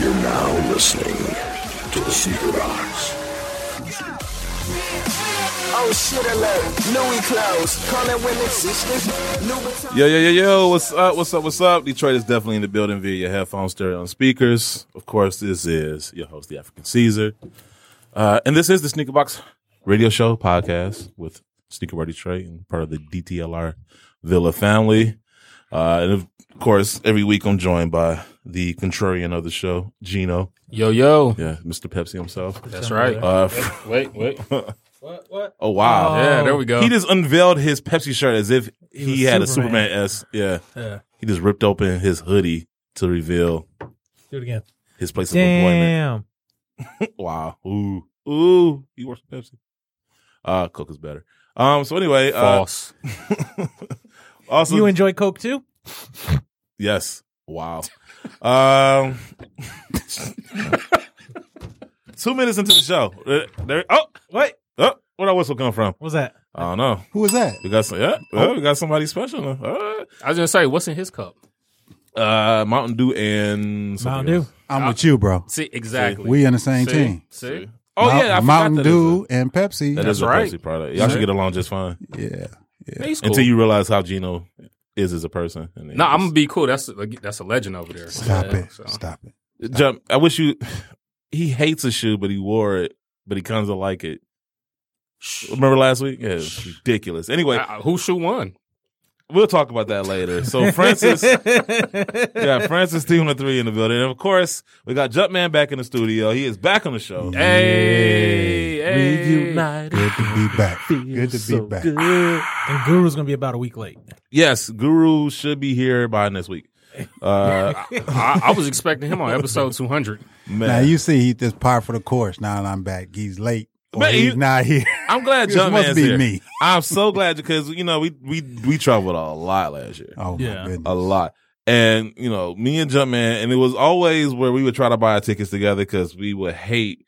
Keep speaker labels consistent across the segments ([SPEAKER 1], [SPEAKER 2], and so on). [SPEAKER 1] You're now listening to the Secret Box.
[SPEAKER 2] Oh shit alert, Louis clothes, calling women sisters, Louis
[SPEAKER 3] Yo, yo, yo, yo, what's up? What's up? What's up? Detroit is definitely in the building via your headphones, stereo, and speakers. Of course, this is your host, the African Caesar. Uh, and this is the Sneaker Box radio show podcast with Sneaker Bar Detroit and part of the DTLR Villa family. Uh, and of course, every week I'm joined by the contrarian of the show, Gino.
[SPEAKER 4] Yo, yo.
[SPEAKER 3] Yeah, Mr. Pepsi himself.
[SPEAKER 4] That's right.
[SPEAKER 3] Uh,
[SPEAKER 4] wait, wait.
[SPEAKER 3] oh, wow.
[SPEAKER 4] Yeah, there we go.
[SPEAKER 3] He just unveiled his Pepsi shirt as if he,
[SPEAKER 5] was
[SPEAKER 3] had
[SPEAKER 5] Superman.
[SPEAKER 3] a Superman S. Yeah.
[SPEAKER 5] Yeah.
[SPEAKER 3] He just ripped open his hoodie to reveal
[SPEAKER 5] Do it again.
[SPEAKER 3] his place of employment.
[SPEAKER 5] Damn.
[SPEAKER 3] Wow. Ooh. Ooh. He works for Pepsi. Uh Coke is better. Um so anyway, uh,
[SPEAKER 4] False.
[SPEAKER 3] also
[SPEAKER 5] you enjoy Coke too?
[SPEAKER 3] Yes. Wow. um Two minutes into the show. There, there- oh, wait. Oh, where that whistle come from?
[SPEAKER 5] What was that?
[SPEAKER 3] I don't know.
[SPEAKER 6] Who is that?
[SPEAKER 3] We got some, yeah, oh, we got somebody special. Uh, All right.
[SPEAKER 4] I was gonna say, what's in his cup?
[SPEAKER 3] Uh, Mountain Dew and something
[SPEAKER 5] Mountain Dew.
[SPEAKER 3] else.
[SPEAKER 6] I'm with you, bro.
[SPEAKER 4] See, exactly.
[SPEAKER 6] We in the same
[SPEAKER 4] See?
[SPEAKER 6] team.
[SPEAKER 4] See?
[SPEAKER 3] Oh
[SPEAKER 6] Mount-
[SPEAKER 3] yeah, I forgot
[SPEAKER 6] Mountain
[SPEAKER 3] that is
[SPEAKER 6] Dew
[SPEAKER 3] a-
[SPEAKER 6] and Pepsi.
[SPEAKER 3] That is a
[SPEAKER 4] That's right.
[SPEAKER 3] Pepsi product. Y'all should get along just fine.
[SPEAKER 6] yeah.
[SPEAKER 4] Yeah, he's cool.
[SPEAKER 3] until you realize how Gino is as a person. And then
[SPEAKER 4] No,
[SPEAKER 3] you
[SPEAKER 4] I'm gonna be cool. That's like, that's a legend over there.
[SPEAKER 6] Stop
[SPEAKER 4] Yeah,
[SPEAKER 6] it.
[SPEAKER 4] so.
[SPEAKER 6] Stop it.
[SPEAKER 3] just- jump. I wish you. He hates a shoe, but he wore it. But he kind of like it. Remember last week? Yeah, it's ridiculous. Anyway,
[SPEAKER 4] I- I- who should won?
[SPEAKER 3] we'll talk about that later. So Francis, yeah, Francis T on the three in the building, and of course we got Jumpman back in the studio. He is back on the show.
[SPEAKER 4] Hey, hey.
[SPEAKER 6] Good to be back. Good to be back.
[SPEAKER 5] And Guru's gonna be about a week late.
[SPEAKER 3] Yes, Guru should be here by next week. Uh,
[SPEAKER 4] I, I was expecting him on episode 200.
[SPEAKER 6] Now
[SPEAKER 3] man,
[SPEAKER 6] you see he just par for the course. Now that I'm back. He's late. Or
[SPEAKER 3] Man,
[SPEAKER 6] he's
[SPEAKER 3] you-
[SPEAKER 6] not here.
[SPEAKER 3] I'm glad
[SPEAKER 6] This
[SPEAKER 3] Jumpman's
[SPEAKER 6] must be
[SPEAKER 3] here.
[SPEAKER 6] me.
[SPEAKER 3] I'm so glad because you know we we we traveled a lot last year.
[SPEAKER 6] Oh my
[SPEAKER 5] Yeah.
[SPEAKER 6] goodness.
[SPEAKER 3] a lot. And you know, me and Jumpman, and it was always where we would try to buy our tickets together because we would hate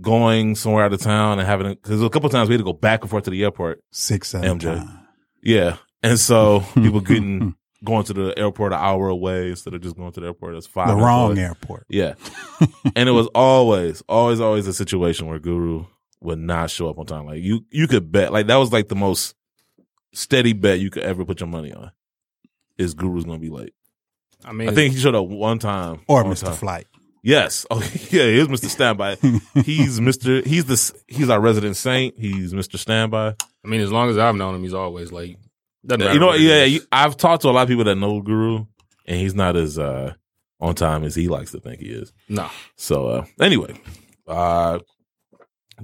[SPEAKER 3] going somewhere out of town and having because a couple times we had to go back and forth to the airport.
[SPEAKER 6] Six seven
[SPEAKER 3] MJ.
[SPEAKER 6] time.
[SPEAKER 3] Yeah, and so people getting going to the airport an hour away instead of just going to the airport. That's five.
[SPEAKER 6] The
[SPEAKER 3] minutes
[SPEAKER 6] wrong
[SPEAKER 3] away.
[SPEAKER 6] airport.
[SPEAKER 3] Yeah, and it was always, always, always a situation where Guru would not show up on time. Like you, you could bet. Like that was like the most steady bet you could ever put your money on. Is Guru's gonna be late?
[SPEAKER 4] I mean,
[SPEAKER 3] I think he showed up one time.
[SPEAKER 6] Or
[SPEAKER 3] One
[SPEAKER 6] Mr.
[SPEAKER 3] time.
[SPEAKER 6] Flight.
[SPEAKER 3] Yes. Oh, yeah. He was Mr. Standby. he's Mr. He's the s- he's our resident saint. He's Mr. Standby.
[SPEAKER 4] I mean, as long as I've known him, he's always late. Doesn't matter
[SPEAKER 3] You know.
[SPEAKER 4] what it
[SPEAKER 3] Yeah.
[SPEAKER 4] is.
[SPEAKER 3] You, I've talked to a lot of people that know Guru, and he's not as uh, on time as he likes to think he is.
[SPEAKER 4] no.
[SPEAKER 3] So uh, anyway, uh,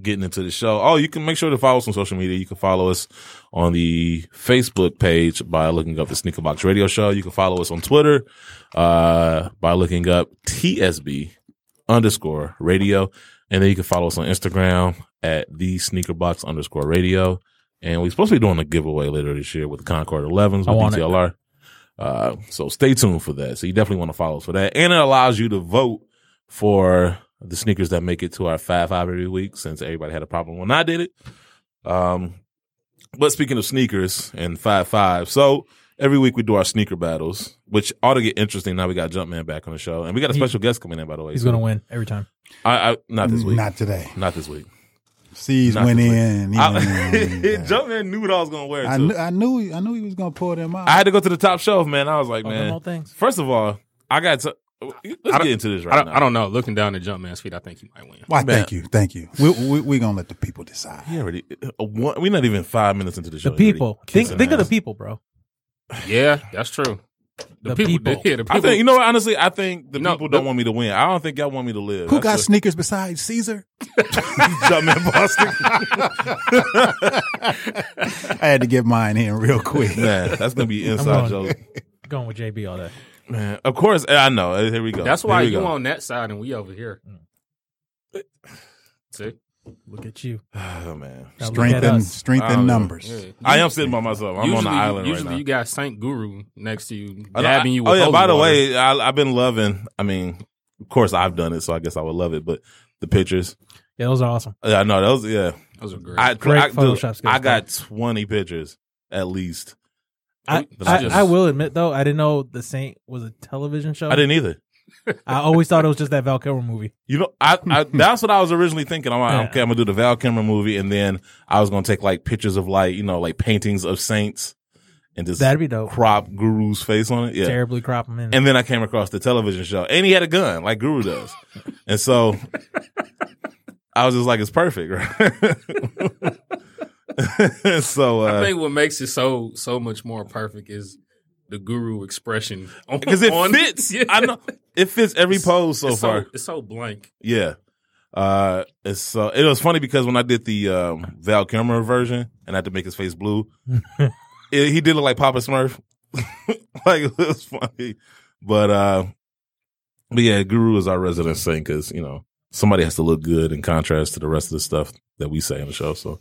[SPEAKER 3] getting into the show. Oh, you can make sure to follow us on social media. You can follow us on the Facebook page by looking up the Sneaker Box Radio Show. You can follow us on Twitter uh, by looking up TSB underscore radio, and then you can follow us on Instagram at the Sneaker Box underscore radio. And we're supposed to be doing a giveaway later this year with the Concord 11s with
[SPEAKER 5] I want it.
[SPEAKER 3] DTLR. Uh, so stay tuned for that. So you definitely want to follow us for that, and it allows you to vote for the sneakers that make it to our five five every week since everybody had a problem when I did it. Um, but speaking of sneakers and five five, so every week we do our sneaker battles, which ought to get interesting. Now we got Jumpman back on the show, and we got a
[SPEAKER 5] He-
[SPEAKER 3] special guest coming in. By the way,
[SPEAKER 5] He's
[SPEAKER 3] So
[SPEAKER 5] gonna win every time.
[SPEAKER 3] I, I not this week, not,
[SPEAKER 6] Not today.
[SPEAKER 3] this week.
[SPEAKER 6] C's
[SPEAKER 3] Not
[SPEAKER 6] went
[SPEAKER 3] this
[SPEAKER 6] in.
[SPEAKER 3] week.
[SPEAKER 6] and
[SPEAKER 5] Mm.
[SPEAKER 6] he
[SPEAKER 3] I,
[SPEAKER 6] went in. Yeah.
[SPEAKER 3] Jumpman knew what I was gonna wear. Too.
[SPEAKER 6] I knew, I knew I knew he was gonna pull them out.
[SPEAKER 3] I had to go to the top shelf, man. I was like,
[SPEAKER 5] All them
[SPEAKER 3] man.
[SPEAKER 5] old things.
[SPEAKER 3] First of all, I got to. Let's
[SPEAKER 4] don't-
[SPEAKER 3] get into this right
[SPEAKER 4] I don't,
[SPEAKER 3] now.
[SPEAKER 4] I don't know. Looking down at Jumpman's feet, I think he might win.
[SPEAKER 6] Why?
[SPEAKER 3] Man.
[SPEAKER 6] Thank you, thank you. We're we, we gonna let the people decide.
[SPEAKER 3] He already. uh, one- We're not even five minutes into the show.
[SPEAKER 5] The people. Think think of the
[SPEAKER 3] people.
[SPEAKER 5] people, bro.
[SPEAKER 4] Yeah, that's true. The,
[SPEAKER 5] The
[SPEAKER 4] people,
[SPEAKER 5] people.
[SPEAKER 4] Yeah, the people.
[SPEAKER 3] I think you know. what, Honestly, I think the
[SPEAKER 4] No,
[SPEAKER 3] people don't
[SPEAKER 4] the-
[SPEAKER 3] want me to win. I don't think y'all want me to live.
[SPEAKER 6] Who got
[SPEAKER 3] That's
[SPEAKER 6] sneakers besides Caesar?
[SPEAKER 3] a- Jumpman Boston?
[SPEAKER 6] I had to get mine in real quick.
[SPEAKER 3] Man, that's gonna be inside
[SPEAKER 5] I'm
[SPEAKER 3] joke.
[SPEAKER 5] Going with JB all day.
[SPEAKER 3] Man, of course eh, I know. Here we go.
[SPEAKER 4] That's why
[SPEAKER 3] Here we
[SPEAKER 4] you
[SPEAKER 3] go.
[SPEAKER 4] on that side and we over here. See,
[SPEAKER 5] Look at you.
[SPEAKER 3] Oh man,
[SPEAKER 5] Now look at
[SPEAKER 6] Strengthen,
[SPEAKER 5] us.
[SPEAKER 6] strengthen
[SPEAKER 3] I don't know.
[SPEAKER 6] numbers.
[SPEAKER 4] Yeah.
[SPEAKER 3] I am sitting by myself. I'm on the
[SPEAKER 4] Usually-
[SPEAKER 3] island
[SPEAKER 4] Usually
[SPEAKER 3] right now.
[SPEAKER 4] you got Saint Guru next to you,
[SPEAKER 3] I know-
[SPEAKER 4] dabbing
[SPEAKER 3] I-
[SPEAKER 4] you. With
[SPEAKER 3] oh yeah.
[SPEAKER 4] holy
[SPEAKER 3] By the
[SPEAKER 4] water.
[SPEAKER 3] way, I, I've been loving. I mean, of course I've done it, so I guess I would love it. But the pictures.
[SPEAKER 5] Yeah, those are awesome.
[SPEAKER 3] Yeah, no, that was yeah.
[SPEAKER 4] those are great.
[SPEAKER 3] I,
[SPEAKER 5] Great
[SPEAKER 3] I, dude,
[SPEAKER 5] Photoshop skills,
[SPEAKER 3] I got twenty pictures at least.
[SPEAKER 5] I,
[SPEAKER 4] That's
[SPEAKER 5] I,
[SPEAKER 4] just-
[SPEAKER 5] I will admit though, I didn't know the Saint was a television show.
[SPEAKER 3] I didn't either.
[SPEAKER 5] I always thought it was just that Val Kilmer movie.
[SPEAKER 3] You know, I, I that's what I was originally thinking. I'm like,
[SPEAKER 5] Yeah.
[SPEAKER 3] okay, I'm gonna do the Val Kilmer movie, and then I was gonna take like pictures of like you know like paintings of saints, and just
[SPEAKER 5] That'd be dope.
[SPEAKER 3] crop Guru's face on it. Yeah.
[SPEAKER 5] Terribly crop them in.
[SPEAKER 3] And then I came across the television show, and he had a gun like Guru does, and so I was just like, it's perfect, right? so
[SPEAKER 4] I
[SPEAKER 3] uh,
[SPEAKER 4] think what makes it so so much more perfect is the Guru expression
[SPEAKER 3] because it fits,
[SPEAKER 4] Yeah.
[SPEAKER 3] I know it fits every pose so
[SPEAKER 4] it's
[SPEAKER 3] far.
[SPEAKER 4] So, it's so blank.
[SPEAKER 3] Yeah. Uh, it's so it was funny because when I did the um, Val Kilmer version and I had to make his face blue, it, he did look like Papa Smurf. like it was funny, but uh, but yeah, Guru is our resident saint because you know somebody has to look good in contrast to the rest of the stuff that we say in the show. So,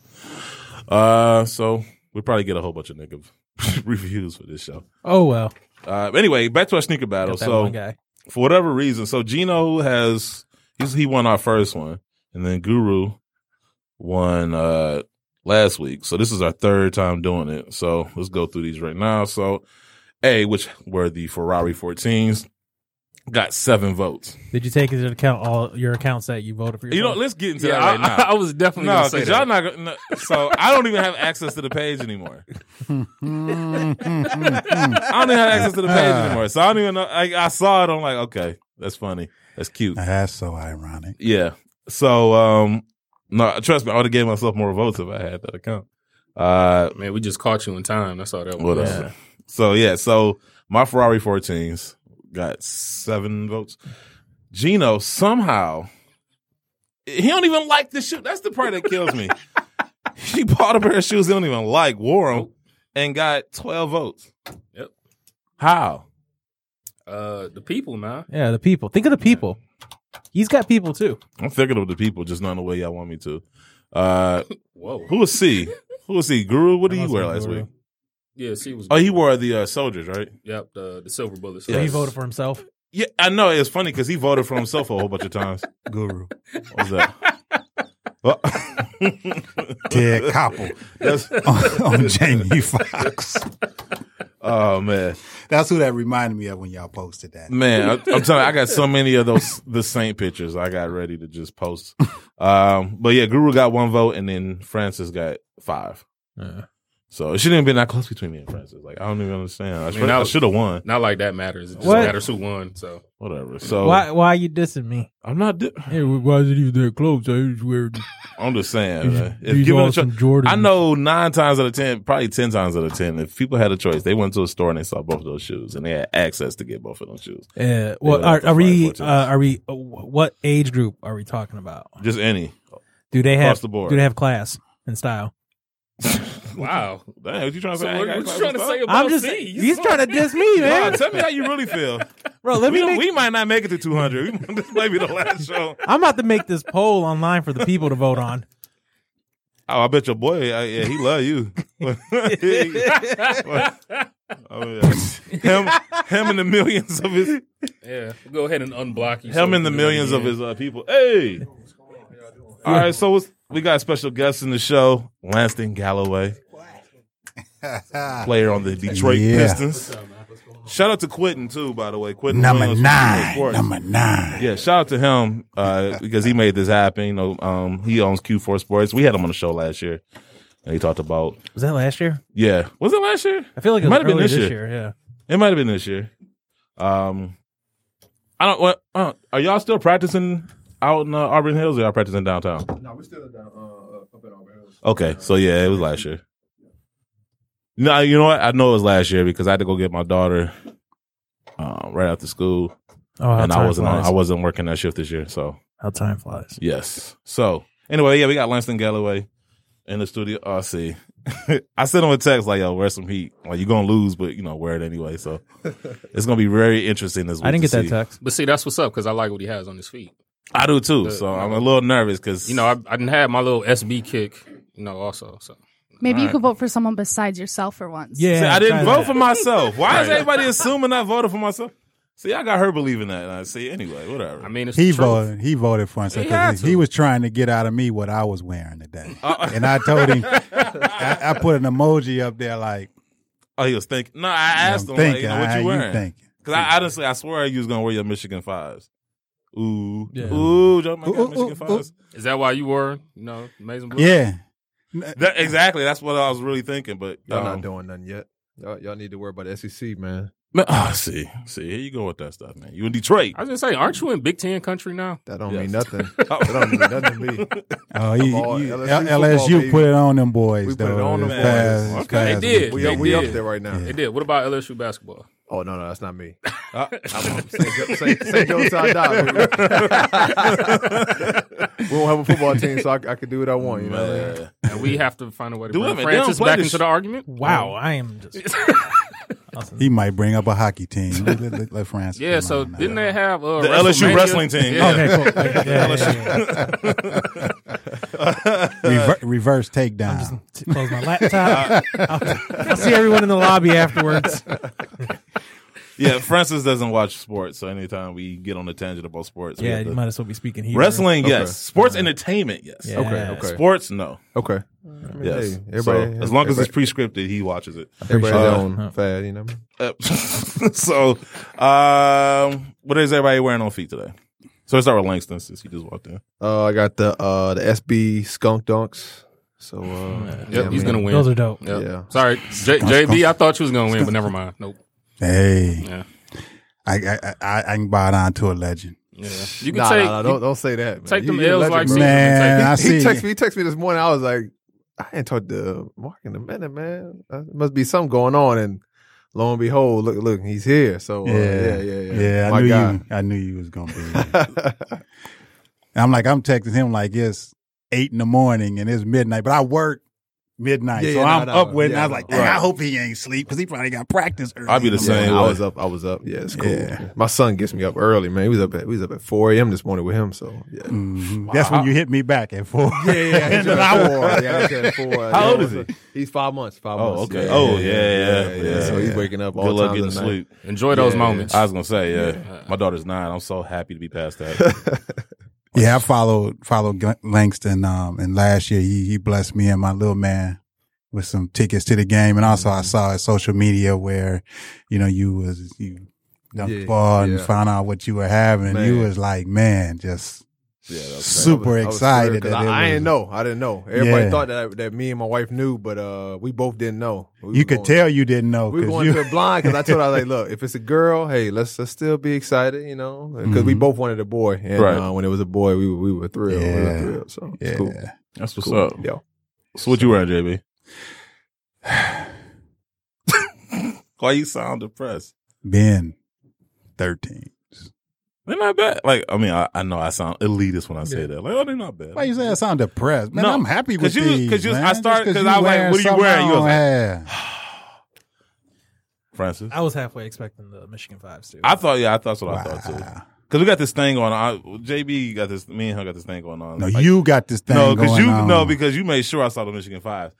[SPEAKER 3] uh, so we probably get a whole bunch of nigga reviews for this show.
[SPEAKER 5] oh well,
[SPEAKER 3] Uh, anyway, back to our sneaker battle.
[SPEAKER 5] got that
[SPEAKER 3] so
[SPEAKER 5] one guy.
[SPEAKER 3] for whatever reason. So Gino has he's, he won our first one, and then Guru won uh last week. So this is our third time doing it. So let's go through these right now. So A, which were the Ferrari 14s, got seven votes.
[SPEAKER 5] Did you take into account all your accounts that you voted for?
[SPEAKER 3] You know,
[SPEAKER 5] yourself?
[SPEAKER 3] let's get into
[SPEAKER 4] Yeah,
[SPEAKER 3] that right
[SPEAKER 4] I,
[SPEAKER 3] now.
[SPEAKER 4] I was definitely
[SPEAKER 3] no,
[SPEAKER 4] gonna say
[SPEAKER 3] because y'all
[SPEAKER 4] that.
[SPEAKER 3] not. gonna- No, so I don't even have access to the page anymore.
[SPEAKER 6] Mm-hmm.
[SPEAKER 3] I don't even have access to the page anymore. So I don't even know. I, I saw it. I'm like, okay, that's funny. That's cute.
[SPEAKER 6] Now, that's so ironic.
[SPEAKER 3] Yeah. So um no, trust me, I would have gave myself more votes if I had that account. Uh
[SPEAKER 4] Man, we just caught you in time. That's all that was.
[SPEAKER 3] what else? So yeah, so my Ferrari 14s got seven votes. Gino somehow he don't even like the shoe. That's the part that kills me. he bought a pair of shoes he don't even like, wore them, and got twelve votes.
[SPEAKER 4] Yep.
[SPEAKER 3] How?
[SPEAKER 4] Uh, the people, man.
[SPEAKER 5] yeah, the people. Think of the people. He's got people too.
[SPEAKER 3] I'm thinking of the people, just not in the way y'all want me to. Uh
[SPEAKER 4] Whoa.
[SPEAKER 3] who was C? Who was C? Guru? What did
[SPEAKER 5] That
[SPEAKER 3] he
[SPEAKER 5] must
[SPEAKER 3] wear
[SPEAKER 5] be
[SPEAKER 3] last
[SPEAKER 5] Guru.
[SPEAKER 3] week?
[SPEAKER 4] Yeah, she was.
[SPEAKER 3] Oh, he wore the uh, soldiers, right?
[SPEAKER 4] Yep, the the silver bullet.
[SPEAKER 5] So he
[SPEAKER 3] Yes.
[SPEAKER 5] voted for himself.
[SPEAKER 3] Yeah, I know. It's funny because he voted for himself a whole bunch of times.
[SPEAKER 6] Guru.
[SPEAKER 3] What was that? Well,
[SPEAKER 6] Ted Koppel
[SPEAKER 3] that's-
[SPEAKER 6] on, on Jamie Foxx.
[SPEAKER 3] oh man,
[SPEAKER 6] That's who that reminded me of when y'all posted that.
[SPEAKER 3] man! I, I'm telling you, I got so many of those the Saint pictures. I got ready to just post. Um, but yeah, Guru got one vote, and then Francis got five. So it shouldn't have been that close between me and Francis. Like I don't even understand. I, should-
[SPEAKER 4] that
[SPEAKER 3] I
[SPEAKER 4] was-
[SPEAKER 3] should have won.
[SPEAKER 4] Not like that matters. It just
[SPEAKER 5] What?
[SPEAKER 4] matters who won. So
[SPEAKER 3] Whatever. So
[SPEAKER 5] Why? Why are you dissing me?
[SPEAKER 3] I'm not. Di-
[SPEAKER 5] Hey, why is it even that close? I just wear
[SPEAKER 3] I'm just saying.
[SPEAKER 5] These-
[SPEAKER 3] man. Uh, If
[SPEAKER 5] these
[SPEAKER 3] given a
[SPEAKER 5] awesome
[SPEAKER 3] cho-
[SPEAKER 5] Jordans.
[SPEAKER 3] I know nine times out of ten, probably ten times out of ten, if people had a choice, they went to a store and they saw both of those shoes and they had access to get both of those shoes.
[SPEAKER 5] Yeah. Well,
[SPEAKER 3] Yeah,
[SPEAKER 5] are,
[SPEAKER 3] that's
[SPEAKER 5] are we?
[SPEAKER 3] what
[SPEAKER 5] Uh,
[SPEAKER 3] I
[SPEAKER 5] are we? Uh, wh- what age group are we talking about?
[SPEAKER 3] Just any.
[SPEAKER 5] Do they have?
[SPEAKER 3] Across the board.
[SPEAKER 5] Do they have class and style?
[SPEAKER 4] wow.
[SPEAKER 3] Dang, what you trying to
[SPEAKER 4] So
[SPEAKER 3] say? I ain't
[SPEAKER 4] what,
[SPEAKER 3] got
[SPEAKER 4] what you
[SPEAKER 3] class
[SPEAKER 4] trying
[SPEAKER 3] and
[SPEAKER 4] to
[SPEAKER 3] stuff?
[SPEAKER 4] say about
[SPEAKER 5] I'm just.
[SPEAKER 4] these?
[SPEAKER 5] He's trying to diss me,
[SPEAKER 3] Nah,
[SPEAKER 5] man.
[SPEAKER 3] tell me how you really feel.
[SPEAKER 5] Bro, let
[SPEAKER 3] we,
[SPEAKER 5] me.
[SPEAKER 3] don't-
[SPEAKER 5] Make,
[SPEAKER 3] we might not make it to 200. We, this might be the last show.
[SPEAKER 5] I'm about to make this poll online for the people to vote on.
[SPEAKER 3] Oh, I bet your boy, I, yeah, he love you. oh, yeah. Him, him and the millions of his,
[SPEAKER 4] Yeah, we'll go ahead and unblock you. so
[SPEAKER 3] him
[SPEAKER 4] we
[SPEAKER 3] and the
[SPEAKER 4] can do it
[SPEAKER 3] millions of
[SPEAKER 4] again.
[SPEAKER 3] his uh, people. Hey, all right. So it's- we got a special guest in the show, Lanston Galloway, player on the Detroit
[SPEAKER 6] Yeah.
[SPEAKER 3] Pistons. Shout out to Quentin too, by the way. Quentin
[SPEAKER 6] Number
[SPEAKER 3] Williams from Kingwood
[SPEAKER 6] nine.
[SPEAKER 3] Court.
[SPEAKER 6] Number nine.
[SPEAKER 3] Yeah, shout out to him uh, because he made this happen. You know, um, he owns Q4 Sports. We had him on the show last year, and he talked about
[SPEAKER 5] Was that last year?
[SPEAKER 3] yeah. Was it last year?
[SPEAKER 5] I feel like it,
[SPEAKER 3] It
[SPEAKER 5] was
[SPEAKER 3] might have been
[SPEAKER 5] earlier
[SPEAKER 3] this
[SPEAKER 5] this
[SPEAKER 3] year.
[SPEAKER 5] year. Yeah.
[SPEAKER 3] It might have been this year. Um, I don't. What, uh, are y'all still practicing out in uh, Auburn Hills? Or y'all practicing downtown?
[SPEAKER 7] No, we're still down uh, up at Auburn Hills.
[SPEAKER 3] Okay, so yeah, it was last year. No, you know what? I know it was last year because I had to go get my daughter uh, right after school,
[SPEAKER 5] Oh, how
[SPEAKER 3] and I
[SPEAKER 5] time
[SPEAKER 3] wasn't on,
[SPEAKER 5] flies.
[SPEAKER 3] I wasn't working that shift this year. So
[SPEAKER 5] how time flies.
[SPEAKER 3] yes. So anyway, yeah, we got Langston Galloway in the studio. Oh, I see. I sent him a text like, "Yo, wear some heat. Like you're gonna lose, but you know, wear it anyway." So it's gonna be very interesting this week.
[SPEAKER 5] I didn't
[SPEAKER 3] to
[SPEAKER 5] get that
[SPEAKER 3] see.
[SPEAKER 5] text.
[SPEAKER 4] But see, that's what's up because I like what he has on his feet.
[SPEAKER 3] I do too. So I'm a little nervous because
[SPEAKER 4] You know, I, I didn't have my little SB kick. You know, also. So
[SPEAKER 8] Maybe you could vote for someone besides yourself for once.
[SPEAKER 5] Yeah,
[SPEAKER 3] See, I
[SPEAKER 5] try
[SPEAKER 3] didn't
[SPEAKER 5] that.
[SPEAKER 3] vote for myself. Why is everybody assuming I voted for myself? See, I got her believing that. And I see, anyway, whatever.
[SPEAKER 4] I mean, it's
[SPEAKER 6] He
[SPEAKER 4] the truth.
[SPEAKER 6] voted. He voted for himself
[SPEAKER 3] He had
[SPEAKER 6] 'cause he, he
[SPEAKER 3] to.
[SPEAKER 6] was trying to get out of me what I was wearing today,
[SPEAKER 3] Uh,
[SPEAKER 6] and I told him. I, I put an emoji up there like
[SPEAKER 3] oh, he was thinking. No, I asked
[SPEAKER 6] I'm
[SPEAKER 3] him, like,
[SPEAKER 6] thinking,
[SPEAKER 3] you know, what
[SPEAKER 6] how
[SPEAKER 3] you
[SPEAKER 6] you
[SPEAKER 3] wearing?
[SPEAKER 6] thinking?
[SPEAKER 3] Because I honestly, I swear you was going to wear your Michigan fives. Ooh.
[SPEAKER 5] Yeah.
[SPEAKER 3] Ooh, Joe, my
[SPEAKER 6] Ooh, ooh,
[SPEAKER 3] God, Michigan
[SPEAKER 6] ooh,
[SPEAKER 3] fives.
[SPEAKER 4] Is that why you were? You know, amazing. Blue?
[SPEAKER 6] yeah.
[SPEAKER 3] That, exactly. That's what I was really thinking. But
[SPEAKER 7] Y'all
[SPEAKER 3] um,
[SPEAKER 7] not doing nothing yet. Y'all, y'all need to worry about the SEC, man.
[SPEAKER 3] Man, ah, see, see, here you go with that stuff, man. You in Detroit?
[SPEAKER 4] I was gonna say, aren't you in Big Ten country now?
[SPEAKER 7] That don't
[SPEAKER 3] Yes.
[SPEAKER 7] mean nothing. that don't mean nothing to me.
[SPEAKER 6] Oh, he,
[SPEAKER 7] Football,
[SPEAKER 6] you-
[SPEAKER 7] LSU
[SPEAKER 6] L-
[SPEAKER 7] football,
[SPEAKER 6] LSU
[SPEAKER 7] baby.
[SPEAKER 6] put it on them boys.
[SPEAKER 7] We put
[SPEAKER 6] though.
[SPEAKER 7] it on them
[SPEAKER 6] It's
[SPEAKER 3] boys.
[SPEAKER 6] fast- it's
[SPEAKER 3] Okay. They
[SPEAKER 6] fast.
[SPEAKER 4] did.
[SPEAKER 7] We,
[SPEAKER 4] They
[SPEAKER 7] we up
[SPEAKER 4] did.
[SPEAKER 7] there right now.
[SPEAKER 4] They did. What about LSU basketball?
[SPEAKER 7] Oh no, no, that's not me.
[SPEAKER 3] Ah,
[SPEAKER 7] I'm I'm St. Joe- St. St. Joe's side down. We don't have a football team, so I, I can do what I want. You know, what I mean?
[SPEAKER 3] man.
[SPEAKER 4] And we have to find a way to
[SPEAKER 3] Do it,
[SPEAKER 4] bring
[SPEAKER 3] man. They
[SPEAKER 4] Francis
[SPEAKER 3] don't play
[SPEAKER 4] back
[SPEAKER 3] this
[SPEAKER 4] into
[SPEAKER 3] sh-
[SPEAKER 4] the argument.
[SPEAKER 5] Wow, I am just
[SPEAKER 6] He might bring up a hockey team. Let, let- let France.
[SPEAKER 4] Yeah.
[SPEAKER 6] come
[SPEAKER 4] So
[SPEAKER 6] on now.
[SPEAKER 4] didn't they have uh,
[SPEAKER 3] The LSU
[SPEAKER 4] WrestleMania?
[SPEAKER 3] wrestling team,
[SPEAKER 4] Yeah.
[SPEAKER 3] yeah.
[SPEAKER 5] okay. Cool. Okay, yeah, yeah, yeah, yeah.
[SPEAKER 6] Rever- reverse takedown?
[SPEAKER 5] Just Close my laptop. I'll, I'll see everyone in the lobby afterwards.
[SPEAKER 3] yeah, Francis doesn't watch sports, so anytime we get on a tangent about sports, we
[SPEAKER 5] Yeah,
[SPEAKER 3] have
[SPEAKER 5] you
[SPEAKER 3] to-
[SPEAKER 5] might as well be speaking here.
[SPEAKER 3] wrestling,
[SPEAKER 7] Okay.
[SPEAKER 3] yes, sports entertainment, yes,
[SPEAKER 5] Yeah. Okay, okay.
[SPEAKER 3] sports, no,
[SPEAKER 7] Okay. I mean,
[SPEAKER 3] yes.
[SPEAKER 7] hey, everybody,
[SPEAKER 3] so as long as it's
[SPEAKER 7] everybody-
[SPEAKER 3] prescripted, he watches it.
[SPEAKER 7] everybody
[SPEAKER 3] Uh,
[SPEAKER 7] their own fad, you know. what I mean?
[SPEAKER 3] Uh, so, um, what is everybody wearing on feet today? So let's start with Langston since he just walked in.
[SPEAKER 7] Uh, I got the uh the SB skunk dunks. So uh, yeah,
[SPEAKER 4] Yep,
[SPEAKER 7] I
[SPEAKER 4] he's
[SPEAKER 7] mean,
[SPEAKER 4] gonna win.
[SPEAKER 5] Those are dope.
[SPEAKER 4] Yep.
[SPEAKER 7] Yeah.
[SPEAKER 4] Sorry, J- JB. I thought you was gonna win, but never mind. Nope.
[SPEAKER 6] Hey,
[SPEAKER 4] Yeah.
[SPEAKER 6] I, I I I can buy it on to a legend.
[SPEAKER 4] Yeah. You can
[SPEAKER 7] Nah,
[SPEAKER 4] take.
[SPEAKER 7] nah, nah, don't don't say that. Man.
[SPEAKER 4] take
[SPEAKER 7] You-
[SPEAKER 4] them
[SPEAKER 7] you a
[SPEAKER 4] L's
[SPEAKER 7] legend,
[SPEAKER 4] like
[SPEAKER 7] bro.
[SPEAKER 4] Caesar.
[SPEAKER 6] Man, I
[SPEAKER 7] He,
[SPEAKER 6] see.
[SPEAKER 7] he texted me. He texted me this morning. I was like, I ain't talked to Mark in a minute, man. Uh, There must be something going on. And lo and behold, look, look, he's here. So uh,
[SPEAKER 6] Yeah,
[SPEAKER 7] yeah, yeah, yeah.
[SPEAKER 6] Yeah,
[SPEAKER 7] My
[SPEAKER 6] I knew
[SPEAKER 7] guy.
[SPEAKER 6] you. I knew you was gonna be. here. And I'm like, I'm texting him like it's eight in the morning and it's midnight, but I work midnight,
[SPEAKER 7] Yeah,
[SPEAKER 6] so
[SPEAKER 7] yeah, nah,
[SPEAKER 6] I'm
[SPEAKER 7] nah,
[SPEAKER 6] up with. it.
[SPEAKER 7] yeah,
[SPEAKER 6] and I was
[SPEAKER 7] nah.
[SPEAKER 6] like, dang, I hope he ain't sleep because he probably got practice early.
[SPEAKER 3] I'll be
[SPEAKER 6] in
[SPEAKER 3] the same.
[SPEAKER 7] Yeah,
[SPEAKER 6] morning.
[SPEAKER 7] I
[SPEAKER 3] way.
[SPEAKER 7] was up. I was up. Yeah, it's cool.
[SPEAKER 6] Yeah.
[SPEAKER 7] My son gets me up early, man. He was up. At, he was up at four a.m. this morning with him. So yeah. Mm-hmm.
[SPEAKER 6] Mhm. That's when you hit me back at four.
[SPEAKER 7] I hit
[SPEAKER 6] And
[SPEAKER 7] you
[SPEAKER 6] then
[SPEAKER 7] at
[SPEAKER 6] I-
[SPEAKER 7] four. Yeah, I hit you at four.
[SPEAKER 3] How
[SPEAKER 7] Yeah,
[SPEAKER 3] old is he?
[SPEAKER 7] He's five months. Five
[SPEAKER 3] Oh,
[SPEAKER 7] months.
[SPEAKER 3] okay. Oh, yeah, yeah, yeah.
[SPEAKER 7] So he's
[SPEAKER 3] Yeah.
[SPEAKER 7] waking up all
[SPEAKER 3] Good luck
[SPEAKER 7] times
[SPEAKER 3] getting
[SPEAKER 7] of the night.
[SPEAKER 3] sleep.
[SPEAKER 4] Enjoy those
[SPEAKER 7] Yeah.
[SPEAKER 4] moments.
[SPEAKER 3] I was gonna say, yeah, my daughter's nine. I'm so happy to be past that.
[SPEAKER 6] Yeah, I followed followed Gl- Langston, um, and last year he he blessed me and my little man with some tickets to the game, and also
[SPEAKER 7] Mm-hmm.
[SPEAKER 6] I saw his social media where, you know, you was you dunked
[SPEAKER 7] Yeah,
[SPEAKER 6] the ball and
[SPEAKER 7] yeah.
[SPEAKER 6] found out what you were having. and You
[SPEAKER 7] Man.
[SPEAKER 6] was like, man, just
[SPEAKER 3] yeah, that was
[SPEAKER 7] I was-
[SPEAKER 6] super
[SPEAKER 7] I was
[SPEAKER 6] excited.
[SPEAKER 7] scared 'cause
[SPEAKER 6] that it
[SPEAKER 7] I, I
[SPEAKER 6] was-
[SPEAKER 7] didn't know. I didn't know. Everybody
[SPEAKER 6] Yeah.
[SPEAKER 7] thought that that me and my wife knew, but uh, we both didn't know. We
[SPEAKER 6] You
[SPEAKER 7] were
[SPEAKER 6] could
[SPEAKER 7] going-
[SPEAKER 6] tell you didn't know
[SPEAKER 7] We were
[SPEAKER 6] because
[SPEAKER 7] going to
[SPEAKER 6] you
[SPEAKER 7] it blind because I told her, I was like, look, if it's a girl, hey, let's, let's still be excited, you know, because we
[SPEAKER 6] Mhm.
[SPEAKER 7] both wanted a boy. And
[SPEAKER 3] Right.
[SPEAKER 7] uh, when it was a boy, we, were- we were thrilled. We were
[SPEAKER 6] Yeah.
[SPEAKER 7] thrilled. So it's
[SPEAKER 6] yeah.
[SPEAKER 7] cool.
[SPEAKER 3] That's what's
[SPEAKER 7] cool.
[SPEAKER 3] up.
[SPEAKER 7] Yeah.
[SPEAKER 3] So what you wearing, JB? Why you sound depressed?
[SPEAKER 6] Ben thirteen.
[SPEAKER 3] They're not bad. Like I mean, I, I know I sound elitist when I say that. Like, oh, they're not bad.
[SPEAKER 6] Why you say I sound depressed? Man,
[SPEAKER 3] No,
[SPEAKER 6] I'm happy
[SPEAKER 3] 'cause
[SPEAKER 6] with
[SPEAKER 3] you-
[SPEAKER 6] these.
[SPEAKER 3] 'cause you- I
[SPEAKER 6] man. Just
[SPEAKER 3] started- 'cause
[SPEAKER 6] you
[SPEAKER 3] I was like,
[SPEAKER 6] wearing
[SPEAKER 3] what are you
[SPEAKER 6] something
[SPEAKER 3] wearing? You
[SPEAKER 6] I
[SPEAKER 3] was
[SPEAKER 6] don't
[SPEAKER 3] like-
[SPEAKER 6] have.
[SPEAKER 3] Francis, I,
[SPEAKER 5] I was halfway expecting the Michigan Fives too.
[SPEAKER 3] thought. Yeah, I thought that's what I thought too.
[SPEAKER 6] Wow.
[SPEAKER 3] Because we got this thing going on. I, JB got this. Me and her got this thing going on.
[SPEAKER 6] No,
[SPEAKER 3] Like,
[SPEAKER 6] you got this thing.
[SPEAKER 3] No, because
[SPEAKER 6] going
[SPEAKER 3] you
[SPEAKER 6] on.
[SPEAKER 3] no, because you made sure I saw the Michigan Five.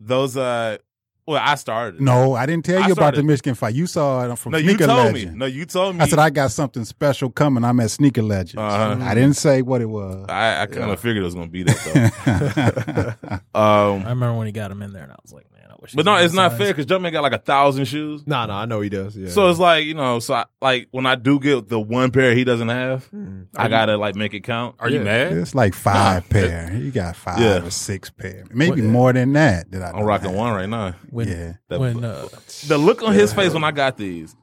[SPEAKER 3] Those uh, well, I started.
[SPEAKER 6] No, I didn't tell
[SPEAKER 3] I
[SPEAKER 6] you about the
[SPEAKER 3] started-
[SPEAKER 6] Michigan fight. You saw it from
[SPEAKER 3] no, you
[SPEAKER 6] Sneaker
[SPEAKER 3] told
[SPEAKER 6] Legend.
[SPEAKER 3] me. No, you told me.
[SPEAKER 6] I said I got something special coming. I'm at Sneaker Legend.
[SPEAKER 3] Uh-huh.
[SPEAKER 6] I didn't say what it was.
[SPEAKER 3] I, I kind of figured it was gonna be that though. um,
[SPEAKER 5] I remember when he got him in there, and I was like, man, I wish.
[SPEAKER 3] but
[SPEAKER 5] he
[SPEAKER 3] no,
[SPEAKER 5] had
[SPEAKER 3] it's not
[SPEAKER 5] size.
[SPEAKER 3] fair because Jumpman got like a thousand shoes.
[SPEAKER 7] Nah, nah, I know he does. Yeah.
[SPEAKER 3] So it's like you know, so I, like when I do get the one pair he doesn't have,
[SPEAKER 7] Hmm.
[SPEAKER 3] I gotta like make it count.
[SPEAKER 4] are you mad?
[SPEAKER 6] It's like five pair. You got five
[SPEAKER 3] Yeah.
[SPEAKER 6] or six pair, maybe more than that. That I
[SPEAKER 3] I'm
[SPEAKER 6] don't
[SPEAKER 3] rocking
[SPEAKER 6] have.
[SPEAKER 3] one right now.
[SPEAKER 5] When,
[SPEAKER 6] Yeah.
[SPEAKER 5] when uh,
[SPEAKER 3] The look on his face when I got these,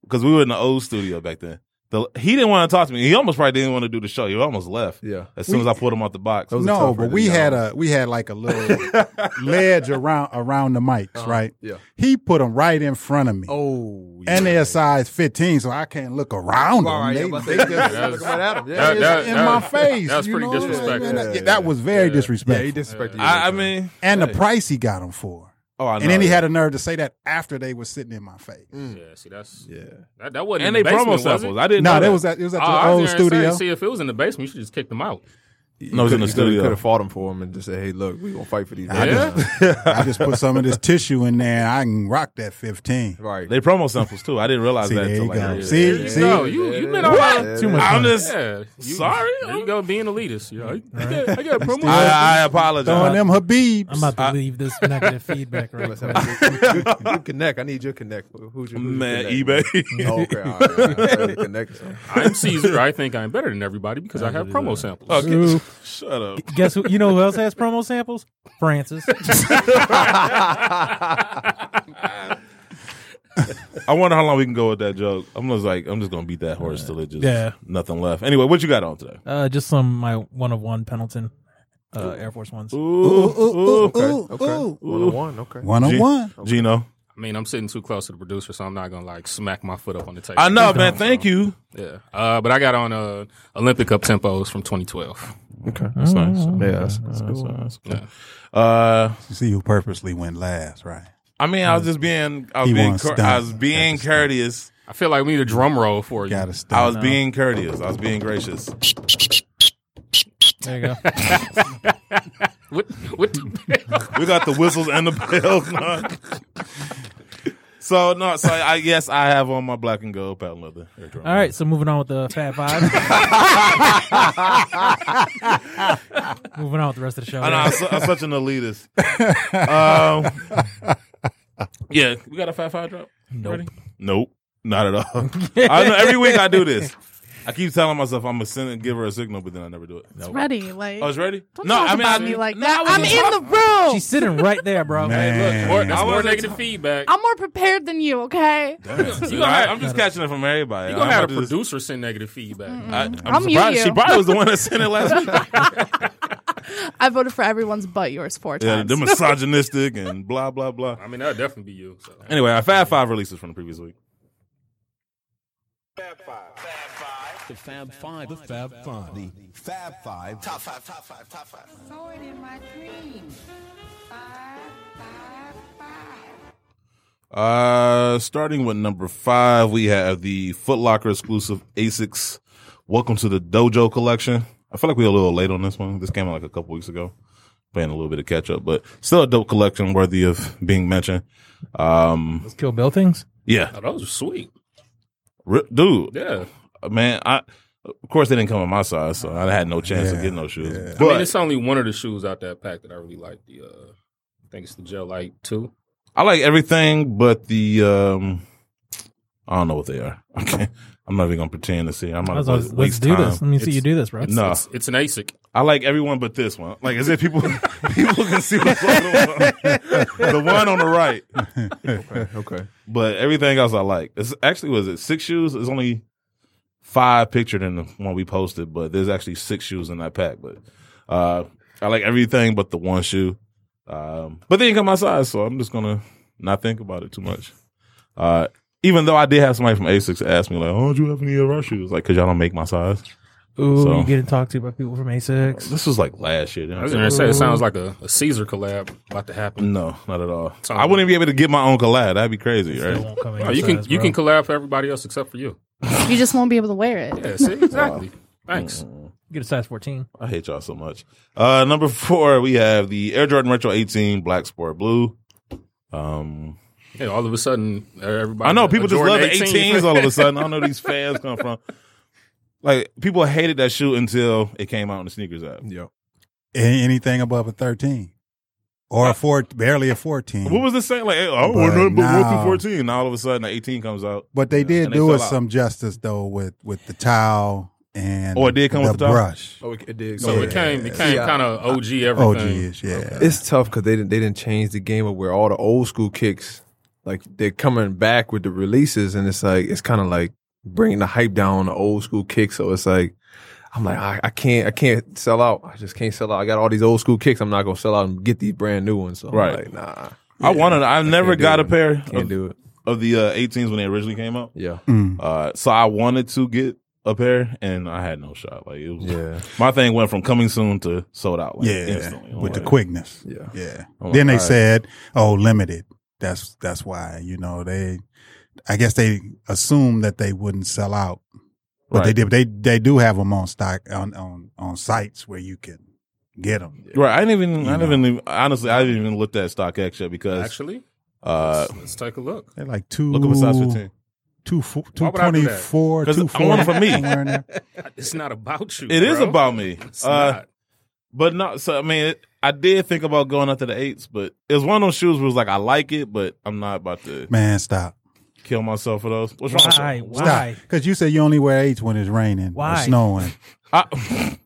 [SPEAKER 3] because we were in the old studio back then. The, he didn't want to talk to me. He almost probably didn't want to do the show. He almost left.
[SPEAKER 7] Yeah.
[SPEAKER 3] As soon as I pulled him out the box.
[SPEAKER 7] Those are
[SPEAKER 6] No,
[SPEAKER 7] tougher
[SPEAKER 6] but
[SPEAKER 7] than
[SPEAKER 6] we
[SPEAKER 7] y'all.
[SPEAKER 6] had a we had like a little ledge around around the mics, right?
[SPEAKER 7] Uh-huh. yeah.
[SPEAKER 6] He put them right in front of me,
[SPEAKER 7] Oh, yeah.
[SPEAKER 6] and they're size 15, so I can't look around them.
[SPEAKER 7] All right,
[SPEAKER 6] They-
[SPEAKER 7] yeah, I'm about to
[SPEAKER 6] they
[SPEAKER 7] say, yeah, look right at him. Yeah,
[SPEAKER 4] That-
[SPEAKER 7] yeah,
[SPEAKER 4] that-
[SPEAKER 6] in
[SPEAKER 4] that-
[SPEAKER 6] my face.
[SPEAKER 4] that was
[SPEAKER 6] you
[SPEAKER 4] pretty
[SPEAKER 6] know what I'm
[SPEAKER 4] disrespectful.
[SPEAKER 6] saying?
[SPEAKER 7] Yeah,
[SPEAKER 6] That was very
[SPEAKER 7] yeah.
[SPEAKER 6] disrespectful.
[SPEAKER 7] Yeah, he disrespected you.
[SPEAKER 3] I, I mean,
[SPEAKER 6] and the price he got him for.
[SPEAKER 3] Oh, I know.
[SPEAKER 6] And then he had a nerve to say that after they were sitting in my face.
[SPEAKER 7] Mm.
[SPEAKER 4] Yeah, see, that's
[SPEAKER 7] Yeah.
[SPEAKER 4] that, that wasn't
[SPEAKER 3] and
[SPEAKER 4] in
[SPEAKER 3] they
[SPEAKER 4] the basement,
[SPEAKER 3] promo
[SPEAKER 4] was it?
[SPEAKER 3] samples. I didn't.
[SPEAKER 6] No,
[SPEAKER 3] know
[SPEAKER 6] that
[SPEAKER 3] that
[SPEAKER 6] was at, it was at
[SPEAKER 4] Oh,
[SPEAKER 6] the
[SPEAKER 4] I was
[SPEAKER 6] old
[SPEAKER 4] gonna say,
[SPEAKER 6] studio.
[SPEAKER 4] see, if it was in the basement, you should just kick them out.
[SPEAKER 3] No, it was in the studio.
[SPEAKER 7] Could have fought him for him and just said, "Hey, look, we gonna fight for these."
[SPEAKER 4] Yeah,
[SPEAKER 7] rights."
[SPEAKER 6] I just put some of this tissue in there. I can rock that 15.
[SPEAKER 7] right.
[SPEAKER 3] They promo samples too. I didn't realize
[SPEAKER 6] See,
[SPEAKER 3] that
[SPEAKER 6] there
[SPEAKER 3] until
[SPEAKER 6] you
[SPEAKER 3] like
[SPEAKER 6] go.
[SPEAKER 3] yeah.
[SPEAKER 6] See,
[SPEAKER 4] you
[SPEAKER 6] see,
[SPEAKER 4] go. You you been all
[SPEAKER 3] What?
[SPEAKER 4] right.
[SPEAKER 3] Too much. I'm just
[SPEAKER 4] Yeah, you,
[SPEAKER 3] sorry.
[SPEAKER 4] There you go, being a elitist. You're like, I got, I got promo.
[SPEAKER 3] I, I
[SPEAKER 6] throwing
[SPEAKER 3] apologize.
[SPEAKER 6] them Habibs.
[SPEAKER 5] I'm about to leave this negative feedback right
[SPEAKER 7] Let's
[SPEAKER 5] quick.
[SPEAKER 7] have a good- good- good connect. I need your connect. Who's your, who's
[SPEAKER 3] Man,
[SPEAKER 7] your
[SPEAKER 3] eBay.
[SPEAKER 7] connect? Oh, okay. All right, all right. I need a connect. or something.
[SPEAKER 4] I'm Caesar. I think I'm better than everybody because I have promo samples.
[SPEAKER 3] Okay. Shut up.
[SPEAKER 5] Guess who? You know who else has promo samples? Francis.
[SPEAKER 3] I wonder how long we can go with that joke. I'm just like, I'm just gonna beat that horse till it just
[SPEAKER 5] Yeah.
[SPEAKER 3] nothing left. Anyway, what you got on today?
[SPEAKER 5] Uh, just some my one of one Pendleton uh, Air Force ones.
[SPEAKER 3] Ooh,
[SPEAKER 7] Okay. Okay. One on one. Okay.
[SPEAKER 6] One on
[SPEAKER 3] G-
[SPEAKER 6] one.
[SPEAKER 3] Gino.
[SPEAKER 4] I mean, I'm sitting too close to the producer, so I'm not gonna like smack my foot up on the table.
[SPEAKER 3] I know, man. Thank you.
[SPEAKER 4] Yeah, uh, but I got on uh, Olympic up tempos from 2012.
[SPEAKER 7] Okay.
[SPEAKER 3] That's nice.
[SPEAKER 7] Yeah, that's, that's good.
[SPEAKER 3] That's cool. Uh,
[SPEAKER 6] You see who purposely went last, right?
[SPEAKER 3] I mean, I was just being, I was
[SPEAKER 6] He
[SPEAKER 3] being,
[SPEAKER 6] wants
[SPEAKER 3] cour- I
[SPEAKER 6] stuff.
[SPEAKER 3] was being courteous.
[SPEAKER 4] I feel like we need a drum roll for you.
[SPEAKER 6] Gotta stop.
[SPEAKER 3] Mm-hmm. I was being courteous. I was being gracious.
[SPEAKER 5] There you go.
[SPEAKER 4] What? What? The
[SPEAKER 3] We got the whistles and the bells. man. so no, so I yes, I have on my black and gold patent leather. air drum.
[SPEAKER 5] All right, so moving on with the Fat Five. moving on with the rest of the show.
[SPEAKER 3] I know I'm, su- I'm such an elitist. um, yeah, we got a five five drop.
[SPEAKER 5] Nope.
[SPEAKER 3] Ready? Nope, not at all. I know every week I do this. I keep telling myself I'm gonna send and give her a signal, but then I never do it. No.
[SPEAKER 8] Ready? Like,
[SPEAKER 3] I was ready.
[SPEAKER 8] don't talk about me like that. I'm in the
[SPEAKER 5] She's
[SPEAKER 8] room.
[SPEAKER 5] sitting right there, bro.
[SPEAKER 6] Man.
[SPEAKER 4] more, that's
[SPEAKER 3] I
[SPEAKER 4] more
[SPEAKER 3] wasn't-
[SPEAKER 4] negative feedback.
[SPEAKER 8] I'm more prepared than you. Okay.
[SPEAKER 4] You gonna have-
[SPEAKER 3] I'm just catching it from everybody.
[SPEAKER 4] You gonna
[SPEAKER 3] I'm
[SPEAKER 4] have a
[SPEAKER 3] about to just-
[SPEAKER 4] producer send negative feedback.
[SPEAKER 3] I, I'm
[SPEAKER 8] I'll mute
[SPEAKER 3] surprised. She
[SPEAKER 8] you.
[SPEAKER 3] probably was the one that sent it last week.
[SPEAKER 8] I voted for everyone's but yours four
[SPEAKER 3] Yeah,
[SPEAKER 8] times.
[SPEAKER 3] they're misogynistic and blah blah blah.
[SPEAKER 4] I mean, that'd definitely be you. So.
[SPEAKER 3] Anyway, I've had five releases from the previous week.
[SPEAKER 2] Fab Five. Top five, top five, top five.
[SPEAKER 9] saw it in my dream. Five, five, five.
[SPEAKER 3] Uh, starting with number five, we have the Foot Locker exclusive Asics. Welcome to the Dojo collection. I feel like we were a little late on this one. This came out like a couple weeks ago. Playing a little bit of catch up, but still a dope collection worthy of being mentioned. Um,
[SPEAKER 5] Let's kill Bill things.
[SPEAKER 3] yeah,
[SPEAKER 4] Oh, those are sweet.
[SPEAKER 3] R- dude,
[SPEAKER 4] Yeah.
[SPEAKER 3] man, I of course they didn't come in my size, so I had no chance of getting those shoes.
[SPEAKER 6] yeah.
[SPEAKER 4] I mean,
[SPEAKER 3] But
[SPEAKER 4] it's only one of the shoes out that pack that I really like. The uh, I think it's the Gel Light Two.
[SPEAKER 3] I like everything, but the um, I don't know what they are. Okay, I'm not even gonna pretend to see. I'm
[SPEAKER 5] I
[SPEAKER 3] not
[SPEAKER 5] was
[SPEAKER 3] gonna
[SPEAKER 5] like, let's
[SPEAKER 3] waste
[SPEAKER 5] do
[SPEAKER 3] time.
[SPEAKER 5] this. Let me see you do this, bro.
[SPEAKER 3] No,
[SPEAKER 4] It's, it's an ASIC.
[SPEAKER 3] I like everyone but this one. Like as if people people can see what's on the one, the one on the right.
[SPEAKER 7] Okay.
[SPEAKER 3] But everything else I like. It's actually was it six shoes? It's only five pictured in the one we posted, but there's actually six shoes in that pack. But uh I like everything but the one shoe. Um but they didn't come my size, so I'm just gonna not think about it too much. Uh even though I did have somebody from Asics ask me like, "Oh, do you have any of our shoes?" Like, cause y'all don't make my size.
[SPEAKER 5] Ooh,
[SPEAKER 3] So-
[SPEAKER 5] you getting talked to by people from A6.
[SPEAKER 3] This was like last year.
[SPEAKER 4] I was gonna say it sounds like a, a Caesar collab about to happen.
[SPEAKER 3] No, not at all.
[SPEAKER 4] So-
[SPEAKER 3] I wouldn't be able to get my own collab. That'd be crazy,
[SPEAKER 5] They
[SPEAKER 3] right?
[SPEAKER 5] won't come in
[SPEAKER 4] No,
[SPEAKER 5] your
[SPEAKER 4] Oh, you can
[SPEAKER 5] size,
[SPEAKER 4] you
[SPEAKER 5] bro.
[SPEAKER 4] can collab for everybody else except for you.
[SPEAKER 8] you just won't be able to wear it.
[SPEAKER 4] Yeah, see, exactly. Thanks.
[SPEAKER 5] get a size 14.
[SPEAKER 3] I hate y'all so much. Uh, number four, we have the Air Jordan Retro 18 Black Sport Blue. Um,
[SPEAKER 4] Hey, all of a sudden, everybody.
[SPEAKER 3] I know people
[SPEAKER 4] a
[SPEAKER 3] just
[SPEAKER 4] Jordan
[SPEAKER 3] love the 18s all of a sudden. I don't know where these fans come from. Like people hated that shoe until it came out in the sneakers app.
[SPEAKER 7] Yep.
[SPEAKER 6] A- anything above a 13 or a four, barely a 14.
[SPEAKER 3] Uh, What was the saying? Like, oh, we're
[SPEAKER 6] But
[SPEAKER 3] nothing but one through
[SPEAKER 6] now-
[SPEAKER 3] 14. Now all of a sudden, the 18 comes out.
[SPEAKER 6] but they did
[SPEAKER 3] And they
[SPEAKER 6] do us
[SPEAKER 3] fell out.
[SPEAKER 6] some justice though with with the towel and
[SPEAKER 3] Oh, it did come
[SPEAKER 6] the
[SPEAKER 3] with the towel?
[SPEAKER 6] brush.
[SPEAKER 7] Oh, it, it did.
[SPEAKER 4] So it came became
[SPEAKER 7] Yeah.
[SPEAKER 4] kind of OG
[SPEAKER 6] Oh,
[SPEAKER 4] everything.
[SPEAKER 6] geez, yeah.
[SPEAKER 7] It's tough because they didn't they didn't change the game of where all the old school kicks like they're coming back with the releases and it's like it's kind of like bringing the hype down on the old school kicks. So it's like I'm like I, I can't I can't sell out. I just can't sell out. I got all these old school kicks. I'm not gonna sell out and get these brand new ones. So I'm
[SPEAKER 3] Right.
[SPEAKER 7] like, nah,
[SPEAKER 3] I wanted. I never
[SPEAKER 7] can't do
[SPEAKER 3] got a
[SPEAKER 7] it.
[SPEAKER 3] pair
[SPEAKER 7] can't
[SPEAKER 3] of,
[SPEAKER 7] do it.
[SPEAKER 3] of the uh, 18s when they originally came out.
[SPEAKER 7] Yeah,
[SPEAKER 6] Mm.
[SPEAKER 3] Uh, so I wanted to get a pair, and I had no shot. Like it was,
[SPEAKER 7] Yeah.
[SPEAKER 3] my thing went from coming soon to sold out. Like,
[SPEAKER 6] yeah,
[SPEAKER 3] instantly. I'm
[SPEAKER 6] with the
[SPEAKER 3] like,
[SPEAKER 6] quickness.
[SPEAKER 7] Yeah.
[SPEAKER 6] yeah.
[SPEAKER 3] I'm
[SPEAKER 6] then they
[SPEAKER 3] like, all right.
[SPEAKER 6] said, "Oh, limited." That's that's why you know they. I guess they assumed that they wouldn't sell out, but they
[SPEAKER 3] Right.
[SPEAKER 6] did. They they do have them on stock on on on sites where you can get them.
[SPEAKER 3] Right, I didn't even. I
[SPEAKER 6] You
[SPEAKER 3] didn't even, honestly. I didn't even look at StockX yet because
[SPEAKER 4] Actually,
[SPEAKER 3] uh,
[SPEAKER 4] let's, let's take a look.
[SPEAKER 6] They're like two
[SPEAKER 3] look up a size fifteen.
[SPEAKER 6] two fo-
[SPEAKER 4] Why would I do that?
[SPEAKER 6] 224,
[SPEAKER 3] 'Cause I
[SPEAKER 6] 240,
[SPEAKER 3] want it for me.
[SPEAKER 6] somewhere in there.
[SPEAKER 4] It's not about you.
[SPEAKER 3] It is
[SPEAKER 4] bro.
[SPEAKER 3] about me.
[SPEAKER 4] It's
[SPEAKER 3] Uh,
[SPEAKER 4] not.
[SPEAKER 3] but no, so I mean, it, I did think about going up to the eights, but it was one of those shoes where it was like I like it, but I'm not about to
[SPEAKER 6] Man, stop.
[SPEAKER 3] kill myself for those. What's wrong? with
[SPEAKER 5] Why?
[SPEAKER 3] that?
[SPEAKER 6] Stop.
[SPEAKER 5] Why?
[SPEAKER 6] Because you said you only wear eights when it's raining or
[SPEAKER 5] Why?
[SPEAKER 6] snowing.
[SPEAKER 3] I,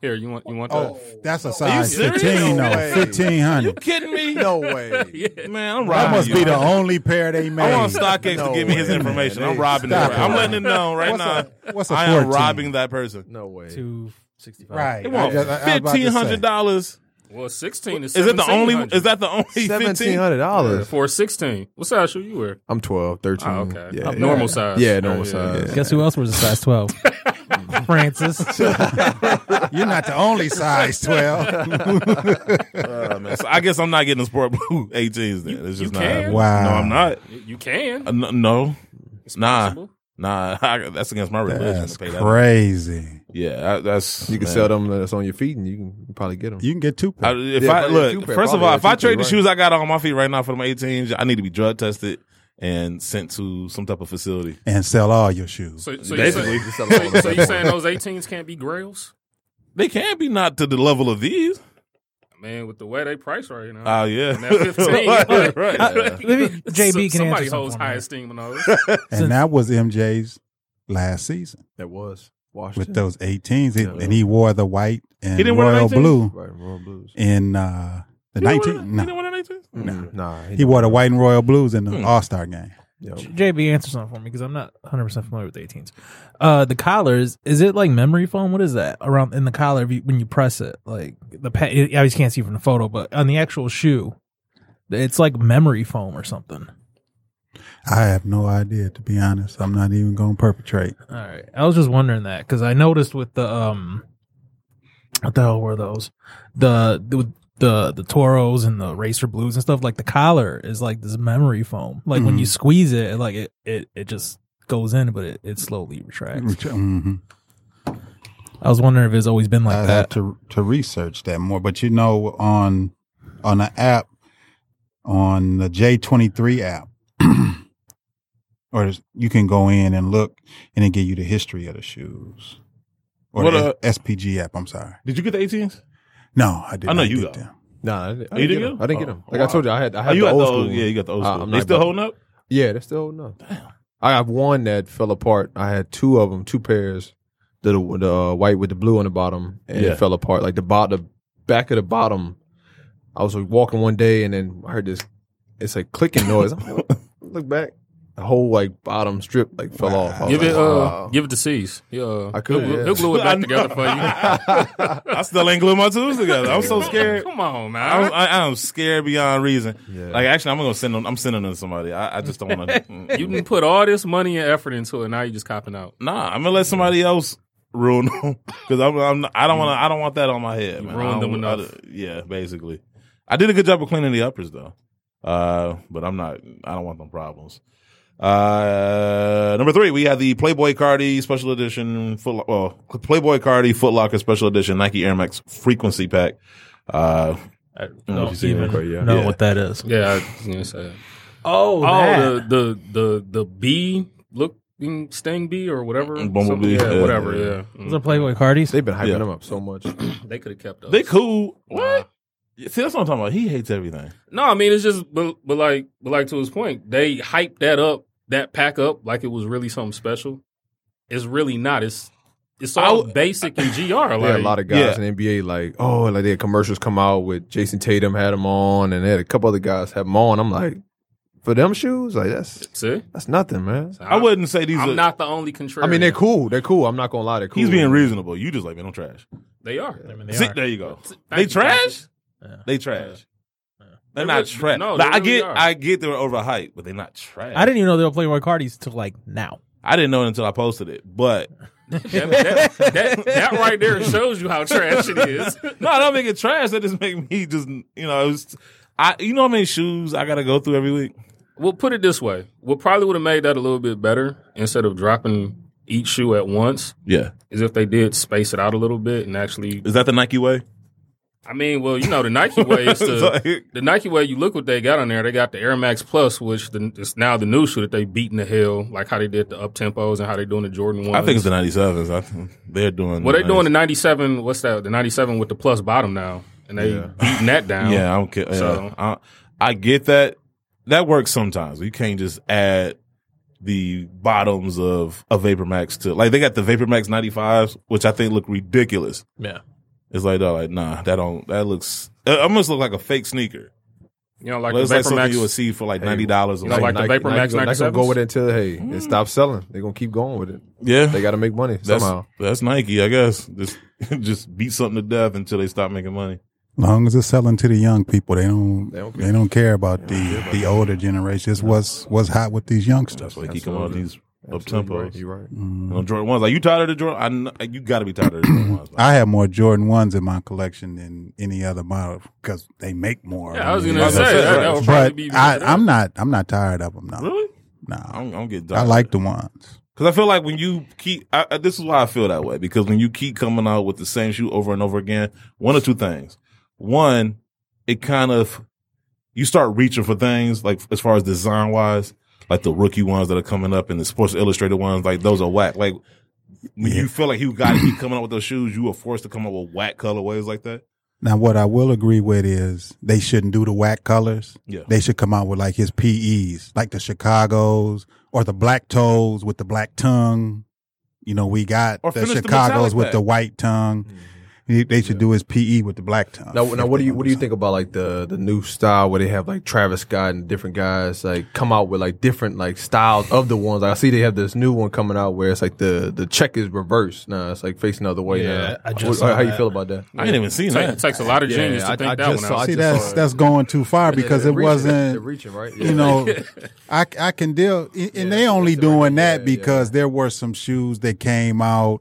[SPEAKER 4] Here, you want you want
[SPEAKER 6] Oh, that's a size
[SPEAKER 3] serious?
[SPEAKER 6] 15,
[SPEAKER 7] No
[SPEAKER 6] though.
[SPEAKER 7] way.
[SPEAKER 6] 1500.
[SPEAKER 3] kidding me?
[SPEAKER 7] No way.
[SPEAKER 4] that? Yeah.
[SPEAKER 3] man, I'm
[SPEAKER 6] That
[SPEAKER 3] robbing
[SPEAKER 6] must
[SPEAKER 3] you.
[SPEAKER 6] be the only pair they made.
[SPEAKER 3] I want StockX
[SPEAKER 7] No
[SPEAKER 3] to give me his
[SPEAKER 7] way,
[SPEAKER 3] information.
[SPEAKER 7] man.
[SPEAKER 3] I'm robbing it.
[SPEAKER 6] Stop
[SPEAKER 3] Right. I'm
[SPEAKER 6] it.
[SPEAKER 3] letting him know right
[SPEAKER 6] What's
[SPEAKER 3] now.
[SPEAKER 6] a- what's a
[SPEAKER 3] I am
[SPEAKER 6] 14?
[SPEAKER 3] robbing that person.
[SPEAKER 7] No way.
[SPEAKER 5] Two sixty-five.
[SPEAKER 6] Right.
[SPEAKER 3] It won't.
[SPEAKER 6] I- I- I was about to
[SPEAKER 3] Fifteen hundred dollars.
[SPEAKER 4] Well, sixteen is.
[SPEAKER 3] Is it the only?
[SPEAKER 4] 1700.
[SPEAKER 3] Is that the only
[SPEAKER 7] Seventeen
[SPEAKER 3] fifteen?
[SPEAKER 7] hundred
[SPEAKER 4] Yeah,
[SPEAKER 7] dollars.
[SPEAKER 4] for a sixteen? What size shoe you wear?
[SPEAKER 7] I'm 12, 13.
[SPEAKER 4] Oh, okay.
[SPEAKER 7] Yeah, yeah.
[SPEAKER 4] normal size.
[SPEAKER 7] Yeah, normal
[SPEAKER 4] yeah.
[SPEAKER 7] size.
[SPEAKER 5] Guess who else wears a size twelve? Francis.
[SPEAKER 6] say. You're not the only size 12.
[SPEAKER 3] Uh, man, so I guess I'm not getting the sport blue 18s. Then it's just
[SPEAKER 4] you
[SPEAKER 3] not.
[SPEAKER 4] can.
[SPEAKER 3] happening.
[SPEAKER 6] Wow.
[SPEAKER 3] No, I'm not.
[SPEAKER 4] You- You can.
[SPEAKER 3] Uh, no, no,
[SPEAKER 4] It's
[SPEAKER 3] nah.
[SPEAKER 4] possible.
[SPEAKER 3] nah. that's against my religion.
[SPEAKER 6] That's
[SPEAKER 3] to pay that.
[SPEAKER 6] crazy.
[SPEAKER 3] Yeah, I, that's
[SPEAKER 7] You can
[SPEAKER 3] man.
[SPEAKER 7] sell them that's on your feet and you can probably get them.
[SPEAKER 6] You can get two
[SPEAKER 3] I,
[SPEAKER 6] pairs.
[SPEAKER 3] if
[SPEAKER 7] Yeah,
[SPEAKER 3] I
[SPEAKER 7] probably a
[SPEAKER 3] look,
[SPEAKER 7] two-pair,
[SPEAKER 3] first of
[SPEAKER 7] probably
[SPEAKER 3] all,
[SPEAKER 7] a
[SPEAKER 3] if I
[SPEAKER 7] two-pair,
[SPEAKER 3] trade the
[SPEAKER 7] right.
[SPEAKER 3] shoes I got on my feet right now for them 18s, I need to be drug tested and sent to some type of facility.
[SPEAKER 6] and sell all your shoes.
[SPEAKER 4] So, so, you
[SPEAKER 3] Basically,
[SPEAKER 4] say, so, so you saying those 18s can't be grails?
[SPEAKER 3] They can't be not to the level of these.
[SPEAKER 4] Uh-huh. Man, with the way they price right now.
[SPEAKER 3] Oh yeah,
[SPEAKER 4] And that 15.
[SPEAKER 3] right, right.
[SPEAKER 4] Like,
[SPEAKER 5] Maybe JB can
[SPEAKER 4] Somebody
[SPEAKER 5] answer
[SPEAKER 4] holds
[SPEAKER 5] something
[SPEAKER 4] high
[SPEAKER 5] on
[SPEAKER 4] esteem on those.
[SPEAKER 6] And that was MJ's last season
[SPEAKER 7] that was
[SPEAKER 3] Oh,
[SPEAKER 7] Washington.
[SPEAKER 6] with those 18s. He-
[SPEAKER 7] Yeah.
[SPEAKER 6] And he wore the white and
[SPEAKER 3] didn't wear the
[SPEAKER 6] royal
[SPEAKER 3] 19s?
[SPEAKER 6] blue
[SPEAKER 7] Right, Royal Blues.
[SPEAKER 6] in uh, the
[SPEAKER 3] You didn't wear-
[SPEAKER 6] 19.
[SPEAKER 3] you
[SPEAKER 6] No.
[SPEAKER 3] didn't wear the 19s?
[SPEAKER 7] Nah, nah
[SPEAKER 6] He wore the white and royal blues in the
[SPEAKER 3] Hmm.
[SPEAKER 6] All Star game.
[SPEAKER 7] Yo,
[SPEAKER 5] that. J- JB answer something for me because I'm not 100 percent familiar with 18s. Uh, the collars is it like memory foam? What is that around in the collar if you, when you press it? Like the pa- I obviously can't see from the photo, but on the actual shoe, it's like memory foam or something.
[SPEAKER 6] I have no idea, to be honest. I'm not even going to perpetrate.
[SPEAKER 5] All right. I was just wondering that because I noticed with the um, what the hell were those? The the the the Toros and the Racer Blues and stuff. Like the collar is like this memory foam. Like when you squeeze it, it, like it it it just goes in, but it, it slowly retracts.
[SPEAKER 6] Mhm.
[SPEAKER 5] I was wondering if it's always been like
[SPEAKER 6] I'd have
[SPEAKER 5] that.
[SPEAKER 6] to to research that more. But you know, on on the app, on the J23 app, or you can go in and look, and it give you the history of the shoes. Or
[SPEAKER 3] What,
[SPEAKER 6] the
[SPEAKER 3] uh,
[SPEAKER 6] SPG app? I'm sorry.
[SPEAKER 3] Did you get the 18s?
[SPEAKER 6] No, I did.
[SPEAKER 3] I know
[SPEAKER 6] not
[SPEAKER 3] you
[SPEAKER 6] get
[SPEAKER 3] got
[SPEAKER 6] them.
[SPEAKER 7] nah, I didn't, I
[SPEAKER 3] You didn't
[SPEAKER 7] didn't get
[SPEAKER 3] get 'em?
[SPEAKER 7] 'em. I didn't get
[SPEAKER 3] Oh,
[SPEAKER 7] them. Like I told you, I had I
[SPEAKER 3] Oh,
[SPEAKER 7] had
[SPEAKER 3] you
[SPEAKER 7] the
[SPEAKER 3] got
[SPEAKER 7] old
[SPEAKER 3] the
[SPEAKER 7] school.
[SPEAKER 3] old, yeah, you got the old
[SPEAKER 7] Uh,
[SPEAKER 3] school.
[SPEAKER 7] I'm
[SPEAKER 3] they
[SPEAKER 7] not
[SPEAKER 3] still
[SPEAKER 7] about-
[SPEAKER 3] holding up?
[SPEAKER 7] Yeah, they're still no. I have one that fell apart. I had two of them, two pairs. The the uh, white with the blue on the bottom, and
[SPEAKER 3] Yeah.
[SPEAKER 7] it fell apart. Like the bot, the back of the bottom. I was like, walking one day, and then I heard this. It's like clicking noise. I'm like, Look back, the whole like bottom strip like fell off. I was
[SPEAKER 4] give
[SPEAKER 7] like,
[SPEAKER 4] it, uh,
[SPEAKER 7] wow.
[SPEAKER 4] give it to C's. Yeah,
[SPEAKER 7] I could,
[SPEAKER 4] He'll,
[SPEAKER 7] yeah.
[SPEAKER 4] he'll glue it
[SPEAKER 3] I
[SPEAKER 4] back
[SPEAKER 3] know.
[SPEAKER 4] together for you.
[SPEAKER 3] I still ain't gluing my tools together. I'm so scared.
[SPEAKER 4] Come on,
[SPEAKER 3] I'm,
[SPEAKER 4] man.
[SPEAKER 3] I, I'm scared beyond reason.
[SPEAKER 7] Yeah.
[SPEAKER 3] Like actually, I'm gonna send them. I'm sending them to somebody. I, I just don't want to.
[SPEAKER 4] you didn't put all this money and effort into it. Now you're just copping out.
[SPEAKER 3] Nah, I'm gonna let somebody else ruin them because I'm, I'm not- I don't want to. I don't want that on my head.
[SPEAKER 4] You
[SPEAKER 3] man.
[SPEAKER 4] ruined
[SPEAKER 3] I don't-
[SPEAKER 4] them
[SPEAKER 3] I
[SPEAKER 4] enough.
[SPEAKER 3] don't- yeah, basically. I did a good job of cleaning the uppers though, uh, but I'm not. I don't want them problems. Uh, number three, we have the Playboy Cardi Special Edition Foot. Well, Playboy Cardi Foot Locker Special Edition Nike Air Max Frequency Pack. Uh,
[SPEAKER 5] I
[SPEAKER 3] know if you
[SPEAKER 5] don't
[SPEAKER 3] seen that
[SPEAKER 5] even
[SPEAKER 3] part, yeah.
[SPEAKER 5] know
[SPEAKER 3] Yeah.
[SPEAKER 5] what that is.
[SPEAKER 4] Yeah, I was gonna say.
[SPEAKER 5] Oh,
[SPEAKER 4] Oh, the the the the bee looking sting bee or whatever.
[SPEAKER 3] Bumblebee,
[SPEAKER 4] Something- Yeah,
[SPEAKER 3] yeah.
[SPEAKER 4] whatever. Yeah, Mm.
[SPEAKER 5] was a Playboy Cardi's.
[SPEAKER 7] They've been hyping
[SPEAKER 3] Yeah.
[SPEAKER 7] them up so much.
[SPEAKER 4] they could have kept those.
[SPEAKER 3] they cool.
[SPEAKER 4] Nah.
[SPEAKER 3] What? See, that's what I'm talking about. He hates everything.
[SPEAKER 4] No, I mean it's just, but, but like, but like to his point, they hyped that up, that pack up, like it was really something special. It's really not. It's it's all
[SPEAKER 3] I-
[SPEAKER 4] basic and gr.
[SPEAKER 7] They had
[SPEAKER 4] Like
[SPEAKER 7] a lot of guys
[SPEAKER 3] yeah.
[SPEAKER 7] in the NBA like, oh, like they had commercials come out with Jason Tatum had them on, and they had a couple other guys have them on. I'm like, for them shoes, like that's
[SPEAKER 4] See,
[SPEAKER 7] that's nothing, man.
[SPEAKER 3] I, wouldn't say these
[SPEAKER 4] I'm
[SPEAKER 3] are.
[SPEAKER 4] not the only contrarian.
[SPEAKER 7] I mean, they're cool. They're cool. I'm not gonna lie, they're cool.
[SPEAKER 3] he's being reasonable. You just like man, I'm trash.
[SPEAKER 4] They are.
[SPEAKER 5] I mean, they
[SPEAKER 3] See,
[SPEAKER 5] are.
[SPEAKER 3] there you go.
[SPEAKER 4] Thank
[SPEAKER 3] They
[SPEAKER 4] you,
[SPEAKER 3] trash?
[SPEAKER 5] Yeah.
[SPEAKER 3] They trash. They're
[SPEAKER 4] They
[SPEAKER 3] not
[SPEAKER 4] really-
[SPEAKER 3] trash.
[SPEAKER 4] no,
[SPEAKER 3] Like,
[SPEAKER 4] they
[SPEAKER 3] I
[SPEAKER 4] really
[SPEAKER 3] get,
[SPEAKER 4] are.
[SPEAKER 3] I get they're overhyped, but they're not trash.
[SPEAKER 5] I didn't even know they were Playboy Cardi's till like now.
[SPEAKER 3] I didn't know it until I posted it, but
[SPEAKER 4] That, that- that- that right there shows you how trash it is.
[SPEAKER 3] no, I don't make it trash. That just make me just you know, it was, I you know how many shoes I gotta go through every week.
[SPEAKER 4] Well, put it this way: what probably would have made that a little bit better instead of dropping each shoe at once
[SPEAKER 3] Yeah,
[SPEAKER 4] is if they did space it out a little bit and actually.
[SPEAKER 3] is that the Nike way?
[SPEAKER 4] I mean, well, you know, the Nike way is
[SPEAKER 3] It's
[SPEAKER 4] to.
[SPEAKER 3] like-
[SPEAKER 4] The Nike way, you look what they got on there. They got the Air Max Plus, which the, it's now the new shoe that they beat in the hell, like how they did the up tempos and how they doing the Jordan ones.
[SPEAKER 3] I think it's the ninety sevens. I think they're doing
[SPEAKER 4] well, they doing the
[SPEAKER 3] 90s.
[SPEAKER 4] '97. What's that? The '97 with the plus bottom now, and they
[SPEAKER 7] Yeah.
[SPEAKER 4] beating that down.
[SPEAKER 3] Yeah, I don't care.
[SPEAKER 4] So-
[SPEAKER 3] yeah. I, I get that. That works sometimes. You can't just add the bottoms of a Vapor Max to like they got the Vapor Max ninety fives, which I think look ridiculous.
[SPEAKER 5] Yeah.
[SPEAKER 3] It's like, dog, like nah, that don't that looks. It almost look like a fake sneaker.
[SPEAKER 4] you know, like
[SPEAKER 3] Like it's
[SPEAKER 4] the
[SPEAKER 3] like
[SPEAKER 4] Vapor
[SPEAKER 3] something
[SPEAKER 4] Max.
[SPEAKER 3] you would see for like
[SPEAKER 7] Hey,
[SPEAKER 3] ninety dollars.
[SPEAKER 4] you know, like the Vapor Max
[SPEAKER 7] They're not gonna
[SPEAKER 4] 97s?
[SPEAKER 7] go with it until hey,
[SPEAKER 6] Mm.
[SPEAKER 7] it stops selling. They're gonna keep going with it.
[SPEAKER 3] yeah,
[SPEAKER 7] They got to make money
[SPEAKER 3] that's,
[SPEAKER 7] somehow.
[SPEAKER 3] That's Nike, I guess. Just just beat something to death until they stop making money.
[SPEAKER 6] long as it's selling to the young people, they don't
[SPEAKER 7] They
[SPEAKER 6] they
[SPEAKER 7] don't
[SPEAKER 6] don't,
[SPEAKER 7] care.
[SPEAKER 6] care about the the older generation. It's what's what's hot with these youngsters.
[SPEAKER 3] That's why they keep coming out with these up
[SPEAKER 7] Absolutely right.
[SPEAKER 3] tempos.
[SPEAKER 7] You're right.
[SPEAKER 3] You know, Jordan ones. Like you tired of the Jordan? I kn- you got to be tired of the Jordan ones.
[SPEAKER 6] I have more Jordan ones in my collection than any other model because they make more.
[SPEAKER 4] Yeah, I was
[SPEAKER 6] mean,
[SPEAKER 4] gonna
[SPEAKER 6] it's-
[SPEAKER 4] say that, that would probably
[SPEAKER 6] but
[SPEAKER 4] be.
[SPEAKER 6] I, I'm not. I'm not tired of them. No,
[SPEAKER 3] really? I
[SPEAKER 6] no.
[SPEAKER 3] don't, I don't get. Tired.
[SPEAKER 6] I like the ones.
[SPEAKER 3] because I feel like when you keep. I, I- this is why I feel that way because when you keep coming out with the same shoe over and over again, one or two things. One, it kind of you start reaching for things like as far as design wise, like the rookie ones that are coming up and the Sports Illustrated ones, like those are whack. Like when you feel like you got to keep coming out with those shoes, you are forced to come up with whack colorways like that.
[SPEAKER 6] Now, what I will agree with is they shouldn't do the whack colors.
[SPEAKER 3] Yeah.
[SPEAKER 6] They should come out with like his PEs, like the Chicago's or the black toes with the black tongue. You know, we got
[SPEAKER 3] Or
[SPEAKER 6] the
[SPEAKER 3] finish the Mm-hmm. metallic
[SPEAKER 6] Chicago's with the
[SPEAKER 3] back.
[SPEAKER 6] white tongue. They- They should do his PE with the black tongue.
[SPEAKER 7] Now, now, what do you
[SPEAKER 6] If they
[SPEAKER 7] what do
[SPEAKER 6] wanna
[SPEAKER 7] you think about like the the new style where they have like Travis Scott and different guys like come out with like different like styles of the ones? Like, I see they have this new one coming out where it's like the the check is reversed now. It's like facing the other way
[SPEAKER 5] Yeah,
[SPEAKER 7] now.
[SPEAKER 5] I just
[SPEAKER 7] What-
[SPEAKER 5] saw
[SPEAKER 7] how you
[SPEAKER 5] that.
[SPEAKER 7] feel about that?
[SPEAKER 3] I ain't even seen
[SPEAKER 4] It
[SPEAKER 3] that.
[SPEAKER 4] takes a lot of
[SPEAKER 7] Yeah,
[SPEAKER 4] genius
[SPEAKER 7] I-
[SPEAKER 4] to think
[SPEAKER 7] I
[SPEAKER 4] that
[SPEAKER 7] just
[SPEAKER 4] one
[SPEAKER 7] saw-
[SPEAKER 4] out.
[SPEAKER 7] I
[SPEAKER 6] See,
[SPEAKER 7] just
[SPEAKER 6] that's
[SPEAKER 7] saw it.
[SPEAKER 6] that's going too far because
[SPEAKER 7] They're
[SPEAKER 6] it
[SPEAKER 7] reaching. They're
[SPEAKER 6] wasn't.
[SPEAKER 7] reaching, right? Yeah.
[SPEAKER 6] You know, I I can deal, and and they only doing that because there were some shoes that came out.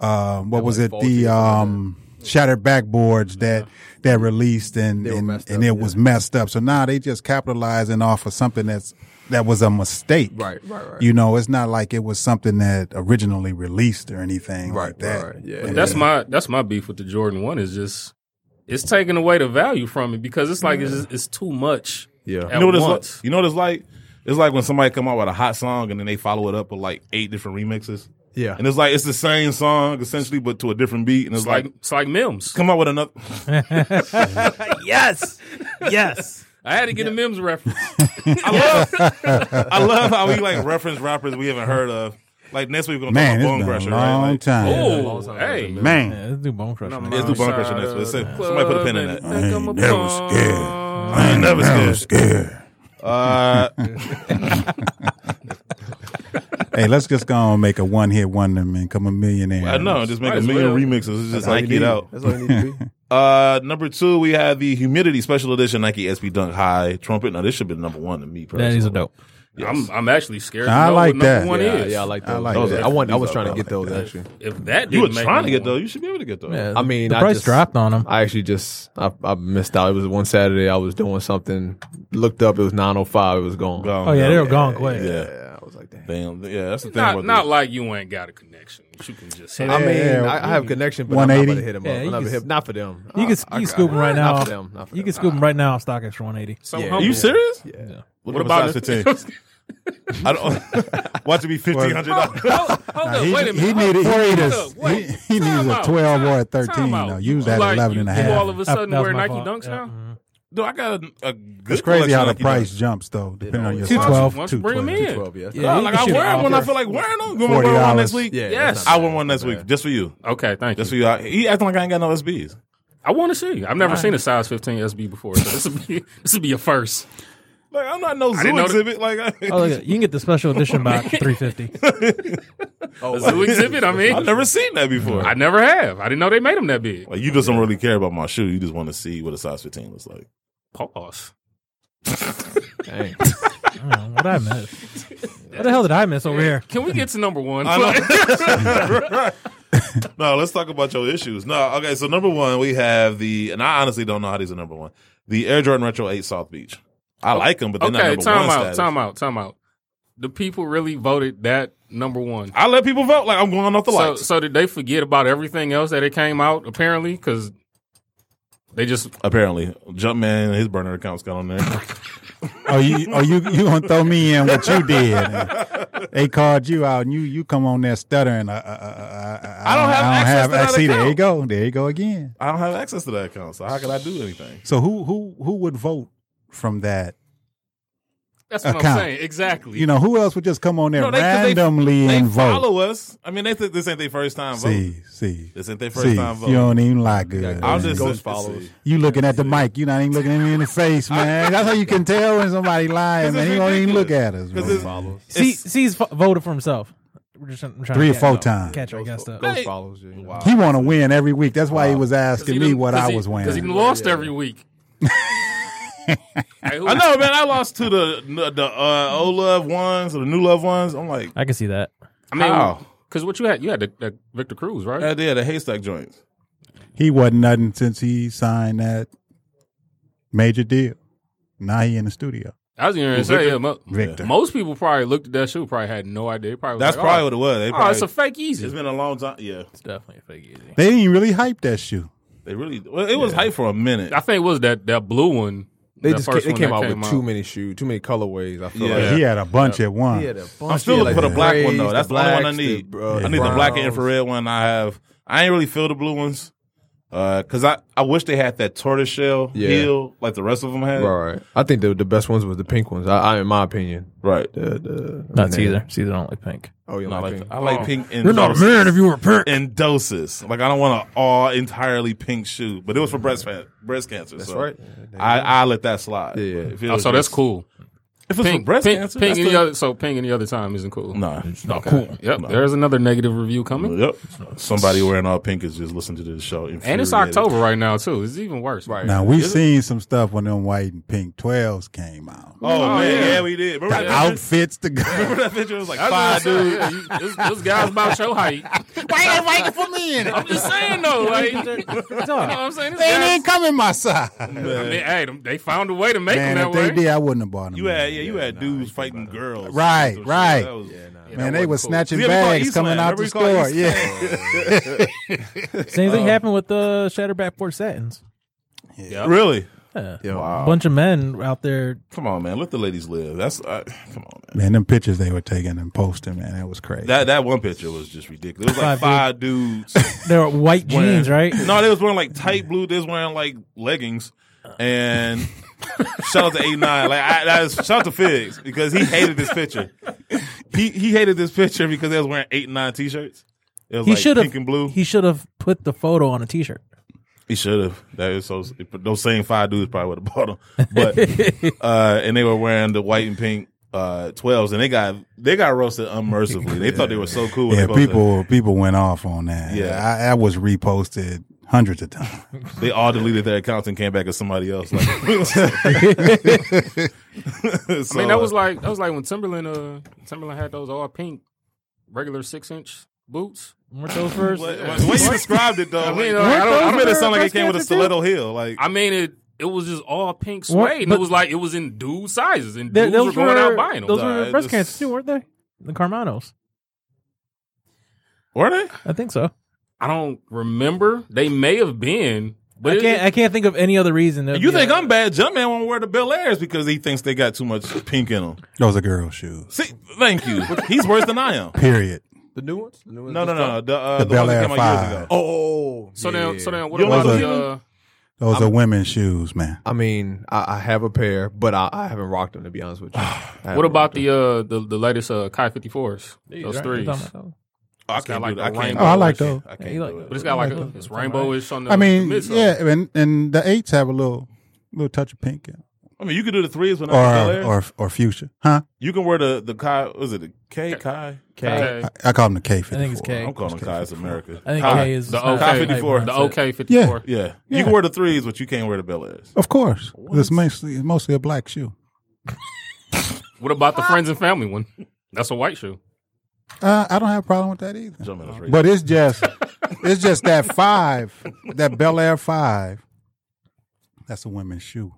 [SPEAKER 6] Um, what was
[SPEAKER 7] like
[SPEAKER 6] it?
[SPEAKER 7] faulty
[SPEAKER 6] The
[SPEAKER 7] or something Uh-huh.
[SPEAKER 6] um, shattered backboards that that released and
[SPEAKER 7] They were
[SPEAKER 6] and,
[SPEAKER 7] messed
[SPEAKER 6] and
[SPEAKER 7] up,
[SPEAKER 6] it
[SPEAKER 7] yeah.
[SPEAKER 6] was messed up. So now they just capitalizing off of something that's that was a mistake.
[SPEAKER 7] Right, right, right.
[SPEAKER 6] You know, it's not like it was something that originally released or anything
[SPEAKER 7] Right,
[SPEAKER 6] like that.
[SPEAKER 7] right, yeah.
[SPEAKER 6] But
[SPEAKER 7] Yeah.
[SPEAKER 4] That's my that's my beef with the Jordan One is just it's taking away the value from it because it's like it's, just- it's too much.
[SPEAKER 7] Yeah.
[SPEAKER 4] at
[SPEAKER 3] You know what it's like?
[SPEAKER 4] once.
[SPEAKER 3] You know what it's like? It's like when somebody come out with a hot song and then they follow it up with like eight different remixes.
[SPEAKER 7] Yeah.
[SPEAKER 3] And it's like it's the same song essentially, but to a different beat. And it's,
[SPEAKER 4] It's
[SPEAKER 3] like,
[SPEAKER 4] like it's like Mims.
[SPEAKER 3] come out with another.
[SPEAKER 5] yes. Yes.
[SPEAKER 4] I had to get a Mims reference.
[SPEAKER 3] I love, I love how we like reference rappers we haven't heard of. Like next week we're gonna talk
[SPEAKER 6] Man, it's
[SPEAKER 3] about Bone
[SPEAKER 6] been
[SPEAKER 3] Crusher,
[SPEAKER 6] a long
[SPEAKER 3] right? Like,
[SPEAKER 6] time.
[SPEAKER 4] Oh, hey,
[SPEAKER 6] Man,
[SPEAKER 5] Yeah, let's do bone crusher. next.
[SPEAKER 3] Let's do Bone Crusher next week. Say- Somebody put a pin in that.
[SPEAKER 4] I ain't
[SPEAKER 6] never scared. I ain't
[SPEAKER 3] never
[SPEAKER 6] never scared.
[SPEAKER 3] Uh,
[SPEAKER 6] hey, let's just go on and make a one hit wonder and come a millionaire.
[SPEAKER 3] I know, just make
[SPEAKER 4] Might
[SPEAKER 3] a
[SPEAKER 4] as
[SPEAKER 3] million
[SPEAKER 4] well.
[SPEAKER 3] remixes. It's just Nike it out.
[SPEAKER 7] That's all you need to be.
[SPEAKER 3] Uh, number two, we have the humidity special edition Nike SB Dunk High trumpet. Now this should be number one to me personally.
[SPEAKER 5] That is a dope.
[SPEAKER 4] I'm I'm actually scared. to
[SPEAKER 6] I
[SPEAKER 4] know
[SPEAKER 6] like
[SPEAKER 4] what number
[SPEAKER 6] that.
[SPEAKER 4] One
[SPEAKER 7] yeah,
[SPEAKER 4] is.
[SPEAKER 7] yeah, I like those.
[SPEAKER 6] I like
[SPEAKER 7] Those
[SPEAKER 6] that.
[SPEAKER 7] are- I, want, I
[SPEAKER 6] These
[SPEAKER 7] was
[SPEAKER 6] are-
[SPEAKER 7] trying to
[SPEAKER 6] I
[SPEAKER 7] get
[SPEAKER 6] like
[SPEAKER 7] those
[SPEAKER 6] that.
[SPEAKER 7] actually.
[SPEAKER 4] If that didn't
[SPEAKER 3] You were
[SPEAKER 4] make
[SPEAKER 3] trying to
[SPEAKER 4] no
[SPEAKER 3] get though. You should be able to get though.
[SPEAKER 5] Yeah,
[SPEAKER 7] I mean,
[SPEAKER 5] the
[SPEAKER 7] I
[SPEAKER 5] price
[SPEAKER 7] just-
[SPEAKER 5] dropped on them.
[SPEAKER 7] I actually just I, I missed out. It was one Saturday. I was doing something. Looked up. It was nine oh five. It was gone.
[SPEAKER 5] Oh yeah, they were gone quick.
[SPEAKER 3] Yeah.
[SPEAKER 7] Yeah, I was like, damn.
[SPEAKER 3] Damn. Yeah, that's the thing.
[SPEAKER 4] Not
[SPEAKER 3] about
[SPEAKER 4] not
[SPEAKER 3] this.
[SPEAKER 4] like you ain't got a connection. that You can just hit
[SPEAKER 7] I mean,
[SPEAKER 6] Yeah,
[SPEAKER 7] I, I have connection, but I'm not
[SPEAKER 6] 180.
[SPEAKER 7] about to hit them
[SPEAKER 5] Yeah,
[SPEAKER 7] up.
[SPEAKER 5] you
[SPEAKER 7] I'm not,
[SPEAKER 5] can
[SPEAKER 7] about to hit-
[SPEAKER 5] s-
[SPEAKER 7] not for them.
[SPEAKER 5] You can
[SPEAKER 7] I-
[SPEAKER 5] you
[SPEAKER 7] I-
[SPEAKER 5] can scoop them right now.
[SPEAKER 7] Not for them. Not for
[SPEAKER 5] You
[SPEAKER 7] them.
[SPEAKER 5] can scoop them right now. Stock extra one eighty.
[SPEAKER 4] so
[SPEAKER 7] Yeah.
[SPEAKER 4] humble.
[SPEAKER 3] you serious?
[SPEAKER 7] Yeah.
[SPEAKER 3] What,
[SPEAKER 4] about
[SPEAKER 3] about the I don't. Watch it be fifteen hundred dollars.
[SPEAKER 4] Hold, hold up,
[SPEAKER 6] He,
[SPEAKER 4] wait a minute.
[SPEAKER 6] he
[SPEAKER 4] Hold
[SPEAKER 6] needed
[SPEAKER 4] up,
[SPEAKER 6] he
[SPEAKER 4] hold
[SPEAKER 6] needed,
[SPEAKER 4] up,
[SPEAKER 6] he,
[SPEAKER 4] wait.
[SPEAKER 6] he needed
[SPEAKER 4] Time
[SPEAKER 6] a
[SPEAKER 4] out,
[SPEAKER 6] 12 or a
[SPEAKER 4] time
[SPEAKER 6] 13.
[SPEAKER 4] out.
[SPEAKER 6] No, use
[SPEAKER 4] You
[SPEAKER 6] that
[SPEAKER 4] like-
[SPEAKER 6] 11 and a
[SPEAKER 4] you- You all
[SPEAKER 6] half.
[SPEAKER 4] of a
[SPEAKER 5] That-
[SPEAKER 4] sudden
[SPEAKER 5] that was
[SPEAKER 4] wear
[SPEAKER 5] my
[SPEAKER 4] Nike
[SPEAKER 5] fault.
[SPEAKER 4] Dunks
[SPEAKER 5] Yeah,
[SPEAKER 4] now?
[SPEAKER 5] mhm.
[SPEAKER 3] No, I got a, a good.
[SPEAKER 6] It's crazy
[SPEAKER 3] collection
[SPEAKER 6] how
[SPEAKER 3] of
[SPEAKER 6] the
[SPEAKER 3] Nike
[SPEAKER 6] price
[SPEAKER 3] Dunks.
[SPEAKER 6] jumps though, depending on your
[SPEAKER 7] always-
[SPEAKER 4] Why don't you- why
[SPEAKER 6] twelve,
[SPEAKER 4] don't you
[SPEAKER 6] two
[SPEAKER 4] bring them
[SPEAKER 6] twelve.
[SPEAKER 4] in?
[SPEAKER 7] Twelve. Yeah.
[SPEAKER 5] Yeah,
[SPEAKER 3] No,
[SPEAKER 5] you
[SPEAKER 3] like
[SPEAKER 5] can
[SPEAKER 3] I
[SPEAKER 5] shoot
[SPEAKER 3] wear
[SPEAKER 5] it
[SPEAKER 3] them when
[SPEAKER 5] off.
[SPEAKER 3] I feel like wearing them. You want
[SPEAKER 6] Forty
[SPEAKER 3] to wear one next
[SPEAKER 6] dollars.
[SPEAKER 3] week?
[SPEAKER 7] Yeah,
[SPEAKER 4] Yes.
[SPEAKER 7] that's not
[SPEAKER 3] I wear one
[SPEAKER 7] bad.
[SPEAKER 3] next week just for you.
[SPEAKER 4] Okay, thank you.
[SPEAKER 3] Just for you. I, he acting like I ain't got no SBs.
[SPEAKER 4] I want to see. I've never seen a size 15 SB before, so this would be this would be a first.
[SPEAKER 3] Like I'm not no
[SPEAKER 4] didn't
[SPEAKER 3] zoo
[SPEAKER 4] know that-
[SPEAKER 3] exhibit. Like I,
[SPEAKER 5] Oh, look at, you can get the special edition by three fifty.
[SPEAKER 4] A zoo exhibit. I mean,
[SPEAKER 3] I've never seen that before.
[SPEAKER 4] I never have. I didn't know they made them that big.
[SPEAKER 3] like you just don't really care about my shoe. You just want to see what a size fifteen looks like.
[SPEAKER 4] Pause.
[SPEAKER 7] Dang.
[SPEAKER 5] What I miss? What the hell did I miss over here?
[SPEAKER 4] Can we get to number one?
[SPEAKER 3] no, let's talk about your issues. No, okay. So number one, we have the, and I honestly don't know how these are number one. The Air Jordan Retro Eight South Beach. I like them, but they're not
[SPEAKER 4] Oh, okay,
[SPEAKER 3] number
[SPEAKER 4] time
[SPEAKER 3] one
[SPEAKER 4] out,
[SPEAKER 3] status.
[SPEAKER 4] time out, time out. The people really voted that number one.
[SPEAKER 3] I let people vote. Like I'm going off the
[SPEAKER 4] So,
[SPEAKER 3] lights.
[SPEAKER 4] so did they forget about everything else that it came out? Apparently, because they just
[SPEAKER 3] Apparently, Jumpman and his burner accounts got on there.
[SPEAKER 6] Oh, you, oh, you, you gonna throw me in what you did? they called you out, and you, you come on there stuttering. Uh, uh, uh, uh, uh,
[SPEAKER 3] I don't have access to that
[SPEAKER 6] See, there you
[SPEAKER 3] account.
[SPEAKER 6] go, there you go again.
[SPEAKER 3] I don't have access to that account, so how could I do anything?
[SPEAKER 6] So who, who, who would vote from that?
[SPEAKER 4] that's what I'm
[SPEAKER 6] Account.
[SPEAKER 4] saying exactly.
[SPEAKER 6] You know, who else would just come on there
[SPEAKER 3] No, they- 'cause they-
[SPEAKER 6] randomly
[SPEAKER 3] They
[SPEAKER 6] and vote?
[SPEAKER 3] follow us. I mean, they think this ain't their first time voting.
[SPEAKER 6] See, see,
[SPEAKER 3] This ain't their first
[SPEAKER 6] see.
[SPEAKER 3] time
[SPEAKER 6] You
[SPEAKER 3] voting.
[SPEAKER 6] don't even lie good.
[SPEAKER 3] I'm
[SPEAKER 6] man.
[SPEAKER 3] just
[SPEAKER 7] Ghost
[SPEAKER 3] see.
[SPEAKER 7] follows.
[SPEAKER 6] You looking at the mic. You're not even looking at me in the face, man. That's how you can tell when somebody lying,
[SPEAKER 3] 'Cause
[SPEAKER 6] man.
[SPEAKER 3] it's
[SPEAKER 6] He won't even
[SPEAKER 3] ridiculous.
[SPEAKER 6] look at us.
[SPEAKER 3] 'Cause
[SPEAKER 6] man.
[SPEAKER 3] it's-
[SPEAKER 5] C,
[SPEAKER 3] It's-
[SPEAKER 5] C's f- voted for himself. We're just I'm trying
[SPEAKER 6] Three
[SPEAKER 5] to
[SPEAKER 6] or
[SPEAKER 5] catch
[SPEAKER 6] four
[SPEAKER 5] up.
[SPEAKER 6] times.
[SPEAKER 5] Catch her, I guess. though.
[SPEAKER 7] Ghost follows you. Wow.
[SPEAKER 6] He want to win every week. That's why he was asking me what I was
[SPEAKER 4] because he done
[SPEAKER 6] wearing.
[SPEAKER 4] lost every week. Hey, who-
[SPEAKER 3] I know, man. I lost to the the uh, old loved ones or the new loved ones. I'm like,
[SPEAKER 5] I can see that.
[SPEAKER 4] I mean,
[SPEAKER 3] How?
[SPEAKER 4] because what you had, you had the, the Victor Cruz, right?
[SPEAKER 3] yeah, yeah, the haystack joints.
[SPEAKER 6] He wasn't nothing since he signed that major deal. Now he in the studio.
[SPEAKER 4] I was going to say, yeah, mo-
[SPEAKER 6] Victor.
[SPEAKER 4] most people probably looked at that shoe, probably had no idea. They Probably was
[SPEAKER 3] That's
[SPEAKER 4] like,
[SPEAKER 3] probably
[SPEAKER 4] oh,
[SPEAKER 3] what it was. They
[SPEAKER 4] oh,
[SPEAKER 3] probably,
[SPEAKER 4] it's a fake
[SPEAKER 3] it's
[SPEAKER 4] Yeezy.
[SPEAKER 3] been a long time. Yeah,
[SPEAKER 5] It's definitely a fake easy.
[SPEAKER 6] They didn't really hype that shoe.
[SPEAKER 3] they really. Well, it was hype for a minute.
[SPEAKER 4] I think it was that that blue one.
[SPEAKER 7] They
[SPEAKER 4] that
[SPEAKER 7] just
[SPEAKER 4] first
[SPEAKER 7] ca- they
[SPEAKER 4] one
[SPEAKER 7] came
[SPEAKER 4] that
[SPEAKER 7] out with too many shoes, too many colorways. I feel
[SPEAKER 3] Yeah.
[SPEAKER 7] like
[SPEAKER 6] He had a bunch at once.
[SPEAKER 7] He had a bunch.
[SPEAKER 3] I'm still
[SPEAKER 7] He had,
[SPEAKER 3] looking for
[SPEAKER 7] like,
[SPEAKER 3] the black one though.
[SPEAKER 7] grays,
[SPEAKER 3] That's the, only one I
[SPEAKER 7] blacks,
[SPEAKER 3] need.
[SPEAKER 7] the, uh,
[SPEAKER 3] I need the black and
[SPEAKER 7] browns.
[SPEAKER 3] infrared one. I have. I ain't really feel the blue ones. Uh, cause I, I wish they had that tortoiseshell
[SPEAKER 7] Yeah.
[SPEAKER 3] heel like the rest of them had.
[SPEAKER 7] Right, right. I think the the best ones was the pink ones. I, I in my opinion.
[SPEAKER 3] Right.
[SPEAKER 7] The, the,
[SPEAKER 5] Not
[SPEAKER 7] I mean,
[SPEAKER 5] Caesar. Caesar don't like pink.
[SPEAKER 7] Oh, you
[SPEAKER 3] No, I
[SPEAKER 7] don't like
[SPEAKER 3] like,
[SPEAKER 7] pink.
[SPEAKER 3] I like pink. And
[SPEAKER 5] Oh, if you were pink.
[SPEAKER 3] in doses. Like I don't want an all entirely pink shoe, but it was for breast fa- breast cancer.
[SPEAKER 7] That's
[SPEAKER 3] so
[SPEAKER 7] right.
[SPEAKER 3] I, I let that slide.
[SPEAKER 7] Yeah, yeah.
[SPEAKER 3] If it
[SPEAKER 4] Oh,
[SPEAKER 3] was
[SPEAKER 4] so that's
[SPEAKER 3] just-
[SPEAKER 4] cool.
[SPEAKER 3] If it's for
[SPEAKER 4] Ping,
[SPEAKER 3] breast
[SPEAKER 4] ping,
[SPEAKER 3] cancer,
[SPEAKER 4] ping
[SPEAKER 3] that's
[SPEAKER 4] any
[SPEAKER 3] the-
[SPEAKER 4] other, so ping any other time isn't cool.
[SPEAKER 3] Nah, it's not cool.
[SPEAKER 4] Yep, there's another negative review coming.
[SPEAKER 3] Yep. Somebody wearing all pink is just listening to this show.
[SPEAKER 4] And it's
[SPEAKER 3] infuriated.
[SPEAKER 4] October right now too. It's even worse. Right.
[SPEAKER 6] Now we seen some stuff when them white and pink twelves came out.
[SPEAKER 3] Oh, man, yeah. we did. Remember
[SPEAKER 6] Got
[SPEAKER 3] that picture?
[SPEAKER 6] outfits to
[SPEAKER 3] Remember
[SPEAKER 6] go.
[SPEAKER 3] that picture? It was like five dudes.
[SPEAKER 4] this, this guy's about your height.
[SPEAKER 6] Why they waiting for me? In
[SPEAKER 4] I'm
[SPEAKER 6] it?
[SPEAKER 4] just saying though, like you know what I'm saying. This
[SPEAKER 6] They ain't
[SPEAKER 4] guy's,
[SPEAKER 6] coming my side.
[SPEAKER 4] I mean, hey, them- they found a way to make
[SPEAKER 6] Man,
[SPEAKER 4] him
[SPEAKER 6] if
[SPEAKER 4] that way.
[SPEAKER 6] they did, I wouldn't have bought them.
[SPEAKER 3] You had yeah, you had dudes fighting girls.
[SPEAKER 6] Right,
[SPEAKER 3] Some shit.
[SPEAKER 6] right.
[SPEAKER 3] That was-
[SPEAKER 6] man, they were snatching
[SPEAKER 3] Yeah, we call it
[SPEAKER 6] bags coming
[SPEAKER 3] Eastland.
[SPEAKER 6] out the
[SPEAKER 3] Remember we call
[SPEAKER 6] store.
[SPEAKER 3] it
[SPEAKER 6] Yeah.
[SPEAKER 5] Same thing happened with the Shatterback Four Satins.
[SPEAKER 3] Really?
[SPEAKER 5] Yeah.
[SPEAKER 7] Yeah.
[SPEAKER 5] A bunch of men out there.
[SPEAKER 3] Come on, man. Let the ladies live. That's uh, come on, man.
[SPEAKER 6] Man, them pictures they were taking and posting, man, that was crazy.
[SPEAKER 3] That that one picture was just ridiculous. It was like five
[SPEAKER 5] Five
[SPEAKER 3] dudes.
[SPEAKER 5] They were white
[SPEAKER 3] wearing-
[SPEAKER 5] jeans, right?
[SPEAKER 3] No, they was wearing like tight blue. They was wearing like leggings. And shout out to eight nine. Like I, that is, shout out to Figs because he hated this picture. He he hated this picture because they was wearing eight nine t shirts. It was
[SPEAKER 5] he
[SPEAKER 3] like
[SPEAKER 5] should have.
[SPEAKER 3] pink and blue.
[SPEAKER 5] He should have put the photo on a T-shirt.
[SPEAKER 3] He should have. That is so. Those same five dudes probably would have bought them. But uh, and they were wearing the white and pink uh, twelves, and they got they got roasted unmercifully. They thought they were so cool. when
[SPEAKER 6] yeah,
[SPEAKER 3] they posted.
[SPEAKER 6] people people went off on that.
[SPEAKER 3] Yeah.
[SPEAKER 6] I, I was reposted hundreds of times.
[SPEAKER 3] They all deleted their accounts and came back as somebody else. Like,
[SPEAKER 4] I mean, that
[SPEAKER 3] uh,
[SPEAKER 4] was like that was like when Timberland uh Timberland had those all pink regular six inch boots.
[SPEAKER 5] Weren't those first?
[SPEAKER 3] the way you described it, though.
[SPEAKER 4] I
[SPEAKER 3] I
[SPEAKER 4] mean,
[SPEAKER 3] mean,
[SPEAKER 4] uh, I don't-
[SPEAKER 3] I made it sound like it came with a stiletto heel. Like,
[SPEAKER 4] I mean it. It was just all pink
[SPEAKER 5] What-
[SPEAKER 4] suede, and
[SPEAKER 5] but-
[SPEAKER 4] it was like it was in dude sizes, and
[SPEAKER 5] Th-
[SPEAKER 4] dudes
[SPEAKER 5] those
[SPEAKER 4] were going
[SPEAKER 5] were-
[SPEAKER 4] out buying them.
[SPEAKER 5] Those
[SPEAKER 3] Nah,
[SPEAKER 5] were
[SPEAKER 3] it
[SPEAKER 5] breast
[SPEAKER 3] just-
[SPEAKER 5] cancer too, weren't they? The Carmanos.
[SPEAKER 3] were they?
[SPEAKER 5] I think so.
[SPEAKER 4] I don't remember. They may have been, but
[SPEAKER 5] I can't. I can't think of any other reason. that-
[SPEAKER 3] You think I'm bad? Jumpman won't wear the Bel Airs because he thinks they got too much pink in them.
[SPEAKER 6] Those are girl shoes.
[SPEAKER 3] See, thank you. He's worse than I am.
[SPEAKER 6] Period.
[SPEAKER 7] The new ones? The new ones
[SPEAKER 3] No, no,
[SPEAKER 7] just
[SPEAKER 3] no.
[SPEAKER 7] dropped?
[SPEAKER 3] The, uh, the,
[SPEAKER 6] The
[SPEAKER 3] ones
[SPEAKER 6] Bel
[SPEAKER 3] that
[SPEAKER 6] Air
[SPEAKER 3] came out years
[SPEAKER 6] Five.
[SPEAKER 3] ago.
[SPEAKER 7] Oh.
[SPEAKER 4] So
[SPEAKER 7] yeah.
[SPEAKER 4] then, so then, what
[SPEAKER 3] You
[SPEAKER 4] about
[SPEAKER 6] don't
[SPEAKER 4] the?
[SPEAKER 3] like
[SPEAKER 4] Uh,
[SPEAKER 6] Those are women's shoes, man.
[SPEAKER 7] I mean, I, I have a pair, but I, I haven't rocked them to be honest with you. I haven't
[SPEAKER 4] What about
[SPEAKER 7] rocked them.
[SPEAKER 4] the uh the, the latest uh Kai 54s?
[SPEAKER 5] These,
[SPEAKER 4] Those
[SPEAKER 5] right?
[SPEAKER 4] threes.
[SPEAKER 5] You're talking about those?
[SPEAKER 3] Oh, I
[SPEAKER 4] It's got
[SPEAKER 3] can't
[SPEAKER 4] like
[SPEAKER 3] do it.
[SPEAKER 4] a
[SPEAKER 3] I can't.
[SPEAKER 4] rainbow.
[SPEAKER 3] do it.
[SPEAKER 6] Oh, I like those.
[SPEAKER 3] I
[SPEAKER 5] Yeah,
[SPEAKER 3] can't
[SPEAKER 5] you like
[SPEAKER 3] do
[SPEAKER 5] those.
[SPEAKER 4] But
[SPEAKER 3] it.
[SPEAKER 4] it's got like
[SPEAKER 5] Like,
[SPEAKER 4] a, it's rainbowish on the
[SPEAKER 6] I mean,
[SPEAKER 4] the midsole.
[SPEAKER 6] yeah, and and the eights have a little little touch of pink in 'em.
[SPEAKER 3] I mean, you can do the threes when I'm
[SPEAKER 6] or or or fuchsia, huh?
[SPEAKER 3] You can wear the the Kai. Was it the K Kai?
[SPEAKER 4] Okay.
[SPEAKER 6] I, I call them the K fifty.
[SPEAKER 5] I think it's K.
[SPEAKER 3] I'm calling Kai is America.
[SPEAKER 5] I think
[SPEAKER 3] Kai.
[SPEAKER 5] K is
[SPEAKER 4] The
[SPEAKER 5] not-
[SPEAKER 4] OK
[SPEAKER 3] K54.
[SPEAKER 4] The
[SPEAKER 5] That's it.
[SPEAKER 4] OK 54.
[SPEAKER 3] Yeah.
[SPEAKER 6] Yeah.
[SPEAKER 3] you can wear the threes, but you can't wear the Bel Airs.
[SPEAKER 6] Of course, it's mostly it's mostly a black shoe.
[SPEAKER 4] What about the friends and family one? That's a white shoe.
[SPEAKER 6] Uh, I don't have a problem with that either.
[SPEAKER 3] Gentlemen, it's
[SPEAKER 6] But it's just it's just that five, that Bel Air five. That's a women's shoe.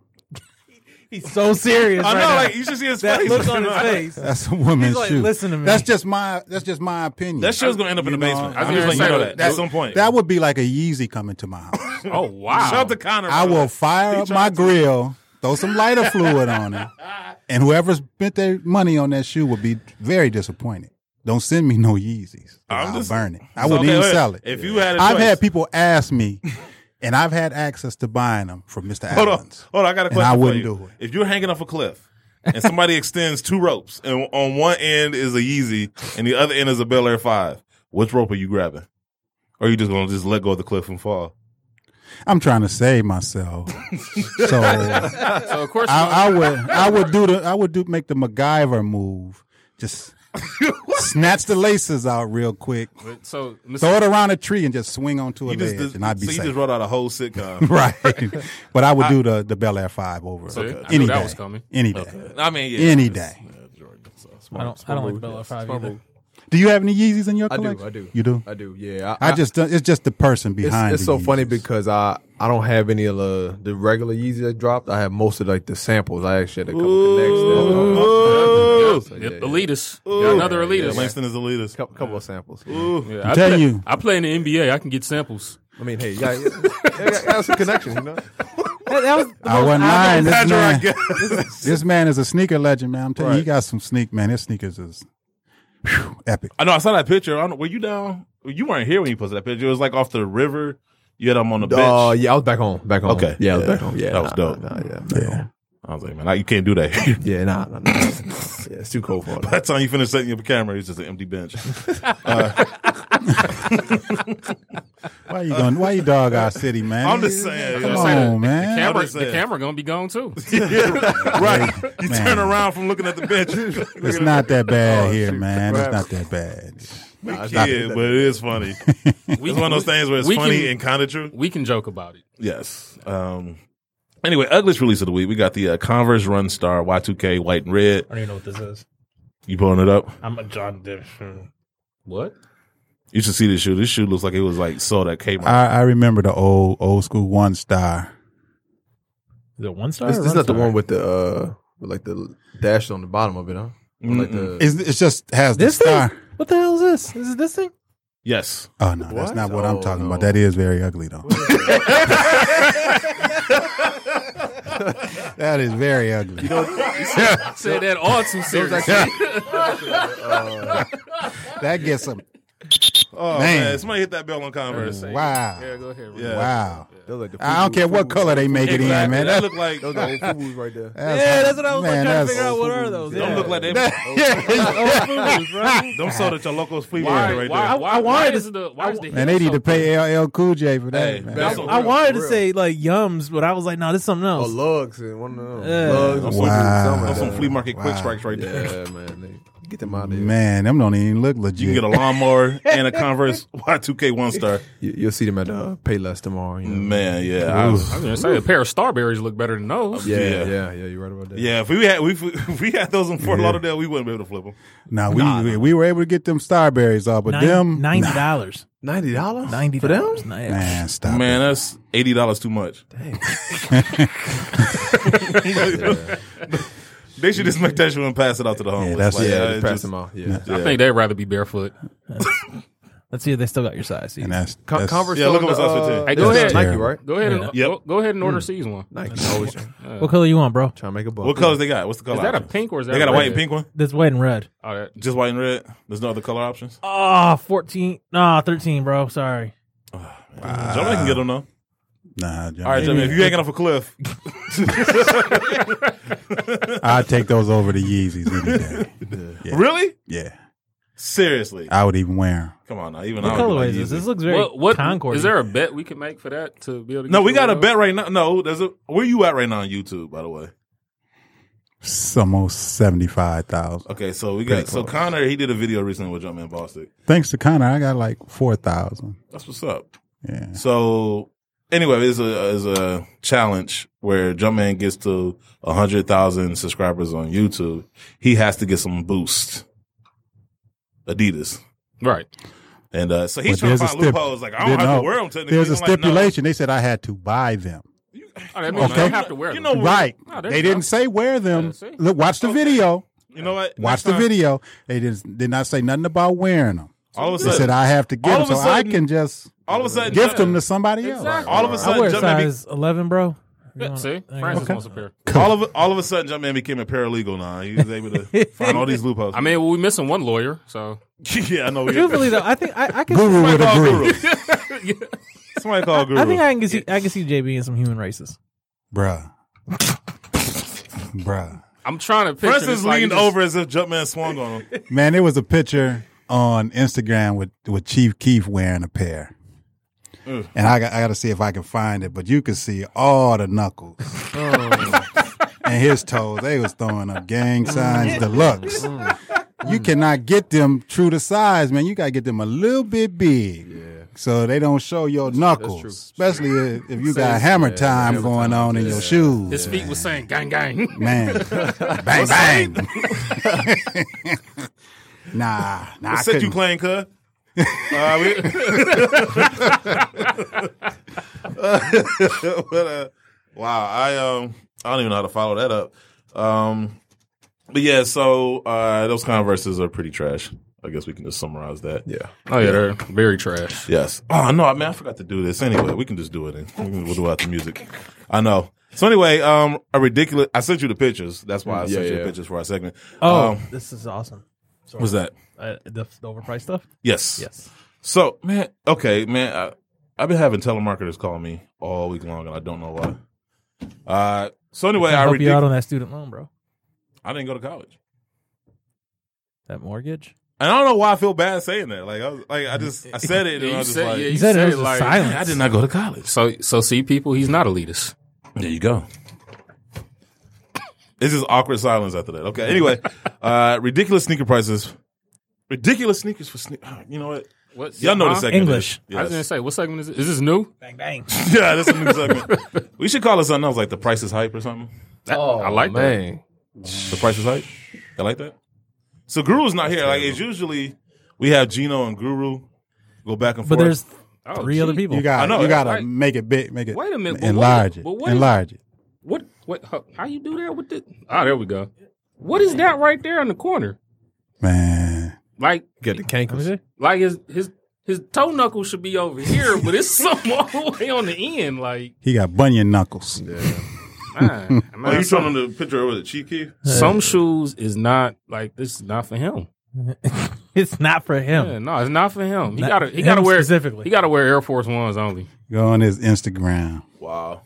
[SPEAKER 5] He's so serious.
[SPEAKER 3] I
[SPEAKER 5] right
[SPEAKER 3] know,
[SPEAKER 5] now.
[SPEAKER 3] like you should see his
[SPEAKER 5] that
[SPEAKER 3] face.
[SPEAKER 5] look on his face.
[SPEAKER 6] That's a women's
[SPEAKER 5] He's like,
[SPEAKER 6] shoe.
[SPEAKER 5] "Listen to me."
[SPEAKER 6] That's just my that's just my opinion.
[SPEAKER 3] That shit's gonna end up in the
[SPEAKER 6] You know,
[SPEAKER 3] basement.
[SPEAKER 6] I
[SPEAKER 3] I'm
[SPEAKER 4] was gonna
[SPEAKER 3] just letting you
[SPEAKER 4] say
[SPEAKER 3] know
[SPEAKER 4] that-
[SPEAKER 3] that. At some point,
[SPEAKER 6] that would be like a Yeezy coming to my house.
[SPEAKER 4] Oh wow!
[SPEAKER 3] shout out to Connor.
[SPEAKER 6] I
[SPEAKER 3] bro.
[SPEAKER 6] will fire up my grill, throw some lighter fluid on it, and whoever spent their money on that shoe will be very disappointed. Don't send me no Yeezys.
[SPEAKER 3] I'm
[SPEAKER 6] I'll
[SPEAKER 3] just-
[SPEAKER 6] burn it. I
[SPEAKER 3] It's
[SPEAKER 6] wouldn't
[SPEAKER 3] okay,
[SPEAKER 6] even
[SPEAKER 3] wait.
[SPEAKER 6] sell it.
[SPEAKER 3] If you had, a
[SPEAKER 6] I've
[SPEAKER 3] choice-
[SPEAKER 6] had people ask me, and I've had access to buying them from Mr.
[SPEAKER 3] Hold on,
[SPEAKER 6] Allen's.
[SPEAKER 3] hold on. I got a
[SPEAKER 6] And
[SPEAKER 3] question.
[SPEAKER 6] I
[SPEAKER 3] for
[SPEAKER 6] wouldn't
[SPEAKER 3] you.
[SPEAKER 6] do it.
[SPEAKER 3] If you're hanging off a cliff and somebody extends two ropes, and on one end is a Yeezy and the other end is a Bel Air Five, which rope are you grabbing? Or are you just gonna just let go of the cliff and fall?
[SPEAKER 6] I'm trying to save myself, so I,
[SPEAKER 4] So of course,
[SPEAKER 6] I would I would do the I would do make the MacGyver move, just snatch the laces out real quick,
[SPEAKER 4] so
[SPEAKER 6] throw
[SPEAKER 4] Mr.
[SPEAKER 6] it around a tree, and just swing onto a
[SPEAKER 3] You
[SPEAKER 6] ledge,
[SPEAKER 3] just,
[SPEAKER 6] and I'd be
[SPEAKER 3] so you
[SPEAKER 6] safe.
[SPEAKER 3] just wrote out a whole sitcom.
[SPEAKER 6] right, but I would do the the Bel Air Five over
[SPEAKER 4] See, I
[SPEAKER 6] any
[SPEAKER 4] knew that
[SPEAKER 6] day,
[SPEAKER 4] was coming.
[SPEAKER 6] any day.
[SPEAKER 3] I mean, yeah,
[SPEAKER 6] Any
[SPEAKER 3] it's-
[SPEAKER 6] day.
[SPEAKER 3] yeah, Jordan, so
[SPEAKER 5] I
[SPEAKER 3] smart,
[SPEAKER 5] don't. I
[SPEAKER 3] smart
[SPEAKER 5] don't like
[SPEAKER 3] move,
[SPEAKER 5] Bella
[SPEAKER 3] yes.
[SPEAKER 5] Five
[SPEAKER 7] Smart
[SPEAKER 5] either.
[SPEAKER 7] move.
[SPEAKER 6] Do you have any Yeezys in your
[SPEAKER 7] I
[SPEAKER 6] collection?
[SPEAKER 7] do, I do.
[SPEAKER 6] You do.
[SPEAKER 7] I do, yeah.
[SPEAKER 6] I, just don't- it's just the person
[SPEAKER 7] it's,
[SPEAKER 6] behind.
[SPEAKER 7] it's
[SPEAKER 6] the
[SPEAKER 7] so funny
[SPEAKER 6] Yeezys.
[SPEAKER 7] because I I don't have any of the the regular Yeezy that dropped. I have most of like the samples. I actually had a couple uh,
[SPEAKER 4] Oh.
[SPEAKER 3] Ooh.
[SPEAKER 7] connects. that-
[SPEAKER 4] Yeah,
[SPEAKER 7] Yeah, yeah, yeah.
[SPEAKER 4] elitist, Yeah, another
[SPEAKER 3] Yeah,
[SPEAKER 4] elitist.
[SPEAKER 3] Langston is the leader.
[SPEAKER 7] Couple, couple of samples.
[SPEAKER 4] Yeah,
[SPEAKER 6] I'm
[SPEAKER 4] I
[SPEAKER 6] telling
[SPEAKER 4] play,
[SPEAKER 6] you.
[SPEAKER 4] I play in the NBA. I can get samples.
[SPEAKER 7] I mean, hey, yeah, yeah, yeah, yeah, that's a connection, you know.
[SPEAKER 5] That, that was the
[SPEAKER 6] I
[SPEAKER 5] most
[SPEAKER 6] wasn't lying.
[SPEAKER 5] obvious-
[SPEAKER 6] This man,
[SPEAKER 3] guess.
[SPEAKER 6] this man is a sneaker legend, man. I'm telling you, he got some sneak, man. His sneakers is whew, epic.
[SPEAKER 3] I know. I saw that picture. I don't, were you down? You weren't here when you posted that picture. It was like off the river. You had him on the bench.
[SPEAKER 7] Uh, yeah, I was back home. Back home.
[SPEAKER 3] Okay.
[SPEAKER 7] Yeah, I was
[SPEAKER 3] Yeah.
[SPEAKER 7] back home. Yeah,
[SPEAKER 3] That was
[SPEAKER 7] nah,
[SPEAKER 3] dope.
[SPEAKER 7] Nah, nah, yeah, back
[SPEAKER 6] Yeah.
[SPEAKER 7] home.
[SPEAKER 3] I was like, man, like, you can't do that. here.
[SPEAKER 7] yeah, nah, nah, nah. yeah, it's too cold for all
[SPEAKER 3] By
[SPEAKER 7] that.
[SPEAKER 3] the time you finish setting up a camera, it's just an empty bench.
[SPEAKER 6] Why you going? Uh, Why you dog our city, man?
[SPEAKER 3] I'm just saying.
[SPEAKER 6] Come
[SPEAKER 3] I'm
[SPEAKER 6] on,
[SPEAKER 3] saying that-
[SPEAKER 6] man.
[SPEAKER 4] Camera,
[SPEAKER 3] just
[SPEAKER 4] the
[SPEAKER 3] saying.
[SPEAKER 4] camera gonna be gone too.
[SPEAKER 3] right. You
[SPEAKER 6] Man.
[SPEAKER 3] turn around from looking at the bench. Look
[SPEAKER 6] It's
[SPEAKER 3] at
[SPEAKER 6] not that bad here,
[SPEAKER 7] shoot.
[SPEAKER 6] man.
[SPEAKER 7] Right.
[SPEAKER 6] It's not that bad.
[SPEAKER 3] the kid, but it is funny. It's
[SPEAKER 4] We
[SPEAKER 3] one of those things where it's
[SPEAKER 4] we
[SPEAKER 3] funny
[SPEAKER 4] can-
[SPEAKER 3] and kind of true.
[SPEAKER 4] we can joke about it.
[SPEAKER 3] Yes. Um. Anyway, ugliest release of the week. We got the uh, Converse Run Star Y2K White and Red.
[SPEAKER 5] I don't even know what this is.
[SPEAKER 3] You pulling it up?
[SPEAKER 5] I'm a John Deere. fan.
[SPEAKER 4] What?
[SPEAKER 3] You should see this shoe. This shoe looks like it was like sold at Kmart.
[SPEAKER 6] I, I remember the old old school one star.
[SPEAKER 5] Is it one star?
[SPEAKER 7] This,
[SPEAKER 5] or
[SPEAKER 7] this
[SPEAKER 5] run
[SPEAKER 7] is not the
[SPEAKER 5] star?
[SPEAKER 7] one with the uh, with like the dash on the bottom of it, huh? Or Like the,
[SPEAKER 6] It's, it's just has
[SPEAKER 5] This
[SPEAKER 6] the
[SPEAKER 5] thing?
[SPEAKER 6] star.
[SPEAKER 5] What the hell is this? Is it this thing?
[SPEAKER 3] yes.
[SPEAKER 6] Oh no, that's
[SPEAKER 7] What?
[SPEAKER 6] not what I'm
[SPEAKER 7] Oh,
[SPEAKER 6] talking about.
[SPEAKER 7] no.
[SPEAKER 6] That is very ugly though. that is very ugly.
[SPEAKER 4] Said that all too serious.
[SPEAKER 6] that gets some.
[SPEAKER 3] Oh man.
[SPEAKER 6] Man.
[SPEAKER 3] somebody hit that bell on Converse.
[SPEAKER 6] Wow.
[SPEAKER 4] yeah, go ahead.
[SPEAKER 3] Yeah.
[SPEAKER 6] Wow.
[SPEAKER 7] those like the
[SPEAKER 6] I don't
[SPEAKER 7] Fubu-
[SPEAKER 6] care what
[SPEAKER 7] Fubu-
[SPEAKER 6] color they make it in,
[SPEAKER 3] Exactly.
[SPEAKER 6] man.
[SPEAKER 3] That
[SPEAKER 6] That,
[SPEAKER 3] look like
[SPEAKER 7] Those are old Fubu's right there.
[SPEAKER 6] that's,
[SPEAKER 5] yeah, that's what I was like,
[SPEAKER 6] man,
[SPEAKER 5] trying to
[SPEAKER 6] that's-
[SPEAKER 5] figure out. What are those?
[SPEAKER 3] don't
[SPEAKER 5] Yeah.
[SPEAKER 3] look like they don't sold at your local flea
[SPEAKER 4] Why,
[SPEAKER 3] market right
[SPEAKER 4] why,
[SPEAKER 3] there.
[SPEAKER 4] why,
[SPEAKER 5] I wanted
[SPEAKER 4] is
[SPEAKER 5] to-
[SPEAKER 4] the why is the
[SPEAKER 6] Man, they
[SPEAKER 4] heel
[SPEAKER 6] need to
[SPEAKER 4] so thin?
[SPEAKER 6] pay LL Cool J for that,
[SPEAKER 3] Hey,
[SPEAKER 6] man.
[SPEAKER 3] that's
[SPEAKER 7] I-
[SPEAKER 3] what-
[SPEAKER 5] I
[SPEAKER 7] Real,
[SPEAKER 5] wanted to
[SPEAKER 7] real.
[SPEAKER 5] say like yums, but I was like, no, this is something
[SPEAKER 7] Oh,
[SPEAKER 5] else.
[SPEAKER 7] lugs and one of them.
[SPEAKER 5] Yeah.
[SPEAKER 7] Lugs. or
[SPEAKER 6] Wow.
[SPEAKER 7] something, something like
[SPEAKER 3] That's some
[SPEAKER 7] that.
[SPEAKER 3] flea market quick
[SPEAKER 6] Wow.
[SPEAKER 3] strikes right there.
[SPEAKER 7] Yeah, man. They, get them out of here.
[SPEAKER 6] Man, them don't even look legit.
[SPEAKER 3] You can get a lawnmower and a Converse Y2K one star.
[SPEAKER 7] You, you'll see them at uh, Payless tomorrow. You know?
[SPEAKER 3] Man, yeah, I was-
[SPEAKER 4] I was gonna say a pair of starberries look better than those.
[SPEAKER 7] Yeah,
[SPEAKER 3] Yeah.
[SPEAKER 7] yeah, yeah, You're right about that.
[SPEAKER 3] yeah. If we had we if we had those in Fort Lauderdale, we wouldn't be able to flip them.
[SPEAKER 6] Now we we were able to get them starberries off, but
[SPEAKER 5] Nine-
[SPEAKER 6] them
[SPEAKER 5] ninety dollars.
[SPEAKER 7] ninety dollars.
[SPEAKER 5] Ninety
[SPEAKER 7] for them.
[SPEAKER 5] dollars. Nice.
[SPEAKER 6] man, stop.
[SPEAKER 3] Man, that's eighty dollars too much. they should just make that shoe and pass it out to the homeless.
[SPEAKER 6] that's-
[SPEAKER 3] Like,
[SPEAKER 7] Yeah,
[SPEAKER 3] uh,
[SPEAKER 7] just
[SPEAKER 3] it
[SPEAKER 7] pass
[SPEAKER 3] just-
[SPEAKER 7] them out. Yeah,
[SPEAKER 4] I think they'd rather be barefoot.
[SPEAKER 5] Let's see if they still got your size. See?
[SPEAKER 6] And that's,
[SPEAKER 7] Con-
[SPEAKER 6] that's
[SPEAKER 7] Converse.
[SPEAKER 3] Yeah, look
[SPEAKER 7] sold
[SPEAKER 3] at what's
[SPEAKER 7] the,
[SPEAKER 3] up with that.
[SPEAKER 4] Hey, go
[SPEAKER 7] this
[SPEAKER 4] ahead.
[SPEAKER 7] is Nike, right?
[SPEAKER 4] Go ahead and
[SPEAKER 3] Yep.
[SPEAKER 4] go, go ahead and order C's one.
[SPEAKER 7] Nike. Always trying
[SPEAKER 5] What color you want, bro?
[SPEAKER 7] to make a buck.
[SPEAKER 3] What colors they got? What's the color?
[SPEAKER 4] Is that a
[SPEAKER 3] options?
[SPEAKER 4] pink or is that
[SPEAKER 3] They got a
[SPEAKER 4] red?
[SPEAKER 3] white and pink one.
[SPEAKER 5] That's white and red.
[SPEAKER 4] Oh, that-
[SPEAKER 3] Just white and red. There's no other color options.
[SPEAKER 5] Oh, 14. Nah, 13, bro. Sorry.
[SPEAKER 3] Gentlemen can get them though.
[SPEAKER 6] nah.
[SPEAKER 3] All right, gentlemen, if you hanging off a cliff,
[SPEAKER 6] I'd take those over the Yeezys any day.
[SPEAKER 3] really?
[SPEAKER 6] Yeah,
[SPEAKER 3] Seriously?
[SPEAKER 6] I would even wear 'em.
[SPEAKER 3] Come on now. Even
[SPEAKER 5] What
[SPEAKER 3] I don't
[SPEAKER 5] colorway
[SPEAKER 3] like
[SPEAKER 5] is this?
[SPEAKER 3] Yeezy.
[SPEAKER 5] This looks very
[SPEAKER 4] What, what
[SPEAKER 5] Concord.
[SPEAKER 4] is there a bet we can make for that to be able to?
[SPEAKER 3] No,
[SPEAKER 4] get
[SPEAKER 3] we
[SPEAKER 4] you one
[SPEAKER 3] got a
[SPEAKER 4] of
[SPEAKER 3] bet right now. No, there's a. Where you at right now on YouTube? By the way.
[SPEAKER 6] It's almost seventy five thousand.
[SPEAKER 3] Okay, so we got so Connor. He did a video recently with Jumpman Bostic.
[SPEAKER 6] Thanks to Connor, I got like four thousand.
[SPEAKER 3] That's what's up.
[SPEAKER 6] Yeah.
[SPEAKER 3] So anyway, there's a is a challenge where Jumpman gets to hundred thousand subscribers on YouTube. He has to get some boost. Adidas.
[SPEAKER 4] Right.
[SPEAKER 3] And uh, so he's
[SPEAKER 6] But
[SPEAKER 3] trying to
[SPEAKER 6] there's a
[SPEAKER 3] find
[SPEAKER 6] stip-
[SPEAKER 3] loopholes. Like, I don't
[SPEAKER 6] there-
[SPEAKER 3] have to
[SPEAKER 6] no,
[SPEAKER 3] wear them technically.
[SPEAKER 6] There's a
[SPEAKER 3] I'm like, no.
[SPEAKER 6] stipulation. They said I had to buy them.
[SPEAKER 4] Oh, that means you
[SPEAKER 6] Okay.
[SPEAKER 4] don't have to wear
[SPEAKER 3] You
[SPEAKER 4] them.
[SPEAKER 3] know,
[SPEAKER 6] Right.
[SPEAKER 4] No, there
[SPEAKER 6] they
[SPEAKER 4] you go.
[SPEAKER 6] didn't say wear them.
[SPEAKER 4] Yeah, see?
[SPEAKER 6] Look, watch the video.
[SPEAKER 3] you know what?
[SPEAKER 6] Watch
[SPEAKER 3] Next
[SPEAKER 6] the
[SPEAKER 3] time-
[SPEAKER 6] video. They did, did not say nothing about wearing them.
[SPEAKER 3] All of a
[SPEAKER 6] They said
[SPEAKER 3] sudden,
[SPEAKER 6] I have to get
[SPEAKER 3] All
[SPEAKER 6] them,
[SPEAKER 3] of a
[SPEAKER 6] so I
[SPEAKER 3] sudden-
[SPEAKER 6] can just
[SPEAKER 3] all of a sudden,
[SPEAKER 6] gift them to somebody else.
[SPEAKER 4] Exactly.
[SPEAKER 3] all of a
[SPEAKER 5] I
[SPEAKER 3] sudden,
[SPEAKER 5] wear
[SPEAKER 3] Jumpman be-
[SPEAKER 5] size 11, bro. You
[SPEAKER 4] Yeah,
[SPEAKER 5] wanna-
[SPEAKER 4] see,
[SPEAKER 5] I
[SPEAKER 4] Francis
[SPEAKER 5] got-
[SPEAKER 4] wants a pair.
[SPEAKER 3] all of all of a sudden, Jumpman became a paralegal. Now he was able to find all these loopholes.
[SPEAKER 4] I mean, well, we missing one lawyer, so
[SPEAKER 3] yeah, I know.
[SPEAKER 5] Truthfully though, I think I, I can.
[SPEAKER 6] Guru
[SPEAKER 5] see,
[SPEAKER 6] would
[SPEAKER 3] Somebody call
[SPEAKER 6] agree,
[SPEAKER 3] Guru. Somebody call Guru.
[SPEAKER 5] I think I can see. I can see JB in some human races.
[SPEAKER 6] bruh. bruh.
[SPEAKER 4] I'm trying to. Picture
[SPEAKER 3] Preston's
[SPEAKER 4] this, like,
[SPEAKER 3] leaned
[SPEAKER 4] you just-
[SPEAKER 3] over as if Jumpman swung on him.
[SPEAKER 6] Man, there was a picture on Instagram with, with Chief Keef wearing a pair. And I got, I got to see if I can find it, but you can see all the knuckles
[SPEAKER 7] Oh.
[SPEAKER 6] and his toes. They was throwing up
[SPEAKER 7] Mm.
[SPEAKER 6] gang signs deluxe. You cannot get them true to size, man. You got to get them a little bit big. So they don't show your knuckles,
[SPEAKER 7] true.
[SPEAKER 6] especially if, if you
[SPEAKER 7] Say-
[SPEAKER 6] got hammer
[SPEAKER 7] yeah,
[SPEAKER 6] time
[SPEAKER 7] hammer
[SPEAKER 6] going
[SPEAKER 7] time.
[SPEAKER 6] on in your shoes.
[SPEAKER 4] His feet was saying "gang gang."
[SPEAKER 6] Man, bang bang. nah, nah. I
[SPEAKER 3] I said you
[SPEAKER 6] couldn't.
[SPEAKER 3] playing, cuz. Uh, we- but, uh, wow, I um, I don't even know how to follow that up. Um, but yeah, so uh, those converses are pretty trash. I guess we can just summarize that.
[SPEAKER 7] Yeah.
[SPEAKER 4] Oh yeah, they're very trash.
[SPEAKER 3] Yes. Oh no, I mean I forgot to do this anyway. We can just do it. And we can, we'll do it out the music. I know. So anyway, um, a ridiculous. I sent you the pictures. That's why I
[SPEAKER 7] Mm-hmm. Yeah,
[SPEAKER 3] sent you the
[SPEAKER 7] yeah.
[SPEAKER 3] pictures for our segment.
[SPEAKER 5] Oh,
[SPEAKER 3] um,
[SPEAKER 5] this is awesome.
[SPEAKER 3] was that?
[SPEAKER 5] Uh, the, the overpriced stuff.
[SPEAKER 3] Yes.
[SPEAKER 5] Yes.
[SPEAKER 3] So man, okay, man, I, I've been having telemarketers call me all week long, and I don't know why. Uh, so anyway, I
[SPEAKER 5] help you out
[SPEAKER 3] ridic-
[SPEAKER 5] on that student loan, bro.
[SPEAKER 3] I didn't go to college,
[SPEAKER 5] That mortgage.
[SPEAKER 3] and I don't know why I feel bad saying that. Like I was, like I just I said it, and I
[SPEAKER 4] you
[SPEAKER 3] was just
[SPEAKER 4] said-
[SPEAKER 3] like,
[SPEAKER 4] yeah,
[SPEAKER 5] He
[SPEAKER 4] You
[SPEAKER 5] said,
[SPEAKER 4] said
[SPEAKER 5] it was
[SPEAKER 4] it
[SPEAKER 5] just
[SPEAKER 4] like-
[SPEAKER 5] silence.
[SPEAKER 3] I did not go to college.
[SPEAKER 4] So so see, people, he's not elitist.
[SPEAKER 3] There you go. It's just awkward silence after that. Okay. Anyway, uh, ridiculous sneaker prices. Ridiculous sneakers for sneak. You know what?
[SPEAKER 4] What
[SPEAKER 3] Y'all know the
[SPEAKER 4] huh?
[SPEAKER 3] segment.
[SPEAKER 5] English.
[SPEAKER 3] is.
[SPEAKER 4] I was gonna
[SPEAKER 3] Yes.
[SPEAKER 4] say, what segment is it? Is this new?
[SPEAKER 5] Bang bang.
[SPEAKER 3] yeah, that's a new segment. we should call it something else, like the Price is Hype or something.
[SPEAKER 7] Oh,
[SPEAKER 4] I like that.
[SPEAKER 7] man.
[SPEAKER 3] The Price is Hype. I like that. So Guru's not here. Like it's usually we have Gino and Guru go back and
[SPEAKER 5] But
[SPEAKER 3] forth.
[SPEAKER 5] there's three
[SPEAKER 4] Oh,
[SPEAKER 5] other
[SPEAKER 4] gee.
[SPEAKER 5] people.
[SPEAKER 6] You got.
[SPEAKER 3] I know,
[SPEAKER 6] you got to
[SPEAKER 4] right.
[SPEAKER 6] make it big. Make it.
[SPEAKER 4] Wait a minute, but
[SPEAKER 6] Enlarge
[SPEAKER 4] what-
[SPEAKER 6] it.
[SPEAKER 4] but what is-
[SPEAKER 6] enlarge it.
[SPEAKER 4] What what? How, how you do that with the? Ah, there we go. What is that right there in the corner?
[SPEAKER 6] Man,
[SPEAKER 4] Like
[SPEAKER 7] Get the
[SPEAKER 5] Let me
[SPEAKER 7] cankles.
[SPEAKER 5] see.
[SPEAKER 4] like his his his toe knuckle should be over here, but it's some all the way on the end. Like
[SPEAKER 6] he got bunion knuckles.
[SPEAKER 4] man,
[SPEAKER 3] Are
[SPEAKER 4] man,
[SPEAKER 3] you
[SPEAKER 4] some,
[SPEAKER 3] showing the picture over the cheek key?
[SPEAKER 4] some shoes is not like this is not for him.
[SPEAKER 5] It's not for him.
[SPEAKER 4] Yeah, no, it's not for him. He
[SPEAKER 5] Not-
[SPEAKER 4] gotta he
[SPEAKER 5] him
[SPEAKER 4] gotta wear
[SPEAKER 5] specifically.
[SPEAKER 4] He gotta wear Air Force Ones only.
[SPEAKER 6] Go on his Instagram.
[SPEAKER 3] Wow.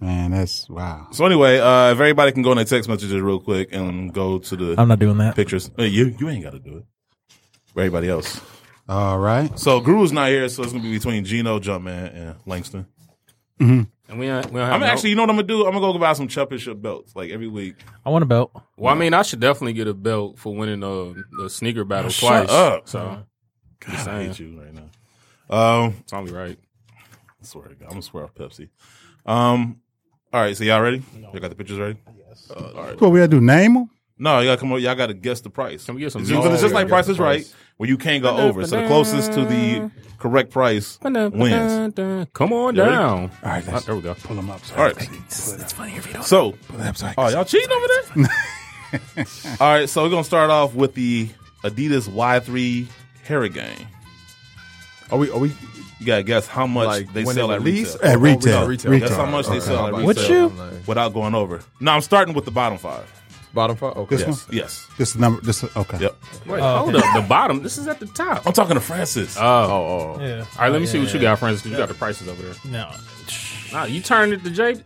[SPEAKER 6] Man, that's wow.
[SPEAKER 3] So anyway, uh, if everybody can go in their text messages real quick and go to the
[SPEAKER 5] I'm not doing that.
[SPEAKER 3] pictures. Hey, you you ain't got to do it. For everybody else.
[SPEAKER 6] All right.
[SPEAKER 3] So Guru's not here, so it's gonna be between Gino, Jumpman, and Langston.
[SPEAKER 4] And we don't, we don't have
[SPEAKER 3] I'm
[SPEAKER 4] no-
[SPEAKER 3] actually, you know what I'm gonna do? I'm gonna go buy some Championship belts like every week.
[SPEAKER 5] I want a belt.
[SPEAKER 4] Well, I mean, I should definitely get a belt for winning the, the sneaker battle
[SPEAKER 3] Shut
[SPEAKER 4] twice.
[SPEAKER 3] up.
[SPEAKER 4] So
[SPEAKER 3] God, I
[SPEAKER 4] saying.
[SPEAKER 3] hate you right now. Um,
[SPEAKER 4] it's only right.
[SPEAKER 3] I swear to God, I'm gonna swear off Pepsi. Um, all right, so y'all ready? Y'all got the pictures ready? Yes. all right.
[SPEAKER 6] What we gotta do? Name him.
[SPEAKER 3] No, y'all come on. Y'all got to guess the price.
[SPEAKER 4] Can we get some
[SPEAKER 3] It's just, it's
[SPEAKER 4] Oh,
[SPEAKER 3] just
[SPEAKER 4] yeah,
[SPEAKER 3] like
[SPEAKER 4] guess
[SPEAKER 3] Price
[SPEAKER 4] the
[SPEAKER 3] is Right,
[SPEAKER 4] price.
[SPEAKER 3] where you can't go over. So the closest to the correct price wins.
[SPEAKER 4] Come on
[SPEAKER 3] You ready?
[SPEAKER 4] down.
[SPEAKER 6] All right.
[SPEAKER 4] Ah,
[SPEAKER 6] Let's
[SPEAKER 4] there we go.
[SPEAKER 6] pull him up. So
[SPEAKER 3] All right. So, oh y'all cheating over there? All right, so we're gonna start off with the Adidas Y3 Hurricane.
[SPEAKER 7] Are we, are we
[SPEAKER 3] You gotta guess how much
[SPEAKER 7] like,
[SPEAKER 3] they
[SPEAKER 7] when
[SPEAKER 3] sell
[SPEAKER 7] they
[SPEAKER 3] at
[SPEAKER 7] release?
[SPEAKER 3] retail.
[SPEAKER 6] At
[SPEAKER 7] Oh,
[SPEAKER 6] retail. Retail.
[SPEAKER 3] That's how much they sell at
[SPEAKER 5] What
[SPEAKER 3] retail.
[SPEAKER 5] shoe?
[SPEAKER 3] Without going over. No, I'm starting with the bottom five.
[SPEAKER 7] Bottom five? Okay.
[SPEAKER 6] This
[SPEAKER 3] Yes. Yes.
[SPEAKER 6] This number. This okay.
[SPEAKER 3] Yep.
[SPEAKER 4] Wait, hold up. The bottom. This is at the top.
[SPEAKER 3] I'm talking to Francis.
[SPEAKER 7] Oh, oh, oh.
[SPEAKER 5] Yeah.
[SPEAKER 4] All right, let me see what you got, friends, because you got the prices over there.
[SPEAKER 5] No.
[SPEAKER 4] Nah, you turned it to Jay.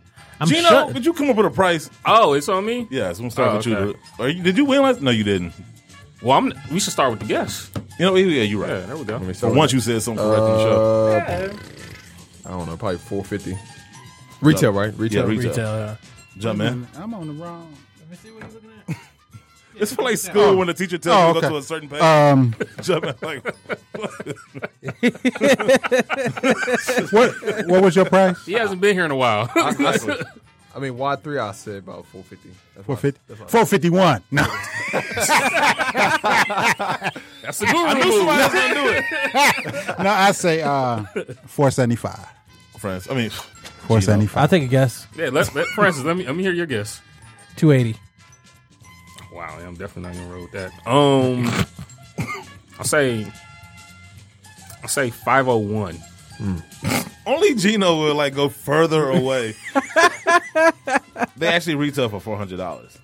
[SPEAKER 5] I'm
[SPEAKER 3] Gino,
[SPEAKER 5] shut-
[SPEAKER 3] would you come up with a price?
[SPEAKER 4] Oh, it's on me.
[SPEAKER 3] Yes, I'm gonna start
[SPEAKER 4] Oh,
[SPEAKER 3] with you.
[SPEAKER 4] okay.
[SPEAKER 3] Are you. Did you win last? No, you didn't.
[SPEAKER 4] Well, I'm, we should start with the guess.
[SPEAKER 3] You know, yeah, you're right.
[SPEAKER 4] Yeah, there we go.
[SPEAKER 7] Let me
[SPEAKER 3] For
[SPEAKER 7] start.
[SPEAKER 3] once, you said something correct on the show.
[SPEAKER 7] Uh, I don't know, probably 450 Retail, right? Retail.
[SPEAKER 3] Yeah,
[SPEAKER 5] Retail.
[SPEAKER 3] retail.
[SPEAKER 5] yeah.
[SPEAKER 3] Jump, man.
[SPEAKER 6] I'm on the wrong.
[SPEAKER 3] It's for like school when the teacher tells
[SPEAKER 6] Oh,
[SPEAKER 3] you to
[SPEAKER 6] okay.
[SPEAKER 3] go to a certain page.
[SPEAKER 6] Um.
[SPEAKER 3] Jump, man. Like,
[SPEAKER 6] What? What was your price?
[SPEAKER 4] He hasn't been here in a while.
[SPEAKER 7] I, I, I mean, Y three, I said about four fifty.
[SPEAKER 6] Four fifty. Four fifty one. No.
[SPEAKER 4] That's a good I knew somebody was gonna do it.
[SPEAKER 6] no, I say uh four seventy five.
[SPEAKER 3] Friends, I mean,
[SPEAKER 6] Four seventy
[SPEAKER 5] I'll
[SPEAKER 6] five.
[SPEAKER 5] take a guess.
[SPEAKER 4] Yeah, let's let Francis. Let me let me hear your guess.
[SPEAKER 5] 280.
[SPEAKER 4] Wow, I'm definitely not gonna roll with that. Um, I say, I say five oh one.
[SPEAKER 3] only Gino will like go further away. they actually retail for four hundred dollars.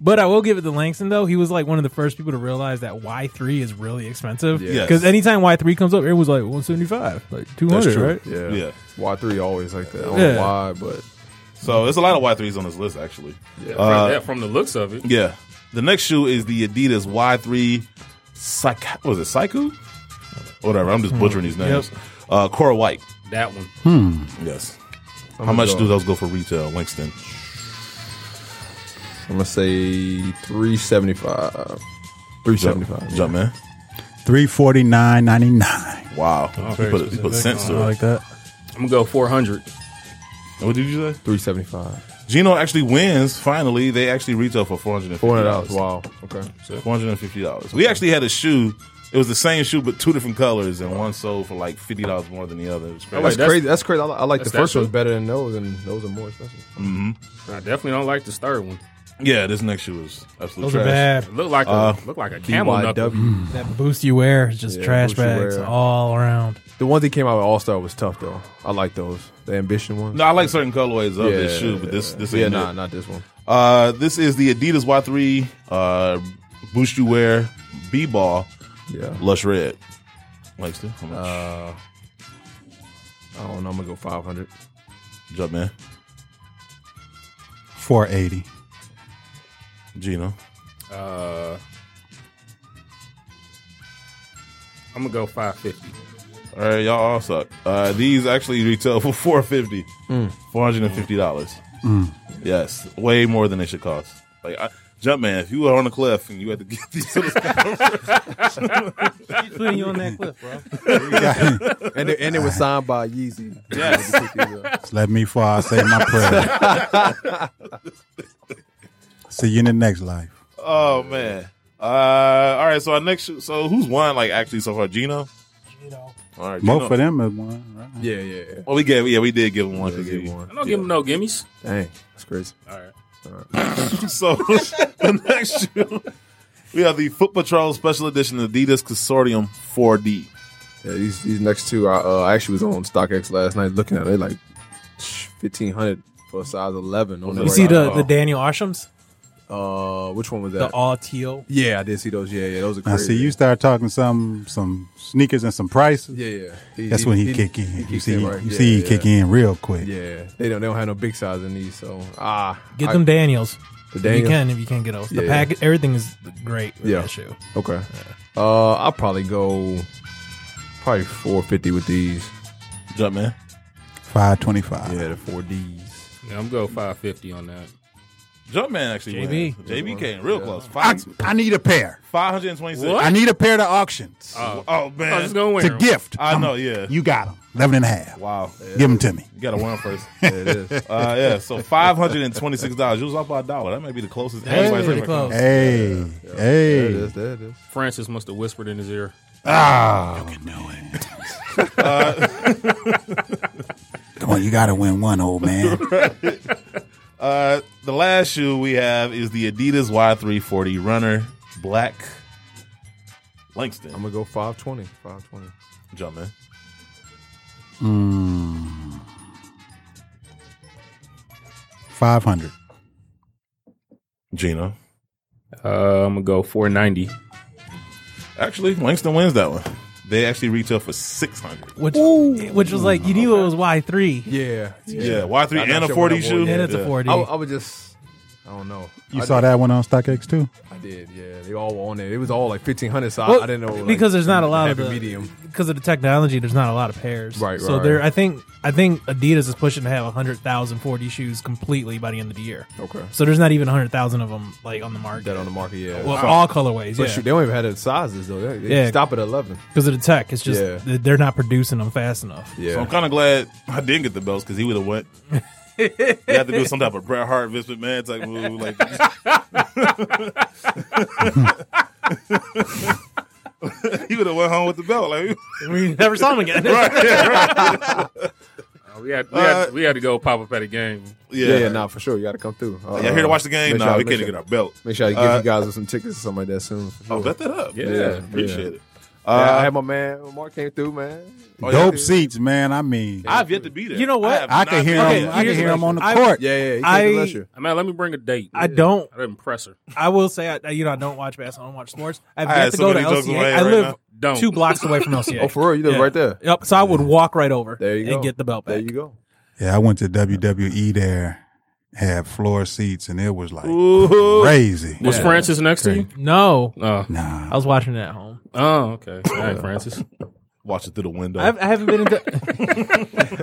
[SPEAKER 5] But I will give it to Langston though. He was like one of the first people to realize that Y three is really expensive.
[SPEAKER 3] Yes.
[SPEAKER 5] Because anytime Y three comes up, it was like one seventy five, like two hundred, right?
[SPEAKER 7] Yeah.
[SPEAKER 3] Yeah.
[SPEAKER 7] Y three always like that. I don't
[SPEAKER 5] Yeah.
[SPEAKER 7] know why, but
[SPEAKER 3] So there's a lot of Y threes on this list actually.
[SPEAKER 7] yeah.
[SPEAKER 3] Uh,
[SPEAKER 4] yeah, from the looks of it,
[SPEAKER 3] Yeah. The next shoe is the Adidas Y3 Psych was it Saiku? Whatever. I'm just butchering these names. Uh Cora White.
[SPEAKER 4] that one.
[SPEAKER 3] Yes.
[SPEAKER 7] I'm
[SPEAKER 3] How
[SPEAKER 7] gonna
[SPEAKER 3] much
[SPEAKER 7] go-
[SPEAKER 3] do those go for retail, Langston?
[SPEAKER 7] I'm gonna say three seventy five. Three seventy five.
[SPEAKER 3] Jump man.
[SPEAKER 6] Three forty nine ninety nine.
[SPEAKER 3] Wow. you put, you put sense to it.
[SPEAKER 5] that.
[SPEAKER 4] I'm gonna go four hundred.
[SPEAKER 3] What did you say?
[SPEAKER 7] Three seventy five.
[SPEAKER 3] Gino actually wins. Finally, they actually retail for four hundred and fifty
[SPEAKER 7] Four hundred dollars.
[SPEAKER 3] dollars.
[SPEAKER 7] Wow. Okay.
[SPEAKER 3] Four hundred and fifty dollars. We actually had a shoe. It was the same shoe, but two different colors, and one sold for like fifty dollars more than the other. It was crazy.
[SPEAKER 4] Wait,
[SPEAKER 7] That's
[SPEAKER 4] that's-
[SPEAKER 7] crazy. That's crazy. I, li- I like the
[SPEAKER 4] that's that
[SPEAKER 7] first
[SPEAKER 4] shoe?
[SPEAKER 7] ones better than those, and those are more expensive.
[SPEAKER 4] I definitely don't like this third one.
[SPEAKER 3] Yeah, this next shoe is absolute
[SPEAKER 5] Those
[SPEAKER 3] trash.
[SPEAKER 5] are bad.
[SPEAKER 4] It looked like a looked like a camel knuckle.
[SPEAKER 7] BYW.
[SPEAKER 5] That boost you wear is just
[SPEAKER 7] Yeah,
[SPEAKER 5] trash
[SPEAKER 7] boost you
[SPEAKER 5] bags
[SPEAKER 7] wear.
[SPEAKER 5] all around.
[SPEAKER 7] The ones that came out with All Star was tough though. I like those. The ambition ones.
[SPEAKER 3] No, I like certain colorways of this shoe, but this this ain't
[SPEAKER 7] yeah,
[SPEAKER 3] it.
[SPEAKER 7] nah, not this one.
[SPEAKER 3] Uh, this is the Adidas Y3 uh, Boost You Wear B Ball
[SPEAKER 7] Yeah.
[SPEAKER 3] Lush Red. Uh, Langston, how much?
[SPEAKER 7] I don't know. I'm gonna go five hundred.
[SPEAKER 3] Jump man.
[SPEAKER 6] Four eighty.
[SPEAKER 3] Gino.
[SPEAKER 4] Uh, I'm gonna go five fifty.
[SPEAKER 3] All right, y'all all suck. Uh, these actually retail for four fifty, four hundred and fifty dollars. Yes, way more than they should cost. Like, I, jump man, if you were on a cliff and you had to get these, to the-
[SPEAKER 5] you on that cliff, bro.
[SPEAKER 7] And it, and it was signed by Yeezy.
[SPEAKER 3] Yes.
[SPEAKER 7] uh,
[SPEAKER 6] Just let me for I say my prayer. See you in the next life.
[SPEAKER 3] oh man. Uh, all right, so our next, shoe- so who's won? Like, actually, so far, Gino. All right,
[SPEAKER 6] Both
[SPEAKER 3] Gino.
[SPEAKER 6] of them is one, right?
[SPEAKER 7] yeah, yeah, yeah.
[SPEAKER 3] Well, we gave, yeah, we did give him one.
[SPEAKER 7] Yeah,
[SPEAKER 3] 'cause
[SPEAKER 7] give
[SPEAKER 3] he-
[SPEAKER 7] one.
[SPEAKER 4] I don't give him no gimmies.
[SPEAKER 7] Dang, that's crazy.
[SPEAKER 4] All right.
[SPEAKER 3] So the next shoe, we have the Foot Patrol Special Edition Adidas Consortium 4D.
[SPEAKER 7] Yeah, these these next two, I, uh, I actually was on StockX last night looking at it, they like fifteen hundred for a size eleven. On
[SPEAKER 5] You see the, the Daniel Arshams?
[SPEAKER 7] uh, which one was
[SPEAKER 5] The
[SPEAKER 7] that?
[SPEAKER 5] all teal.
[SPEAKER 7] yeah, I did see those. Yeah, yeah, those are
[SPEAKER 6] Now
[SPEAKER 7] crazy.
[SPEAKER 6] see you start talking some some sneakers and some prices.
[SPEAKER 7] Yeah, yeah. He-
[SPEAKER 6] That's when he, kick in.
[SPEAKER 7] he
[SPEAKER 6] you
[SPEAKER 7] kicks
[SPEAKER 6] see,
[SPEAKER 7] right?
[SPEAKER 6] you
[SPEAKER 7] Yeah,
[SPEAKER 6] see, he
[SPEAKER 7] yeah.
[SPEAKER 6] kick in real quick.
[SPEAKER 7] Yeah, they don't they don't have no big size in these, so ah,
[SPEAKER 5] Get
[SPEAKER 7] I-
[SPEAKER 5] them Daniels.
[SPEAKER 7] the
[SPEAKER 5] If You
[SPEAKER 7] Daniel.
[SPEAKER 5] can if you can't get those. The
[SPEAKER 7] Yeah.
[SPEAKER 5] pack, everything is great with
[SPEAKER 7] Yeah.
[SPEAKER 5] that shoe.
[SPEAKER 7] Okay, uh, I'll probably go probably four fifty with these.
[SPEAKER 3] Jump man.
[SPEAKER 6] Five twenty five.
[SPEAKER 7] Yeah, the four Ds.
[SPEAKER 4] Yeah, I'm gonna go five fifty on that.
[SPEAKER 3] Jump man actually
[SPEAKER 5] JB.
[SPEAKER 3] wins. JB came real close.
[SPEAKER 6] I,
[SPEAKER 3] Five,
[SPEAKER 6] I need a pair.
[SPEAKER 3] 526.
[SPEAKER 4] What?
[SPEAKER 6] I need a pair to auctions.
[SPEAKER 3] Oh,
[SPEAKER 4] I
[SPEAKER 3] man.
[SPEAKER 4] was gonna wear
[SPEAKER 6] it's a
[SPEAKER 4] 'em.
[SPEAKER 6] gift.
[SPEAKER 3] I
[SPEAKER 6] I'm-
[SPEAKER 3] know, yeah.
[SPEAKER 6] You got them. 11 and a half.
[SPEAKER 3] wow.
[SPEAKER 6] Give them to me.
[SPEAKER 3] You got to win first.
[SPEAKER 7] Yeah, it is.
[SPEAKER 3] Uh, yeah, so $526. You was up by a dollar. That may be the closest. anybody's
[SPEAKER 5] pretty
[SPEAKER 3] ever
[SPEAKER 5] close.
[SPEAKER 3] come.
[SPEAKER 6] Hey,
[SPEAKER 7] There it
[SPEAKER 6] hey.
[SPEAKER 7] is. There it is.
[SPEAKER 4] Francis must have whispered in his ear.
[SPEAKER 6] Ah. You can do it. Come on, you got to win one, old man.
[SPEAKER 3] Uh, the last shoe we have is the Adidas Y340 Runner Black
[SPEAKER 7] I'm
[SPEAKER 3] Langston.
[SPEAKER 7] gonna go five twenty. Five twenty.
[SPEAKER 3] Jump man.
[SPEAKER 6] Mm. 500.
[SPEAKER 3] Gino.
[SPEAKER 4] Uh, I'm gonna go four ninety. Uh,
[SPEAKER 3] Actually, Langston wins that one. They actually retail for 600
[SPEAKER 5] Which which was like, you knew it was Y three.
[SPEAKER 7] Yeah, yeah.
[SPEAKER 3] Yeah, Y3
[SPEAKER 7] I'm not
[SPEAKER 3] and a
[SPEAKER 7] sure
[SPEAKER 3] 40
[SPEAKER 7] what I
[SPEAKER 3] shoe.
[SPEAKER 7] wore
[SPEAKER 5] Yeah,
[SPEAKER 7] yet.
[SPEAKER 5] that's a 4D.
[SPEAKER 7] I, I would just. I don't know.
[SPEAKER 6] You
[SPEAKER 7] I
[SPEAKER 6] saw
[SPEAKER 7] did,
[SPEAKER 6] that one on StockX too?
[SPEAKER 7] I did. Yeah, they all were on there. It was all like fifteen hundred size.
[SPEAKER 5] Well,
[SPEAKER 7] I didn't know like,
[SPEAKER 5] because there's not a lot of
[SPEAKER 7] happy
[SPEAKER 5] the,
[SPEAKER 7] medium.
[SPEAKER 5] because of the technology. There's not a lot of pairs,
[SPEAKER 7] Right,
[SPEAKER 5] So
[SPEAKER 7] right,
[SPEAKER 5] there,
[SPEAKER 7] right.
[SPEAKER 5] I think I think Adidas is pushing to have 100,000 4D shoes completely by the end of the year.
[SPEAKER 7] Okay.
[SPEAKER 5] So there's not even 100,000 of them like on the market.
[SPEAKER 7] That on the market. Yeah.
[SPEAKER 5] well, all colorways,
[SPEAKER 7] But
[SPEAKER 5] yeah.
[SPEAKER 7] shoot, they don't even have the sizes though. They, they
[SPEAKER 5] Yeah.
[SPEAKER 7] stop at eleven.
[SPEAKER 5] Because of the tech, it's just
[SPEAKER 7] Yeah.
[SPEAKER 5] th- they're not producing them fast enough.
[SPEAKER 7] Yeah.
[SPEAKER 3] So I'm kind of glad I didn't get the belts because he would have went You have to do some type of Bret Hart, Vince McMahon type move. Like, he would have went home with the belt. Like,
[SPEAKER 5] we never saw him again.
[SPEAKER 4] Uh, we had we, had we had to go pop up at a game.
[SPEAKER 3] yeah,
[SPEAKER 7] Yeah, yeah,
[SPEAKER 3] yeah.
[SPEAKER 7] nah, for sure. You got to come through. Uh,
[SPEAKER 3] yeah here to watch the game?
[SPEAKER 7] make
[SPEAKER 3] No,
[SPEAKER 7] sure-
[SPEAKER 3] we
[SPEAKER 7] make
[SPEAKER 3] can't
[SPEAKER 7] sure-
[SPEAKER 3] get our belt.
[SPEAKER 7] Make sure I give
[SPEAKER 3] Uh,
[SPEAKER 7] you guys some tickets or something like that soon. for
[SPEAKER 3] Oh,
[SPEAKER 7] sure.
[SPEAKER 3] bet that up.
[SPEAKER 4] Yeah,
[SPEAKER 7] yeah.
[SPEAKER 3] appreciate it.
[SPEAKER 7] Yeah,
[SPEAKER 3] Uh,
[SPEAKER 7] I had my man Mark came through, man.
[SPEAKER 3] oh, yeah.
[SPEAKER 6] Dope seats, man. I mean,
[SPEAKER 3] I've yet to be there.
[SPEAKER 5] You know what?
[SPEAKER 3] have
[SPEAKER 6] I
[SPEAKER 3] not
[SPEAKER 6] can hear
[SPEAKER 3] been
[SPEAKER 5] Okay,
[SPEAKER 6] him.
[SPEAKER 3] there.
[SPEAKER 6] I can
[SPEAKER 5] here's
[SPEAKER 6] hear
[SPEAKER 5] the
[SPEAKER 6] him on the
[SPEAKER 5] question. I-
[SPEAKER 6] court.
[SPEAKER 7] Yeah, yeah. He came
[SPEAKER 5] I-
[SPEAKER 7] through last year.
[SPEAKER 4] I mean, Uh, let me bring a date.
[SPEAKER 5] I don't.
[SPEAKER 4] I didn't press her.
[SPEAKER 5] I will say, I, you know, I don't watch basketball. I don't watch sports. I've
[SPEAKER 3] I
[SPEAKER 5] yet
[SPEAKER 3] had
[SPEAKER 5] to
[SPEAKER 3] so
[SPEAKER 5] go to
[SPEAKER 3] many jokes in my
[SPEAKER 5] LCA.
[SPEAKER 3] head
[SPEAKER 5] I
[SPEAKER 3] right
[SPEAKER 5] live
[SPEAKER 4] Don't.
[SPEAKER 5] two blocks away from LCA.
[SPEAKER 7] Oh, for real? You live
[SPEAKER 5] Yeah.
[SPEAKER 7] right there.
[SPEAKER 5] Yep. So I would walk right over
[SPEAKER 7] There you
[SPEAKER 5] and
[SPEAKER 7] go.
[SPEAKER 5] get the belt back.
[SPEAKER 7] There you go.
[SPEAKER 6] Yeah, I went to WWE there, had floor seats, and it was like
[SPEAKER 3] Ooh.
[SPEAKER 6] crazy.
[SPEAKER 4] Was Francis next to you?
[SPEAKER 5] No,
[SPEAKER 4] Oh,
[SPEAKER 6] Nah.
[SPEAKER 5] I was watching it at home.
[SPEAKER 4] oh, okay. All right, Francis.
[SPEAKER 3] Watch it through the window.
[SPEAKER 5] I've, I haven't been into.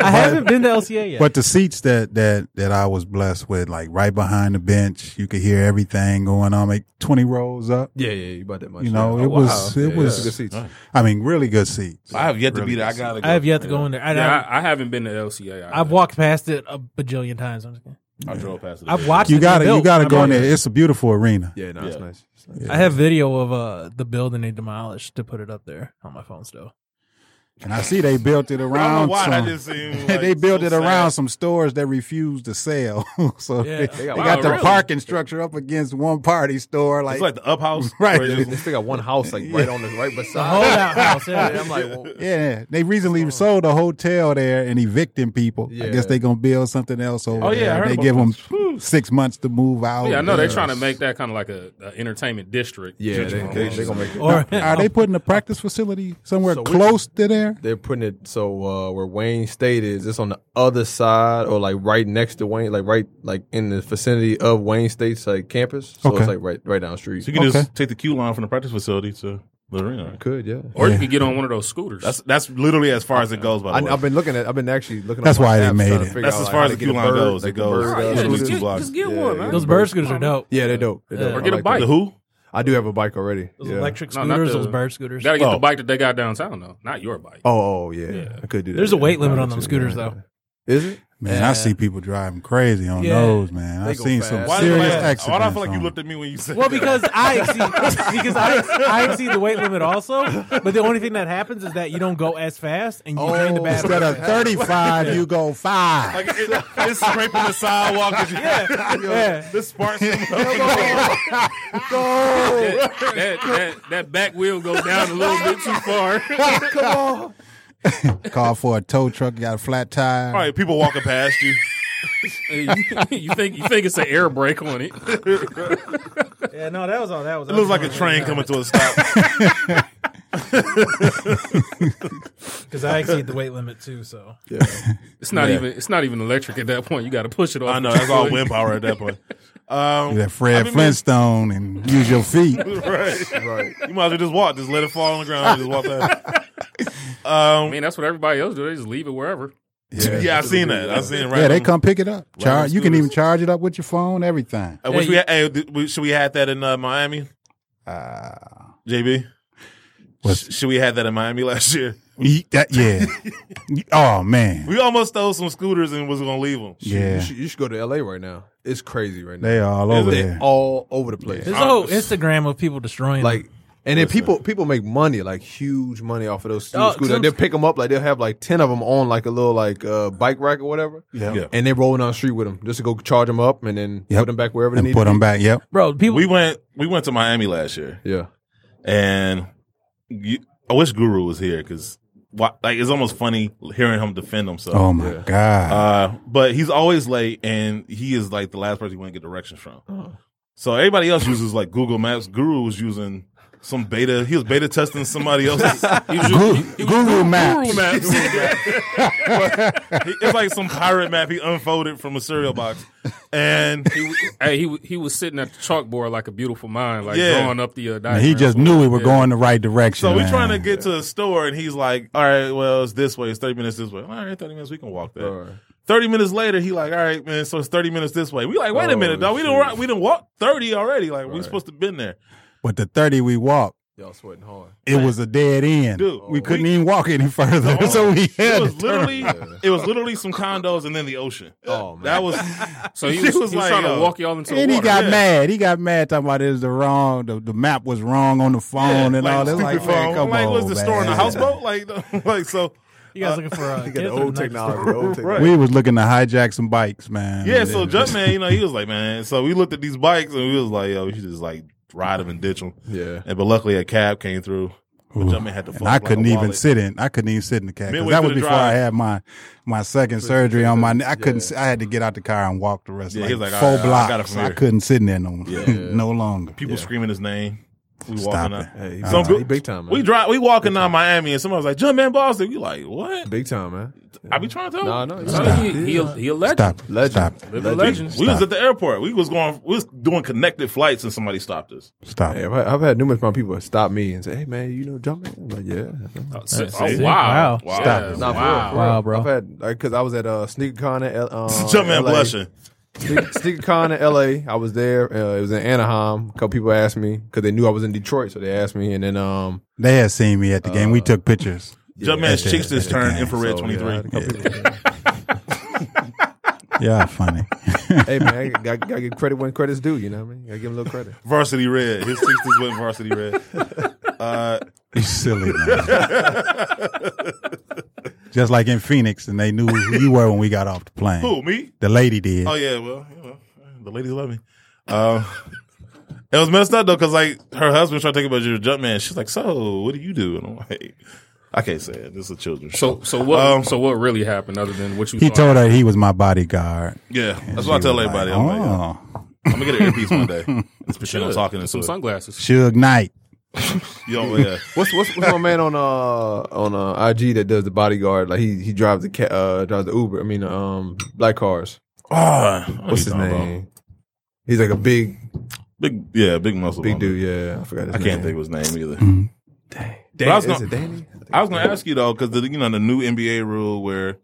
[SPEAKER 5] I haven't been to LCA yet.
[SPEAKER 6] But the seats that that that I was blessed with, like right behind the bench, you could hear everything going on, like twenty rows up.
[SPEAKER 7] Yeah, yeah. You bought that much.
[SPEAKER 6] You know, it was- it was-
[SPEAKER 7] good seats.
[SPEAKER 6] I mean, really good seats.
[SPEAKER 3] I have yet to be there. I gotta go.
[SPEAKER 5] I have yet to go in there. I,
[SPEAKER 4] Yeah, I, I haven't been to LCA.
[SPEAKER 5] I, have walked past it a bajillion times. I'm just kidding.
[SPEAKER 3] I drove past it.
[SPEAKER 5] I've watched.
[SPEAKER 6] You
[SPEAKER 5] it be
[SPEAKER 6] gotta you
[SPEAKER 5] built.
[SPEAKER 6] gotta
[SPEAKER 5] I
[SPEAKER 6] go in
[SPEAKER 5] mean,
[SPEAKER 6] there. It's a beautiful arena.
[SPEAKER 7] Yeah, no, it's
[SPEAKER 3] Yeah.
[SPEAKER 7] nice. It's nice.
[SPEAKER 5] I have video of uh the building they demolished to put it up there on my phone still.
[SPEAKER 6] And I see they built it
[SPEAKER 3] I don't know
[SPEAKER 6] around.
[SPEAKER 3] why that
[SPEAKER 6] Some,
[SPEAKER 3] just seemed
[SPEAKER 6] they
[SPEAKER 3] like,
[SPEAKER 6] built
[SPEAKER 3] so
[SPEAKER 6] it around
[SPEAKER 3] sad.
[SPEAKER 6] some stores that refused to sell,
[SPEAKER 5] Yeah.
[SPEAKER 6] so they,
[SPEAKER 5] They
[SPEAKER 7] got-
[SPEAKER 6] they got
[SPEAKER 4] wow,
[SPEAKER 6] the
[SPEAKER 4] really?
[SPEAKER 6] parking structure up against one party store.
[SPEAKER 3] It's like the up house,
[SPEAKER 6] Right.
[SPEAKER 3] where it's
[SPEAKER 7] They still got one house like right on the right
[SPEAKER 5] The whole
[SPEAKER 7] beside.
[SPEAKER 5] outhouse.
[SPEAKER 7] Yeah,
[SPEAKER 5] Yeah.
[SPEAKER 7] I'm like, well,
[SPEAKER 6] Yeah, they recently sold a hotel there and evicting people. I
[SPEAKER 7] Yeah.
[SPEAKER 6] guess they gonna build something else over
[SPEAKER 3] Oh, yeah, I
[SPEAKER 6] there.
[SPEAKER 3] heard
[SPEAKER 6] they
[SPEAKER 3] about
[SPEAKER 6] give them
[SPEAKER 3] this. Whew.
[SPEAKER 6] six months to move out.
[SPEAKER 4] Yeah, I know they're trying to make that kind of like a, a entertainment district.
[SPEAKER 7] yeah, they, they,
[SPEAKER 4] Gentrification.
[SPEAKER 7] they gonna make it.
[SPEAKER 5] Or
[SPEAKER 6] Are they putting a practice facility somewhere
[SPEAKER 7] So we-
[SPEAKER 6] close to there?
[SPEAKER 7] They're putting it so uh, where Wayne State is, it's on the other side or like right next to Wayne, like right like in the vicinity of Wayne State's like campus. So
[SPEAKER 6] Okay.
[SPEAKER 7] it's like right right down the street.
[SPEAKER 3] So you can
[SPEAKER 6] Okay.
[SPEAKER 3] just take the queue line from the practice facility to the arena.
[SPEAKER 7] could, yeah.
[SPEAKER 4] Or you could get on one of those scooters.
[SPEAKER 3] That's that's literally as far as it goes. By
[SPEAKER 7] I,
[SPEAKER 3] the way,
[SPEAKER 7] I've been looking at. I've been actually looking.
[SPEAKER 6] That's
[SPEAKER 7] on
[SPEAKER 6] why they
[SPEAKER 7] apps
[SPEAKER 6] made
[SPEAKER 7] trying to
[SPEAKER 6] it.
[SPEAKER 7] figure
[SPEAKER 3] That's
[SPEAKER 7] out,
[SPEAKER 3] as far as
[SPEAKER 7] how to
[SPEAKER 3] the
[SPEAKER 7] get
[SPEAKER 3] queue
[SPEAKER 7] a
[SPEAKER 3] line
[SPEAKER 7] bird,
[SPEAKER 3] goes.
[SPEAKER 7] like
[SPEAKER 3] It
[SPEAKER 7] a
[SPEAKER 3] goes.
[SPEAKER 7] bird, uh,
[SPEAKER 3] It's
[SPEAKER 4] yeah,
[SPEAKER 3] literally
[SPEAKER 4] just
[SPEAKER 3] two
[SPEAKER 4] get-
[SPEAKER 3] blocks.
[SPEAKER 4] just get
[SPEAKER 7] Yeah,
[SPEAKER 4] one.
[SPEAKER 7] yeah.
[SPEAKER 4] man.
[SPEAKER 5] those bird scooters are dope.
[SPEAKER 7] Yeah, they dope. They dope.
[SPEAKER 5] Yeah.
[SPEAKER 3] Or
[SPEAKER 7] I
[SPEAKER 3] get a
[SPEAKER 7] like
[SPEAKER 3] bike.
[SPEAKER 7] that.
[SPEAKER 3] The who?
[SPEAKER 7] I do have a bike already.
[SPEAKER 5] Those
[SPEAKER 7] yeah.
[SPEAKER 5] electric
[SPEAKER 4] No,
[SPEAKER 5] scooters.
[SPEAKER 4] not the-
[SPEAKER 5] those bird scooters.
[SPEAKER 4] Gotta get
[SPEAKER 3] Oh.
[SPEAKER 4] the bike that they got downtown though, not your bike.
[SPEAKER 7] Oh, oh yeah.
[SPEAKER 4] Yeah.
[SPEAKER 7] I could do that.
[SPEAKER 5] There's a weight
[SPEAKER 7] Yeah.
[SPEAKER 5] limit
[SPEAKER 7] Yeah,
[SPEAKER 5] on them
[SPEAKER 7] yeah.
[SPEAKER 5] scooters, though.
[SPEAKER 7] Is it?
[SPEAKER 6] Man,
[SPEAKER 5] Yeah.
[SPEAKER 6] I see people driving crazy on
[SPEAKER 5] Yeah.
[SPEAKER 6] those. Man,
[SPEAKER 7] They
[SPEAKER 6] I've
[SPEAKER 7] go
[SPEAKER 6] seen
[SPEAKER 7] fast.
[SPEAKER 6] some
[SPEAKER 3] Why,
[SPEAKER 6] serious
[SPEAKER 3] why,
[SPEAKER 6] accidents. um,
[SPEAKER 3] why do I feel like you
[SPEAKER 6] on-
[SPEAKER 3] looked at me when you said
[SPEAKER 5] Well,
[SPEAKER 3] that?
[SPEAKER 5] because I exceed because I, ex- I exceed the weight limit also. But the only thing that happens is that you don't go as fast and you drain the
[SPEAKER 7] Oh,
[SPEAKER 5] battery.
[SPEAKER 6] instead of thirty-five, you go five.
[SPEAKER 3] like it, it's scraping the sidewalk. It's, yeah,
[SPEAKER 5] yeah.
[SPEAKER 3] the sparks.
[SPEAKER 4] That, that, that back wheel goes down a little bit too far.
[SPEAKER 6] Call for a tow truck. Got a flat tire.
[SPEAKER 3] All right, people walking past you.
[SPEAKER 4] you think you think it's an air brake on it?
[SPEAKER 5] Yeah, no, that was all. That was.
[SPEAKER 3] It looks like a train coming to a stop.
[SPEAKER 5] because I exceed the weight limit too. So
[SPEAKER 4] It's not even it's not even electric at that point. You got to push it off.
[SPEAKER 3] I know that's all wind power at that point. Um,
[SPEAKER 6] Do that Fred Flintstone and use your feet.
[SPEAKER 3] right.
[SPEAKER 7] Right.
[SPEAKER 3] You might as well just walk. Just let it fall on the ground. And just walk past.
[SPEAKER 4] I
[SPEAKER 3] Um,
[SPEAKER 4] mean, that's what everybody else do. They just leave it wherever.
[SPEAKER 3] yeah, I've seen that. I've seen it. Right
[SPEAKER 6] yeah, they
[SPEAKER 3] on-
[SPEAKER 6] come pick it up. Charge. You can
[SPEAKER 3] scooters.
[SPEAKER 6] even charge it up with your phone. Everything.
[SPEAKER 3] I wish
[SPEAKER 5] Hey,
[SPEAKER 3] we
[SPEAKER 5] you-
[SPEAKER 3] had. Hey, did we- should we had that in uh, Miami? JB,
[SPEAKER 6] What's-
[SPEAKER 3] Sh- should we had that in Miami last year?
[SPEAKER 6] Ye- that- yeah. oh man.
[SPEAKER 3] We almost stole some scooters and was gonna leave them.
[SPEAKER 6] Yeah.
[SPEAKER 7] You, should, you should go to LA right now. It's crazy right now.
[SPEAKER 6] They are all
[SPEAKER 7] It's-
[SPEAKER 6] over
[SPEAKER 7] they
[SPEAKER 6] there.
[SPEAKER 7] all over the place.
[SPEAKER 5] there's a whole Instagram of people destroying.
[SPEAKER 7] Like,
[SPEAKER 5] them.
[SPEAKER 7] and then people people make money, like huge money off of those
[SPEAKER 5] Oh,
[SPEAKER 7] scooters.
[SPEAKER 5] some-
[SPEAKER 7] They'll pick them up, like they'll have like ten of them on like a little like uh, bike rack or whatever,
[SPEAKER 3] Yeah.
[SPEAKER 7] and they're rolling down the street with them just to go charge them up and then
[SPEAKER 6] Yep.
[SPEAKER 7] put them back wherever they
[SPEAKER 6] and
[SPEAKER 7] need.
[SPEAKER 6] put
[SPEAKER 7] to
[SPEAKER 6] them back. Yep.
[SPEAKER 5] bro, people.
[SPEAKER 3] We went. We went to Miami last year,
[SPEAKER 7] be. Yeah,
[SPEAKER 3] and you, I wish Guru was here because like it's almost funny hearing him defend himself.
[SPEAKER 6] Oh my god.
[SPEAKER 3] Uh, but he's always late, and he is like the last person you want to get directions from.
[SPEAKER 5] Uh-huh.
[SPEAKER 3] So everybody else uses like Google Maps. Guru was using some beta. He was beta testing somebody else's. Uh, He was using-
[SPEAKER 6] Guru, Guru Maps.
[SPEAKER 3] He- it's like some pirate map he unfolded from a cereal box, and
[SPEAKER 4] He, w- hey, he w- he was sitting at the chalkboard like a beautiful mind, like
[SPEAKER 3] Yeah.
[SPEAKER 4] drawing up the uh, diagram.
[SPEAKER 6] And he just knew we were
[SPEAKER 4] Yeah.
[SPEAKER 6] going the right direction.
[SPEAKER 3] so we're
[SPEAKER 6] man.
[SPEAKER 3] trying to get to a store, and he's like, "All right, well, it's this way. It's thirty minutes this way. All right, thirty minutes. We can walk there."
[SPEAKER 7] All right.
[SPEAKER 3] Thirty minutes later, he like, "All right, man. So it's thirty minutes this way." We like, "Wait a
[SPEAKER 7] Oh,
[SPEAKER 3] minute, dog. We didn't
[SPEAKER 7] shoot.
[SPEAKER 3] we didn't walk thirty already. Like we supposed to been there."
[SPEAKER 6] But the thirty we walked
[SPEAKER 7] Y'all sweating hard.
[SPEAKER 6] It was a dead end.
[SPEAKER 3] Dude, Oh,
[SPEAKER 6] we couldn't even walk any further, so we
[SPEAKER 3] It
[SPEAKER 6] had.
[SPEAKER 3] was
[SPEAKER 6] to turn.
[SPEAKER 3] literally, it was literally some condos and then the ocean.
[SPEAKER 7] Oh, man.
[SPEAKER 3] That was
[SPEAKER 4] So he was,
[SPEAKER 3] She was
[SPEAKER 4] he was
[SPEAKER 3] like,
[SPEAKER 4] trying to
[SPEAKER 3] yo.
[SPEAKER 4] walk y'all into the
[SPEAKER 6] And he
[SPEAKER 4] water.
[SPEAKER 6] got mad. He got mad talking about it was the wrong. The, the map was wrong on the phone and
[SPEAKER 3] like,
[SPEAKER 6] all that.
[SPEAKER 3] stupid
[SPEAKER 6] Like, man,
[SPEAKER 3] phone.
[SPEAKER 6] come
[SPEAKER 3] like,
[SPEAKER 6] on,
[SPEAKER 3] was the
[SPEAKER 6] man.
[SPEAKER 3] store in the houseboat? Like, like so.
[SPEAKER 5] You guys looking for uh, a
[SPEAKER 7] You got the old technology. the old technology.
[SPEAKER 6] We was looking to hijack some bikes, man.
[SPEAKER 3] Yeah, so Jumpman, you know, he was like, man. So we looked at these bikes and we was like, yo, we should just like ride them and ditch them.
[SPEAKER 7] Yeah.
[SPEAKER 3] And but luckly a cab came through. But
[SPEAKER 6] Ooh.
[SPEAKER 3] Jumpman had to.
[SPEAKER 6] And
[SPEAKER 3] fuck
[SPEAKER 6] I
[SPEAKER 3] like a
[SPEAKER 6] couldn't even
[SPEAKER 3] wallet.
[SPEAKER 6] sit in. I couldn't even sit in the cab. 'cause
[SPEAKER 3] Midway
[SPEAKER 6] That
[SPEAKER 3] through
[SPEAKER 6] was
[SPEAKER 3] the
[SPEAKER 6] before
[SPEAKER 3] drive.
[SPEAKER 6] I had my my second surgery on my. knee. I couldn't.
[SPEAKER 7] Yeah.
[SPEAKER 6] sit- I had to get out the car and walk the rest.
[SPEAKER 3] Yeah,
[SPEAKER 6] of
[SPEAKER 3] he
[SPEAKER 6] like,
[SPEAKER 3] was like,
[SPEAKER 6] four
[SPEAKER 3] "All right, I got it
[SPEAKER 6] blocks.
[SPEAKER 3] from
[SPEAKER 6] I,
[SPEAKER 3] here."
[SPEAKER 6] couldn't sit in there no
[SPEAKER 7] Yeah.
[SPEAKER 6] no longer.
[SPEAKER 3] People screaming his name. We
[SPEAKER 6] Stop
[SPEAKER 3] walking
[SPEAKER 6] it.
[SPEAKER 3] out.
[SPEAKER 7] Hey, he,
[SPEAKER 3] Some
[SPEAKER 7] big,
[SPEAKER 3] good-
[SPEAKER 7] he big time. Man.
[SPEAKER 3] We drive. We walking down Miami and somebody was like, Jumpman Boston. We like, what?
[SPEAKER 7] Big time, man.
[SPEAKER 3] I be trying to tell.
[SPEAKER 7] No,
[SPEAKER 3] him.
[SPEAKER 7] no. you
[SPEAKER 4] So
[SPEAKER 7] right.
[SPEAKER 4] he, he, a- he a legend.
[SPEAKER 6] Stop.
[SPEAKER 7] Legend.
[SPEAKER 6] Stop.
[SPEAKER 4] Living
[SPEAKER 7] Legend.
[SPEAKER 4] legend.
[SPEAKER 3] We was at the airport. We was going. We was doing connected flights, and somebody stopped us.
[SPEAKER 6] Stop.
[SPEAKER 7] Hey, I've, had- I've had numerous amount of people stop me and say, "Hey, man, you know, jump in." I'm like, yeah.
[SPEAKER 4] So-
[SPEAKER 5] That's
[SPEAKER 4] oh,
[SPEAKER 5] it.
[SPEAKER 4] wow.
[SPEAKER 5] Wow.
[SPEAKER 4] Yeah,
[SPEAKER 6] Stop it.
[SPEAKER 7] Nah, for real, for
[SPEAKER 4] Wow.
[SPEAKER 7] real.
[SPEAKER 5] Wow, bro.
[SPEAKER 7] I've had because I was at uh, sneaker con at uh,
[SPEAKER 3] Jumpman
[SPEAKER 7] LA.
[SPEAKER 3] blushing.
[SPEAKER 7] Sneak- Sneaker con in LA. I was there. Uh, it was in Anaheim. A couple people asked me because they knew I was in Detroit, so they asked me. And then um,
[SPEAKER 6] They had seen me at the game.
[SPEAKER 3] uh,
[SPEAKER 6] We took pictures.
[SPEAKER 3] Jumpman's
[SPEAKER 6] Yeah.
[SPEAKER 3] cheeks just turned
[SPEAKER 6] Yeah.
[SPEAKER 3] infrared
[SPEAKER 7] so,
[SPEAKER 3] twenty
[SPEAKER 7] yeah, I had a
[SPEAKER 3] three.
[SPEAKER 7] couple people-
[SPEAKER 6] Yeah, funny.
[SPEAKER 7] hey man, I gotta, gotta give credit when credit's due. You know what I mean? Gotta give him a little credit.
[SPEAKER 3] Varsity red. His cheeks just went varsity red.
[SPEAKER 6] You silly man. Just like in Phoenix, and they knew who you were when we got off the plane.
[SPEAKER 3] Who me?
[SPEAKER 6] The lady did.
[SPEAKER 3] Oh yeah, well, you know, the ladies love me. Um, it was messed up though, cause like her husband tried to take about your jump man. She's like, "So, what do you do?" And I'm like, "I can't say it. This is a children's show."
[SPEAKER 4] So so what
[SPEAKER 3] Um,
[SPEAKER 4] so what really happened other than what you
[SPEAKER 6] He
[SPEAKER 4] thought?
[SPEAKER 6] told her he was my bodyguard.
[SPEAKER 3] Yeah, Oh, that's what I
[SPEAKER 6] She
[SPEAKER 3] tell
[SPEAKER 6] was like,
[SPEAKER 3] everybody. I'm, like, uh,
[SPEAKER 6] oh,
[SPEAKER 3] I'm gonna get an earpiece one day. It's pretend I'm
[SPEAKER 4] Good.
[SPEAKER 3] talking
[SPEAKER 4] some
[SPEAKER 3] into it.
[SPEAKER 4] sunglasses.
[SPEAKER 6] Suge Knight.
[SPEAKER 3] Yo, yeah.
[SPEAKER 7] What's what's, what's my man on uh on uh, IG that does the bodyguard? Like he he drives the ca- uh drives the Uber. I mean um black cars.
[SPEAKER 3] Ah, what
[SPEAKER 7] What's
[SPEAKER 3] you
[SPEAKER 7] his
[SPEAKER 3] talking about?
[SPEAKER 7] name? He's like a big
[SPEAKER 3] Big, yeah, big muscle,
[SPEAKER 7] big
[SPEAKER 3] on
[SPEAKER 7] dude.
[SPEAKER 3] it.
[SPEAKER 7] Yeah, I forgot. His
[SPEAKER 3] I
[SPEAKER 7] name.
[SPEAKER 3] can't think of his name either.
[SPEAKER 7] Danny,
[SPEAKER 3] I was
[SPEAKER 7] is
[SPEAKER 3] gonna-
[SPEAKER 7] it Danny? I think
[SPEAKER 3] I was
[SPEAKER 7] it's
[SPEAKER 3] gonna
[SPEAKER 7] Danny.
[SPEAKER 3] ask you though, because you know the new NBA rule where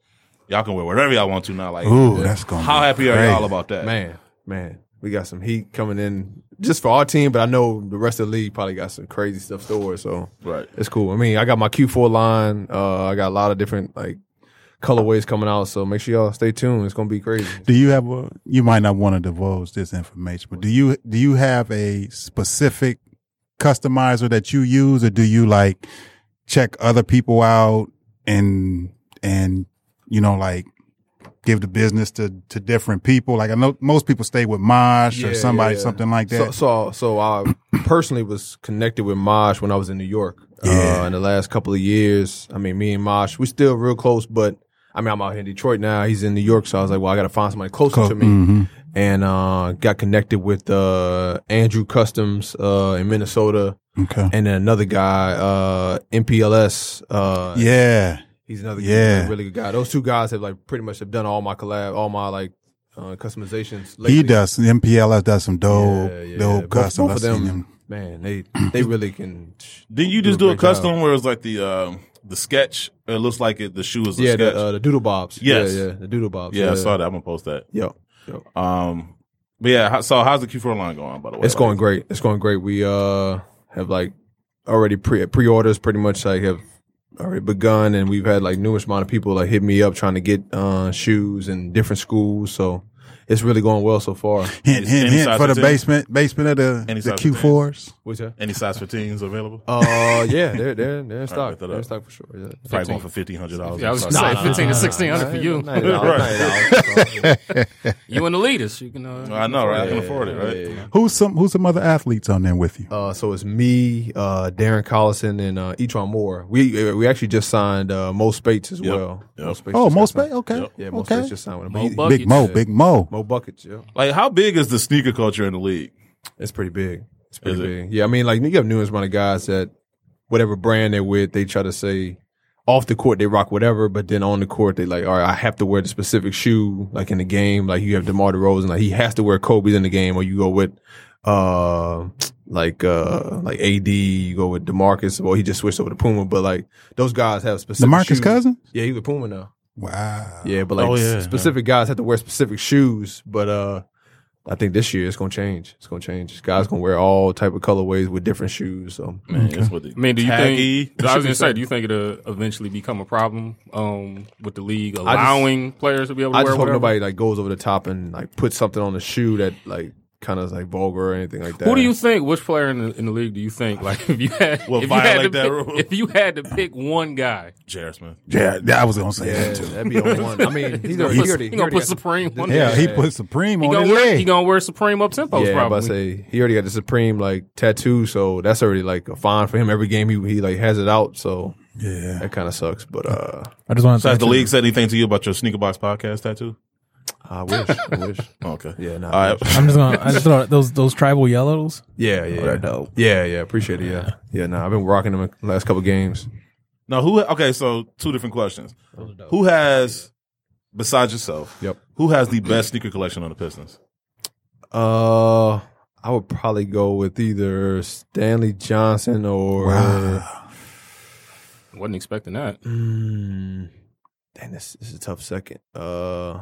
[SPEAKER 3] y'all can wear whatever y'all want to now. Like,
[SPEAKER 6] Ooh, that's going.
[SPEAKER 3] how happy are y'all about that?
[SPEAKER 7] Man, man, we got some heat coming in just for our team, but I know the rest of the league probably got some crazy stuff stored, so
[SPEAKER 3] Right.
[SPEAKER 7] it's cool. I mean, I got my Q4 line. Uh, I got a lot of different like colorways coming out, so make sure y'all stay tuned. It's gonna be crazy.
[SPEAKER 6] Do you have a? You might not want to divulge this information, but do you do you have a specific customizer that you use, or do you like check other people out and and you know like give the business to to different people? Like I know most people stay with Mosh
[SPEAKER 7] Yeah,
[SPEAKER 6] or somebody,
[SPEAKER 7] yeah.
[SPEAKER 6] something like that.
[SPEAKER 7] So, so, so I personally was connected with Maj when I was in New York.
[SPEAKER 6] Yeah.
[SPEAKER 7] Uh, in the last couple of years, I mean, me and Maj, we still real close, but I mean, I'm out here in Detroit now. He's in New York, so I was like, well, I got to find somebody closer
[SPEAKER 6] Cool.
[SPEAKER 7] to me,
[SPEAKER 6] Mhm.
[SPEAKER 7] and uh, got connected with uh, Andrew Customs uh, in Minnesota,
[SPEAKER 6] okay.
[SPEAKER 7] and then another guy, uh, MPLS. Uh,
[SPEAKER 6] yeah.
[SPEAKER 7] he's another
[SPEAKER 6] Yeah.
[SPEAKER 7] really good guy. Those two guys have like pretty much have done all my collab, all my like uh, customizations.
[SPEAKER 6] He
[SPEAKER 7] lately.
[SPEAKER 6] does. MPLS does some dope, dope
[SPEAKER 7] Both-
[SPEAKER 6] custom.
[SPEAKER 7] Both,
[SPEAKER 6] I've
[SPEAKER 7] of
[SPEAKER 6] seen
[SPEAKER 7] them,
[SPEAKER 6] him.
[SPEAKER 7] man, they they really can.
[SPEAKER 3] Didn't you just
[SPEAKER 7] Do
[SPEAKER 3] do
[SPEAKER 7] a
[SPEAKER 3] a
[SPEAKER 7] great
[SPEAKER 3] custom where it's like the um the sketch? It looks like it, the shoe is a
[SPEAKER 7] Yeah,
[SPEAKER 3] sketch.
[SPEAKER 7] the, uh, the doodle bobs.
[SPEAKER 3] Yes.
[SPEAKER 7] Yeah, yeah, the doodle bobs.
[SPEAKER 3] yeah, I saw that. I'm gonna post that.
[SPEAKER 7] Yo,
[SPEAKER 3] Um, but yeah, how- so how's the Q4 line going? By the way,
[SPEAKER 7] it's
[SPEAKER 3] Like,
[SPEAKER 7] going great. It's going great. We uh have like already pre pre orders pretty much like have already begun, and we've had like numerous amount of people like hit me up trying to get uh shoes and different schools. So it's really going well so far.
[SPEAKER 6] Hint,
[SPEAKER 3] Any-
[SPEAKER 6] hint,
[SPEAKER 3] any
[SPEAKER 6] hint
[SPEAKER 3] size
[SPEAKER 6] for the
[SPEAKER 3] of tin?
[SPEAKER 6] basement, basement of the,
[SPEAKER 3] Any
[SPEAKER 6] the
[SPEAKER 3] size of tin?
[SPEAKER 6] Q4s.
[SPEAKER 7] What's that?
[SPEAKER 3] Any size 15s available?
[SPEAKER 7] Uh yeah, they're they're they're in
[SPEAKER 3] Alright,
[SPEAKER 7] stock.
[SPEAKER 3] put that
[SPEAKER 7] They're in
[SPEAKER 3] up.
[SPEAKER 7] stock for sure. Yeah.
[SPEAKER 3] Probably going for fifteen hundred dollars.
[SPEAKER 4] Yeah, I was gonna say fifteen to sixteen hundred for you.
[SPEAKER 7] Ninety dollars, ninety dollars.
[SPEAKER 4] You and the leaders. You can. Uh,
[SPEAKER 3] I know, right? I can afford it, right?
[SPEAKER 6] Who's some Who's some other athletes on there with you?
[SPEAKER 7] Uh, so it's me, uh, Darren Collison, and uh, Etron Moore. We we actually just sigged uh, Mo Spates as well. Mo Spates
[SPEAKER 6] oh,
[SPEAKER 7] just got
[SPEAKER 6] Mo
[SPEAKER 7] signed.
[SPEAKER 6] Spade. Okay,
[SPEAKER 7] Yeah, Mo
[SPEAKER 6] okay.
[SPEAKER 7] Spates just signed with him.
[SPEAKER 4] Mo
[SPEAKER 7] He- he-
[SPEAKER 4] Buck-
[SPEAKER 6] Big Mo,
[SPEAKER 4] Buckets.
[SPEAKER 6] Big Mo.
[SPEAKER 7] Mo Buckets. Yeah,
[SPEAKER 3] Like, how big is the sneaker culture in the league?
[SPEAKER 7] it's pretty big. It's pretty
[SPEAKER 3] Is it?
[SPEAKER 7] big. Yeah, I mean, like you have numerous amount of guys that whatever brand they're with, they try to say off the court they rock whatever, but then on the court they like, all right, I have to wear the specific shoe. Like in the game, like you have Demar Derozan, like he has to wear Kobe's in the game, or you go with uh like uh like AD, you go with Demarcus, or he just switched over to Puma. But like those guys have specific.
[SPEAKER 6] DeMarcus
[SPEAKER 7] shoes.
[SPEAKER 6] Cousins?
[SPEAKER 7] Yeah, he's with Puma now.
[SPEAKER 6] Wow.
[SPEAKER 7] Yeah, but like
[SPEAKER 3] Oh, yeah.
[SPEAKER 7] s- specific guys have to wear specific shoes, but uh I think this year it's gonna change. It's gonna change. Guys gonna wear all type of colorways with different shoes. So
[SPEAKER 4] Mm-hmm.
[SPEAKER 3] Man, it's with the
[SPEAKER 4] I mean, do you
[SPEAKER 3] taggy.
[SPEAKER 4] think? I was gonna say, do you think it'll eventually become a problem um, with the league
[SPEAKER 7] just-
[SPEAKER 4] allowing players to be able to
[SPEAKER 7] I
[SPEAKER 4] wear
[SPEAKER 7] just hope
[SPEAKER 4] whatever?
[SPEAKER 7] nobody like goes over the top and like puts something on the shoe that like kind of like vulgar or anything like that.
[SPEAKER 4] Who do you think? Which player in the, in the league do you think? Like, if you had,
[SPEAKER 3] Will
[SPEAKER 4] if you had to
[SPEAKER 3] violate that
[SPEAKER 4] pick,
[SPEAKER 3] rule?
[SPEAKER 4] if you had to pick one guy,
[SPEAKER 3] Jared Smith.
[SPEAKER 6] Yeah, yeah, I was gonna say
[SPEAKER 7] Yeah,
[SPEAKER 6] that too.
[SPEAKER 7] that'd be on one. I mean, he's already, he already,
[SPEAKER 4] he
[SPEAKER 7] he
[SPEAKER 4] gonna
[SPEAKER 7] already
[SPEAKER 4] put
[SPEAKER 7] got,
[SPEAKER 4] Supreme. One
[SPEAKER 6] Yeah,
[SPEAKER 4] day.
[SPEAKER 6] he put Supreme
[SPEAKER 4] he
[SPEAKER 6] on
[SPEAKER 4] gonna
[SPEAKER 6] his
[SPEAKER 4] wear, he
[SPEAKER 6] leg.
[SPEAKER 4] gonna wear Supreme up tempos
[SPEAKER 7] yeah, I'm about to
[SPEAKER 4] probably.
[SPEAKER 7] say he already got the Supreme like tattoo, so that's already like a fine for him. Every game he he like has it out, so
[SPEAKER 6] Yeah,
[SPEAKER 7] that kind of sucks. But uh,
[SPEAKER 5] I just want
[SPEAKER 3] So
[SPEAKER 5] to
[SPEAKER 3] has the league said anything to you about your sneaker box podcast tattoo?
[SPEAKER 7] I wish, I wish.
[SPEAKER 3] Oh, okay.
[SPEAKER 7] Yeah, nah,
[SPEAKER 3] All right.
[SPEAKER 5] I'm just gonna. I just thought those those tribal yellows.
[SPEAKER 7] yeah, yeah,
[SPEAKER 5] They're dope.
[SPEAKER 7] yeah, yeah. Appreciate it. Yeah, yeah. Nah, I've been rocking them the last couple games.
[SPEAKER 3] Now who? Okay, so two different questions. Who has, besides yourself,
[SPEAKER 7] Yep.
[SPEAKER 3] who has the best sneaker collection on the Pistons?
[SPEAKER 7] Uh, I would probably go with either Stanley Johnson or.
[SPEAKER 4] Wasn't expecting that.
[SPEAKER 7] Mm, dang, this, this is a tough second. Uh,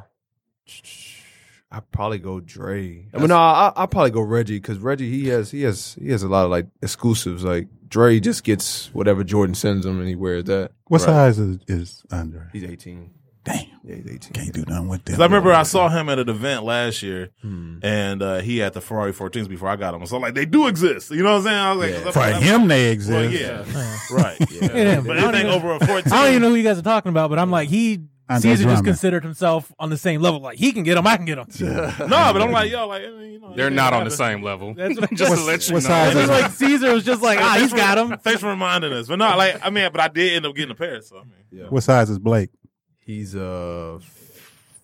[SPEAKER 7] I probably go Dre. I mean, no, I I probably go Reggie because Reggie he has he has he has a lot of like exclusives. Like Dre just gets whatever Jordan sends him, and he wears that.
[SPEAKER 6] what
[SPEAKER 7] Right.
[SPEAKER 6] size is, is under?
[SPEAKER 7] He's eighteen.
[SPEAKER 6] Damn,
[SPEAKER 7] Yeah, he's eighteen.
[SPEAKER 6] can't do nothing with
[SPEAKER 3] 'Cause
[SPEAKER 6] that.
[SPEAKER 3] I remember I saw him at an event last year,
[SPEAKER 7] Hmm.
[SPEAKER 3] and uh, he had the Ferrari 14s before I got them. So I'm like, they do exist. You know what I'm saying? I was like,
[SPEAKER 7] Yeah.
[SPEAKER 3] 'cause I'm
[SPEAKER 6] for
[SPEAKER 3] like,
[SPEAKER 6] him they
[SPEAKER 3] Well,
[SPEAKER 6] exist.
[SPEAKER 3] yeah, right.
[SPEAKER 5] Yeah,
[SPEAKER 3] But
[SPEAKER 5] I don't
[SPEAKER 3] anything
[SPEAKER 5] even-
[SPEAKER 3] over a 14,
[SPEAKER 5] I don't even know who you guys are talking about, but I'm like he.
[SPEAKER 6] Andre
[SPEAKER 5] Caesar just
[SPEAKER 6] Drummond.
[SPEAKER 5] considered himself on the same level. Like he can get him, I can get him.
[SPEAKER 3] no, but I'm like, yo, like, I mean, you know,
[SPEAKER 4] They're
[SPEAKER 3] anything
[SPEAKER 4] not on the
[SPEAKER 3] happens.
[SPEAKER 4] same level.
[SPEAKER 5] That's what-
[SPEAKER 4] Just to let you
[SPEAKER 6] what
[SPEAKER 4] know.
[SPEAKER 6] size
[SPEAKER 3] It
[SPEAKER 5] It's
[SPEAKER 3] is
[SPEAKER 5] just like Caesar was just like, ah,
[SPEAKER 3] Thanks
[SPEAKER 5] he's
[SPEAKER 3] for-
[SPEAKER 5] got him.
[SPEAKER 3] Thanks for reminding us. But no, like, I mean, but I did end up getting a pair. So I mean,
[SPEAKER 6] What size is Blake?
[SPEAKER 7] He's uh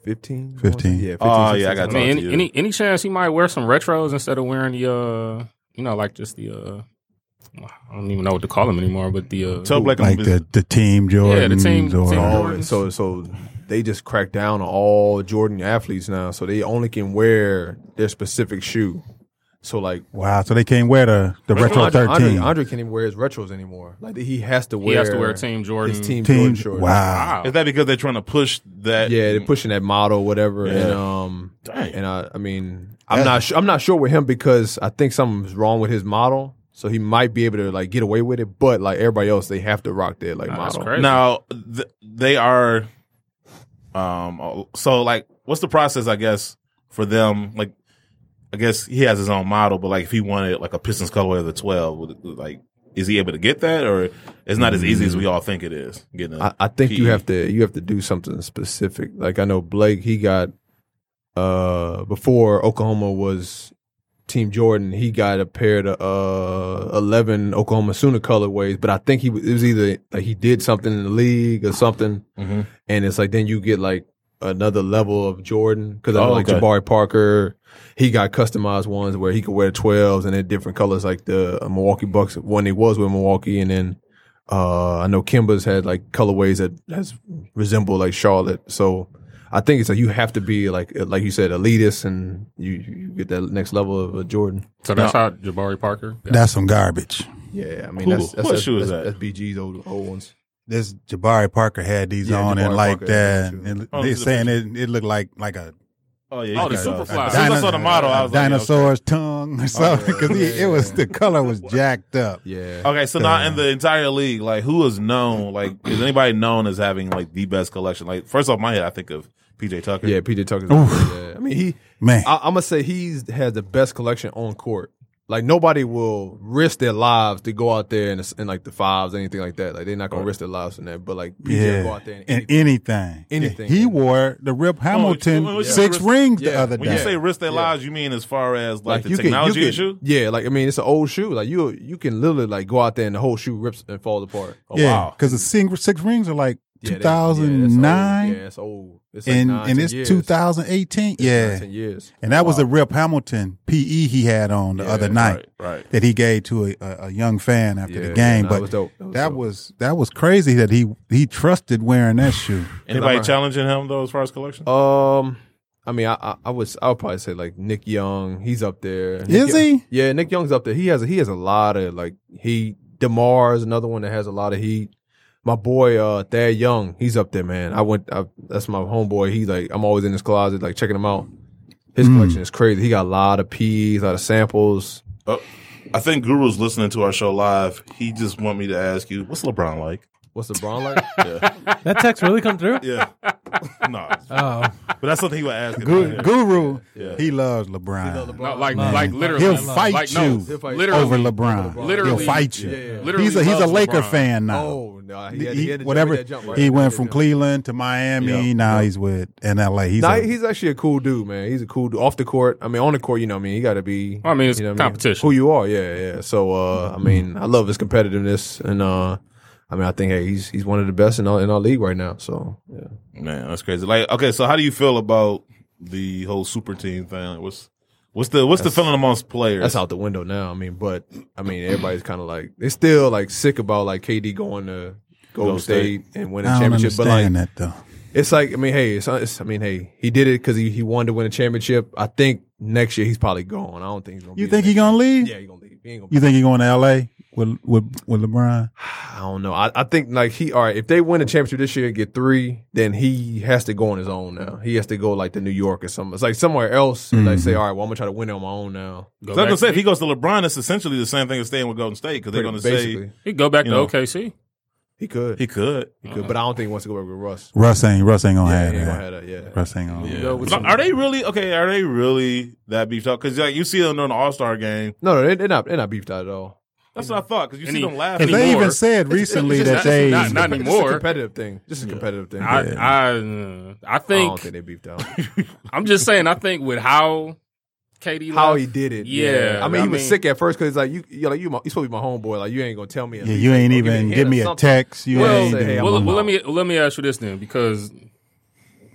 [SPEAKER 7] fifteen.
[SPEAKER 6] 15.
[SPEAKER 7] Yeah. 15,
[SPEAKER 3] Oh, yeah, I
[SPEAKER 7] 16,
[SPEAKER 3] got
[SPEAKER 4] I
[SPEAKER 3] Talk
[SPEAKER 4] mean,
[SPEAKER 3] to
[SPEAKER 4] any,
[SPEAKER 3] you.
[SPEAKER 4] any any chance he might wear some retros instead of wearing the uh, you know, like just the uh, I don't even know what to call them anymore, but the uh,
[SPEAKER 3] tell Blake I'm
[SPEAKER 6] Like
[SPEAKER 3] busy.
[SPEAKER 6] the, the team Jordans
[SPEAKER 4] Yeah, the team-
[SPEAKER 6] or
[SPEAKER 4] team
[SPEAKER 7] Oh,
[SPEAKER 4] Jordans.
[SPEAKER 7] and so so they just crack down on all Jordan athletes now, so they only can wear their specific shoe. So like
[SPEAKER 6] wow, so they can't wear the the retro
[SPEAKER 7] Andre, Andre,
[SPEAKER 6] thirteen
[SPEAKER 7] Andre can't even wear his retros anymore. Like he has to wear
[SPEAKER 4] he has to wear Team Jordan. Ah.
[SPEAKER 7] his team, Jordan
[SPEAKER 6] team.
[SPEAKER 7] shorts.
[SPEAKER 6] Wow,
[SPEAKER 4] Wow.
[SPEAKER 3] Is that because they're trying to push that?
[SPEAKER 7] Yeah, they're pushing that model, whatever,
[SPEAKER 3] Yeah.
[SPEAKER 7] and um,
[SPEAKER 3] Dang.
[SPEAKER 7] and I, I mean, I'm not, su- I'm not sure with him because I think something's wrong with his model, so he might be able to like get away with it. But like everybody else, they have to rock their like
[SPEAKER 4] Nah, that's
[SPEAKER 7] model.
[SPEAKER 4] crazy.
[SPEAKER 3] Now th- they are, um. So like, what's the process? I guess for them, like, I guess he has his own model, but like, if he wanted like a Pistons colorway of the twelve, would it, like, is he able to get that, or it's not as easy as we all think it is? Getting, a
[SPEAKER 7] Mm-hmm. I, I think you
[SPEAKER 3] PE.
[SPEAKER 7] have to you have to do something specific. Like I know Blake, he got uh before Oklahoma was Team Jordan, he got a pair of uh eleven Oklahoma Sooner colorways. But I think he was- it was either like he did something in the league or something,
[SPEAKER 3] Mhm.
[SPEAKER 7] and it's like then you get like another level of Jordan because I know
[SPEAKER 3] Oh,
[SPEAKER 7] like
[SPEAKER 3] okay.
[SPEAKER 7] Jabari Parker. He got customized ones where he could wear 12s and they're different colors, like the uh, Milwaukee Bucks one he was with Milwaukee, and then uh, I know Kimba's had like colorways that has resemble like Charlotte. So I think it's like you have to be like uh, like you said, elitist, and you, you get that next level of a Jordan.
[SPEAKER 4] so that's how Jabari Parker. got-
[SPEAKER 6] that's some garbage.
[SPEAKER 7] Yeah, I mean
[SPEAKER 3] Who-
[SPEAKER 7] that's, that's
[SPEAKER 3] what
[SPEAKER 7] that's,
[SPEAKER 3] shoe is
[SPEAKER 7] that's,
[SPEAKER 3] that?
[SPEAKER 7] That's BG's old old ones.
[SPEAKER 6] This Jabari Parker had these
[SPEAKER 7] Yeah,
[SPEAKER 6] on
[SPEAKER 7] Jabari
[SPEAKER 6] and like
[SPEAKER 7] Parker
[SPEAKER 6] that.
[SPEAKER 7] had these
[SPEAKER 6] And it-
[SPEAKER 3] Oh,
[SPEAKER 6] they
[SPEAKER 3] this is a
[SPEAKER 6] saying it, it looked like like a
[SPEAKER 3] oh yeah,
[SPEAKER 4] Oh, the
[SPEAKER 3] you can-
[SPEAKER 4] Superfly.
[SPEAKER 3] As soon as I saw the model, I was like, yeah, okay. Oh,
[SPEAKER 6] dinosaur's tongue or something because it was the color was jacked up.
[SPEAKER 7] Yeah,
[SPEAKER 3] Okay, so now in the entire league, like who is known? Like is anybody known as having like the best collection? Like first off my head, I think of PJ Tucker.
[SPEAKER 7] yeah. PJ Tucker. Yeah, I mean he.
[SPEAKER 6] Man,
[SPEAKER 7] I, I'm gonna say he's has the best collection on court. Like nobody will risk their lives to go out there and and like the fives, anything like that. Like they're not gonna risk their lives in that. But like PJ will go
[SPEAKER 6] yeah,
[SPEAKER 7] out there and,
[SPEAKER 6] and anything,
[SPEAKER 7] Anything.
[SPEAKER 6] He wore the Rip Hamilton
[SPEAKER 3] when you-
[SPEAKER 6] six
[SPEAKER 3] yeah.
[SPEAKER 6] rings the
[SPEAKER 7] Yeah.
[SPEAKER 6] other
[SPEAKER 3] When you
[SPEAKER 6] day.
[SPEAKER 3] say risk their lives, you mean as far as like, the technology issue?
[SPEAKER 7] Yeah, like I mean, it's an old shoe. Like you, you can literally like go out there and the whole shoe rips and falls apart. Oh,
[SPEAKER 6] yeah,
[SPEAKER 7] wow.
[SPEAKER 6] because the sing- six rings are like
[SPEAKER 7] Yeah, that- yeah, that's old.
[SPEAKER 6] 2009
[SPEAKER 7] Yeah, it's old. It's like
[SPEAKER 6] and
[SPEAKER 7] nine,
[SPEAKER 6] and
[SPEAKER 7] 10
[SPEAKER 6] it's
[SPEAKER 7] years.
[SPEAKER 6] 2018.
[SPEAKER 7] It's nine,
[SPEAKER 6] yeah,
[SPEAKER 7] ten years.
[SPEAKER 6] and that was the Rip Hamilton PE he had on the other night
[SPEAKER 3] Right, right.
[SPEAKER 6] that he gave to a, a, a young fan after
[SPEAKER 7] Yeah,
[SPEAKER 6] the game.
[SPEAKER 7] nah,
[SPEAKER 6] but
[SPEAKER 7] that was dope. That was
[SPEAKER 6] that
[SPEAKER 7] dope.
[SPEAKER 6] was that was crazy that he he trusted wearing that shoe.
[SPEAKER 3] Anybody
[SPEAKER 7] I'm a-
[SPEAKER 3] challenging him though as far as collection?
[SPEAKER 7] Um, I mean, I, I I was I would probably say like Nick Young. He's up there. Nick
[SPEAKER 6] Is
[SPEAKER 7] Young-
[SPEAKER 6] he?
[SPEAKER 7] Yeah, Nick Young's up there. He has he has a lot of like he Demar is another one that has a lot of heat. My boy uh Thad Young, he's up there, man. I went. I, that's my homeboy. He like I'm always in his closet, like checking him out. His
[SPEAKER 6] Mm.
[SPEAKER 7] collection is crazy. He got a lot of P's, a lot of samples.
[SPEAKER 3] Oh, I think Guru's listening to our show live. He just want me to ask you, what's LeBron like?
[SPEAKER 7] What's LeBron like?
[SPEAKER 3] Yeah,
[SPEAKER 5] That text really come through?
[SPEAKER 3] yeah. no,
[SPEAKER 5] Oh,
[SPEAKER 3] but that's something he would ask.
[SPEAKER 6] Gu- Guru,
[SPEAKER 3] Yeah.
[SPEAKER 6] he loves LeBron.
[SPEAKER 4] No, like,
[SPEAKER 6] Man.
[SPEAKER 4] like literally,
[SPEAKER 6] He'll fight
[SPEAKER 4] like,
[SPEAKER 6] you
[SPEAKER 4] No,
[SPEAKER 7] fight
[SPEAKER 4] literally,
[SPEAKER 6] over LeBron.
[SPEAKER 4] Literally-
[SPEAKER 6] He'll fight you.
[SPEAKER 7] Yeah, yeah, yeah.
[SPEAKER 4] Literally
[SPEAKER 6] He's a he's a
[SPEAKER 4] loves
[SPEAKER 6] Laker
[SPEAKER 4] LeBron.
[SPEAKER 6] fan now.
[SPEAKER 7] Oh no, he, had,
[SPEAKER 6] He-
[SPEAKER 7] he had to
[SPEAKER 6] whatever
[SPEAKER 7] whatever that jump right
[SPEAKER 6] he
[SPEAKER 7] there.
[SPEAKER 6] went
[SPEAKER 7] had
[SPEAKER 6] from
[SPEAKER 7] to jump.
[SPEAKER 6] Cleveland to Miami.
[SPEAKER 7] Yeah.
[SPEAKER 6] Now he's with NLA. He's,
[SPEAKER 7] Nah,
[SPEAKER 6] a,
[SPEAKER 7] he's actually a cool dude, man. He's a cool dude off the court. I mean, on the court, you know, what I mean, you got to be.
[SPEAKER 4] I mean, it's
[SPEAKER 7] you know what
[SPEAKER 4] competition.
[SPEAKER 7] Who you are, yeah, yeah. So, uh, I mean, I love his competitiveness, and uh, I mean, I think hey, he's he's one of the best in our in our league right now. So, yeah.
[SPEAKER 3] Man, that's crazy. Like, okay, so how do you feel about the whole super team thing? Like, what's what's the what's the feeling amongst players?
[SPEAKER 7] that's out the window now. I mean, but I mean, everybody's kind of like they're still like sick about like KD going to Golden State,
[SPEAKER 3] State.
[SPEAKER 7] and winning a
[SPEAKER 6] I don't
[SPEAKER 7] championship. But like,
[SPEAKER 6] understand that though.
[SPEAKER 7] it's like I mean, hey, it's, it's I mean, hey, he did it because he, he wanted to win a championship. I think next year he's probably gone. I don't think he's gonna.
[SPEAKER 6] You
[SPEAKER 7] be
[SPEAKER 6] think
[SPEAKER 7] there
[SPEAKER 6] he gonna
[SPEAKER 7] next
[SPEAKER 6] leave?
[SPEAKER 7] year. Yeah, he gonna leave. He ain't gonna. Be
[SPEAKER 6] You think he going to LA with with with LeBron?
[SPEAKER 7] I don't know. I, I think like he all right. If they win the championship this year and get three, then he has to go on his own now. He has to go like to New York or something. It's like somewhere else. and Like
[SPEAKER 6] Mm-hmm.
[SPEAKER 7] say, all right, well I'm gonna try to win it on my own now.
[SPEAKER 4] Go
[SPEAKER 3] So I was
[SPEAKER 4] back,
[SPEAKER 3] gonna say if he goes to LeBron, it's essentially the same thing as staying with Golden State because they're
[SPEAKER 7] Pretty-
[SPEAKER 3] gonna
[SPEAKER 7] basically,
[SPEAKER 3] say
[SPEAKER 4] he go back
[SPEAKER 3] you
[SPEAKER 4] to
[SPEAKER 3] know.
[SPEAKER 4] OKC.
[SPEAKER 7] he could.
[SPEAKER 3] he could.
[SPEAKER 7] He could, but I don't think he wants to go back with Russ.
[SPEAKER 6] Russ ain't Russ ain't gonna
[SPEAKER 7] Yeah,
[SPEAKER 6] have
[SPEAKER 7] he ain't
[SPEAKER 6] that.
[SPEAKER 7] gonna have that. Yeah.
[SPEAKER 6] Russ ain't gonna.
[SPEAKER 3] Yeah. But Are they really okay? Are they really that beefed up? Because like you see them during the All Star game.
[SPEAKER 7] No, no, they- they're not. They're not beefed out at all.
[SPEAKER 3] That's what I thought. Because you
[SPEAKER 4] And
[SPEAKER 3] see
[SPEAKER 4] he-
[SPEAKER 3] them laughing.
[SPEAKER 4] and
[SPEAKER 6] They
[SPEAKER 4] Anymore.
[SPEAKER 6] even said recently
[SPEAKER 4] it's
[SPEAKER 6] that
[SPEAKER 4] just-
[SPEAKER 6] they
[SPEAKER 4] not- not-
[SPEAKER 7] It's just
[SPEAKER 4] anymore.
[SPEAKER 7] a competitive thing. Just a competitive thing.
[SPEAKER 4] I,
[SPEAKER 7] Yeah.
[SPEAKER 4] I, uh, I
[SPEAKER 7] I
[SPEAKER 4] think.
[SPEAKER 7] don't think they beefed out.
[SPEAKER 4] I'm just saying. I think with how KD,
[SPEAKER 7] How
[SPEAKER 4] left,
[SPEAKER 7] he did it.
[SPEAKER 4] Yeah,
[SPEAKER 7] I mean,
[SPEAKER 4] I
[SPEAKER 7] he was
[SPEAKER 4] mean-
[SPEAKER 7] sick at first because like you, you're like you, my, you supposed to be my homeboy. Like you ain't gonna tell me. at
[SPEAKER 6] Yeah,
[SPEAKER 7] least,
[SPEAKER 6] you
[SPEAKER 7] like,
[SPEAKER 6] ain't
[SPEAKER 7] go give
[SPEAKER 6] even
[SPEAKER 7] a
[SPEAKER 6] give
[SPEAKER 7] hint
[SPEAKER 6] me
[SPEAKER 7] or
[SPEAKER 6] a
[SPEAKER 7] something.
[SPEAKER 6] text. You
[SPEAKER 7] Well,
[SPEAKER 6] ain't
[SPEAKER 7] say, hey,
[SPEAKER 6] doing
[SPEAKER 7] I'm
[SPEAKER 4] well,
[SPEAKER 7] on
[SPEAKER 4] well,
[SPEAKER 7] my-
[SPEAKER 4] let me let me ask you this then, because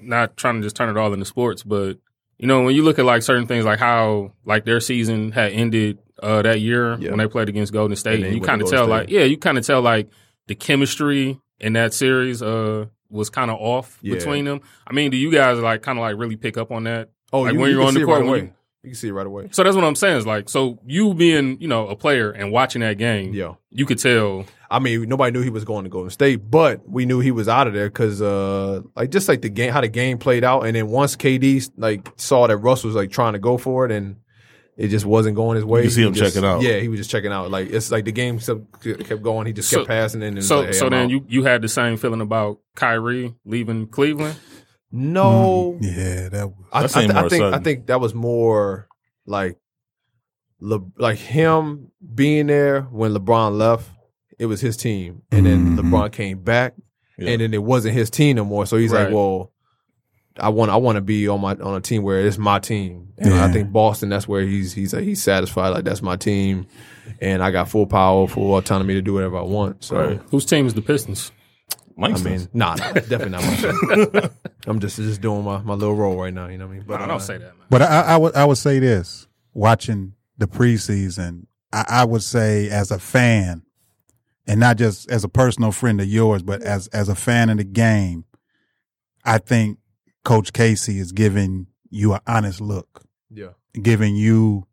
[SPEAKER 4] not trying to just turn it all into sports, but you know when you look at like certain things, like how like their season had ended uh, that year
[SPEAKER 7] Yeah.
[SPEAKER 4] when they played against Golden State,
[SPEAKER 7] And
[SPEAKER 4] and,
[SPEAKER 7] they
[SPEAKER 4] you
[SPEAKER 7] went
[SPEAKER 4] kind
[SPEAKER 7] to
[SPEAKER 4] of
[SPEAKER 7] Golden
[SPEAKER 4] tell
[SPEAKER 7] State.
[SPEAKER 4] like yeah, you kind of tell like the chemistry in that series uh, was kind of off
[SPEAKER 7] Yeah.
[SPEAKER 4] between them. I mean, do you guys like kind of like really pick up on that?
[SPEAKER 7] Oh,
[SPEAKER 4] Like,
[SPEAKER 7] you,
[SPEAKER 4] when
[SPEAKER 7] you
[SPEAKER 4] you're
[SPEAKER 7] can
[SPEAKER 4] on
[SPEAKER 7] see
[SPEAKER 4] the
[SPEAKER 7] it
[SPEAKER 4] court,
[SPEAKER 7] right
[SPEAKER 4] when
[SPEAKER 7] away.
[SPEAKER 4] you-
[SPEAKER 7] you can see it right away.
[SPEAKER 4] So that's what I'm saying. Is like so you being you know a player and watching that game,
[SPEAKER 7] Yeah.
[SPEAKER 4] you could tell
[SPEAKER 7] I mean, nobody knew he was going to Golden State, but we knew he was out of there because, uh, like, just like the game, how the game played out, and then once KD like saw that Russ was like trying to go for it, and it just wasn't going his way.
[SPEAKER 3] You see
[SPEAKER 7] he
[SPEAKER 3] him
[SPEAKER 7] just-
[SPEAKER 3] checking out.
[SPEAKER 7] Yeah, he was just checking out. Like it's like the game kept kept going. He just
[SPEAKER 4] So-
[SPEAKER 7] kept passing in. And it's
[SPEAKER 4] So,
[SPEAKER 7] like, hey,
[SPEAKER 4] so
[SPEAKER 7] I'm
[SPEAKER 4] then
[SPEAKER 7] out.
[SPEAKER 4] you you had the same feeling about Kyrie leaving Cleveland.
[SPEAKER 6] Mm-hmm.
[SPEAKER 7] no,
[SPEAKER 6] Mm, Yeah, that was.
[SPEAKER 7] I, I,
[SPEAKER 3] That seemed
[SPEAKER 7] th- I
[SPEAKER 3] more
[SPEAKER 7] think I
[SPEAKER 3] sudden.
[SPEAKER 7] think that was more like Le- like him being there when LeBron left. It was his team, and then
[SPEAKER 6] Mhm.
[SPEAKER 7] LeBron came back,
[SPEAKER 3] Mm-hmm. Yeah.
[SPEAKER 7] and then it wasn't his team no more. So he's like,
[SPEAKER 4] Right.
[SPEAKER 7] "Well, I want I want to be on my on a team where it's my team." And I
[SPEAKER 6] Yeah.
[SPEAKER 7] think Boston, that's where he's he's like, he's satisfied. Like that's my team, and I got full power, full autonomy to do whatever I want. So.
[SPEAKER 3] Right.
[SPEAKER 4] Whose team is the Pistons?
[SPEAKER 7] I
[SPEAKER 3] Langston's.
[SPEAKER 7] mean, nah, nah, definitely not my team. I'm just just doing my, my little role right now. You know what I mean? But
[SPEAKER 4] I
[SPEAKER 7] uh,
[SPEAKER 4] don't say that, man.
[SPEAKER 6] But I, I would I would say this: watching the preseason, I, I would say as a fan, and not just as a personal friend of yours, but as as a fan of the game, I think Coach Casey is giving you an honest look,
[SPEAKER 7] yeah.
[SPEAKER 6] giving you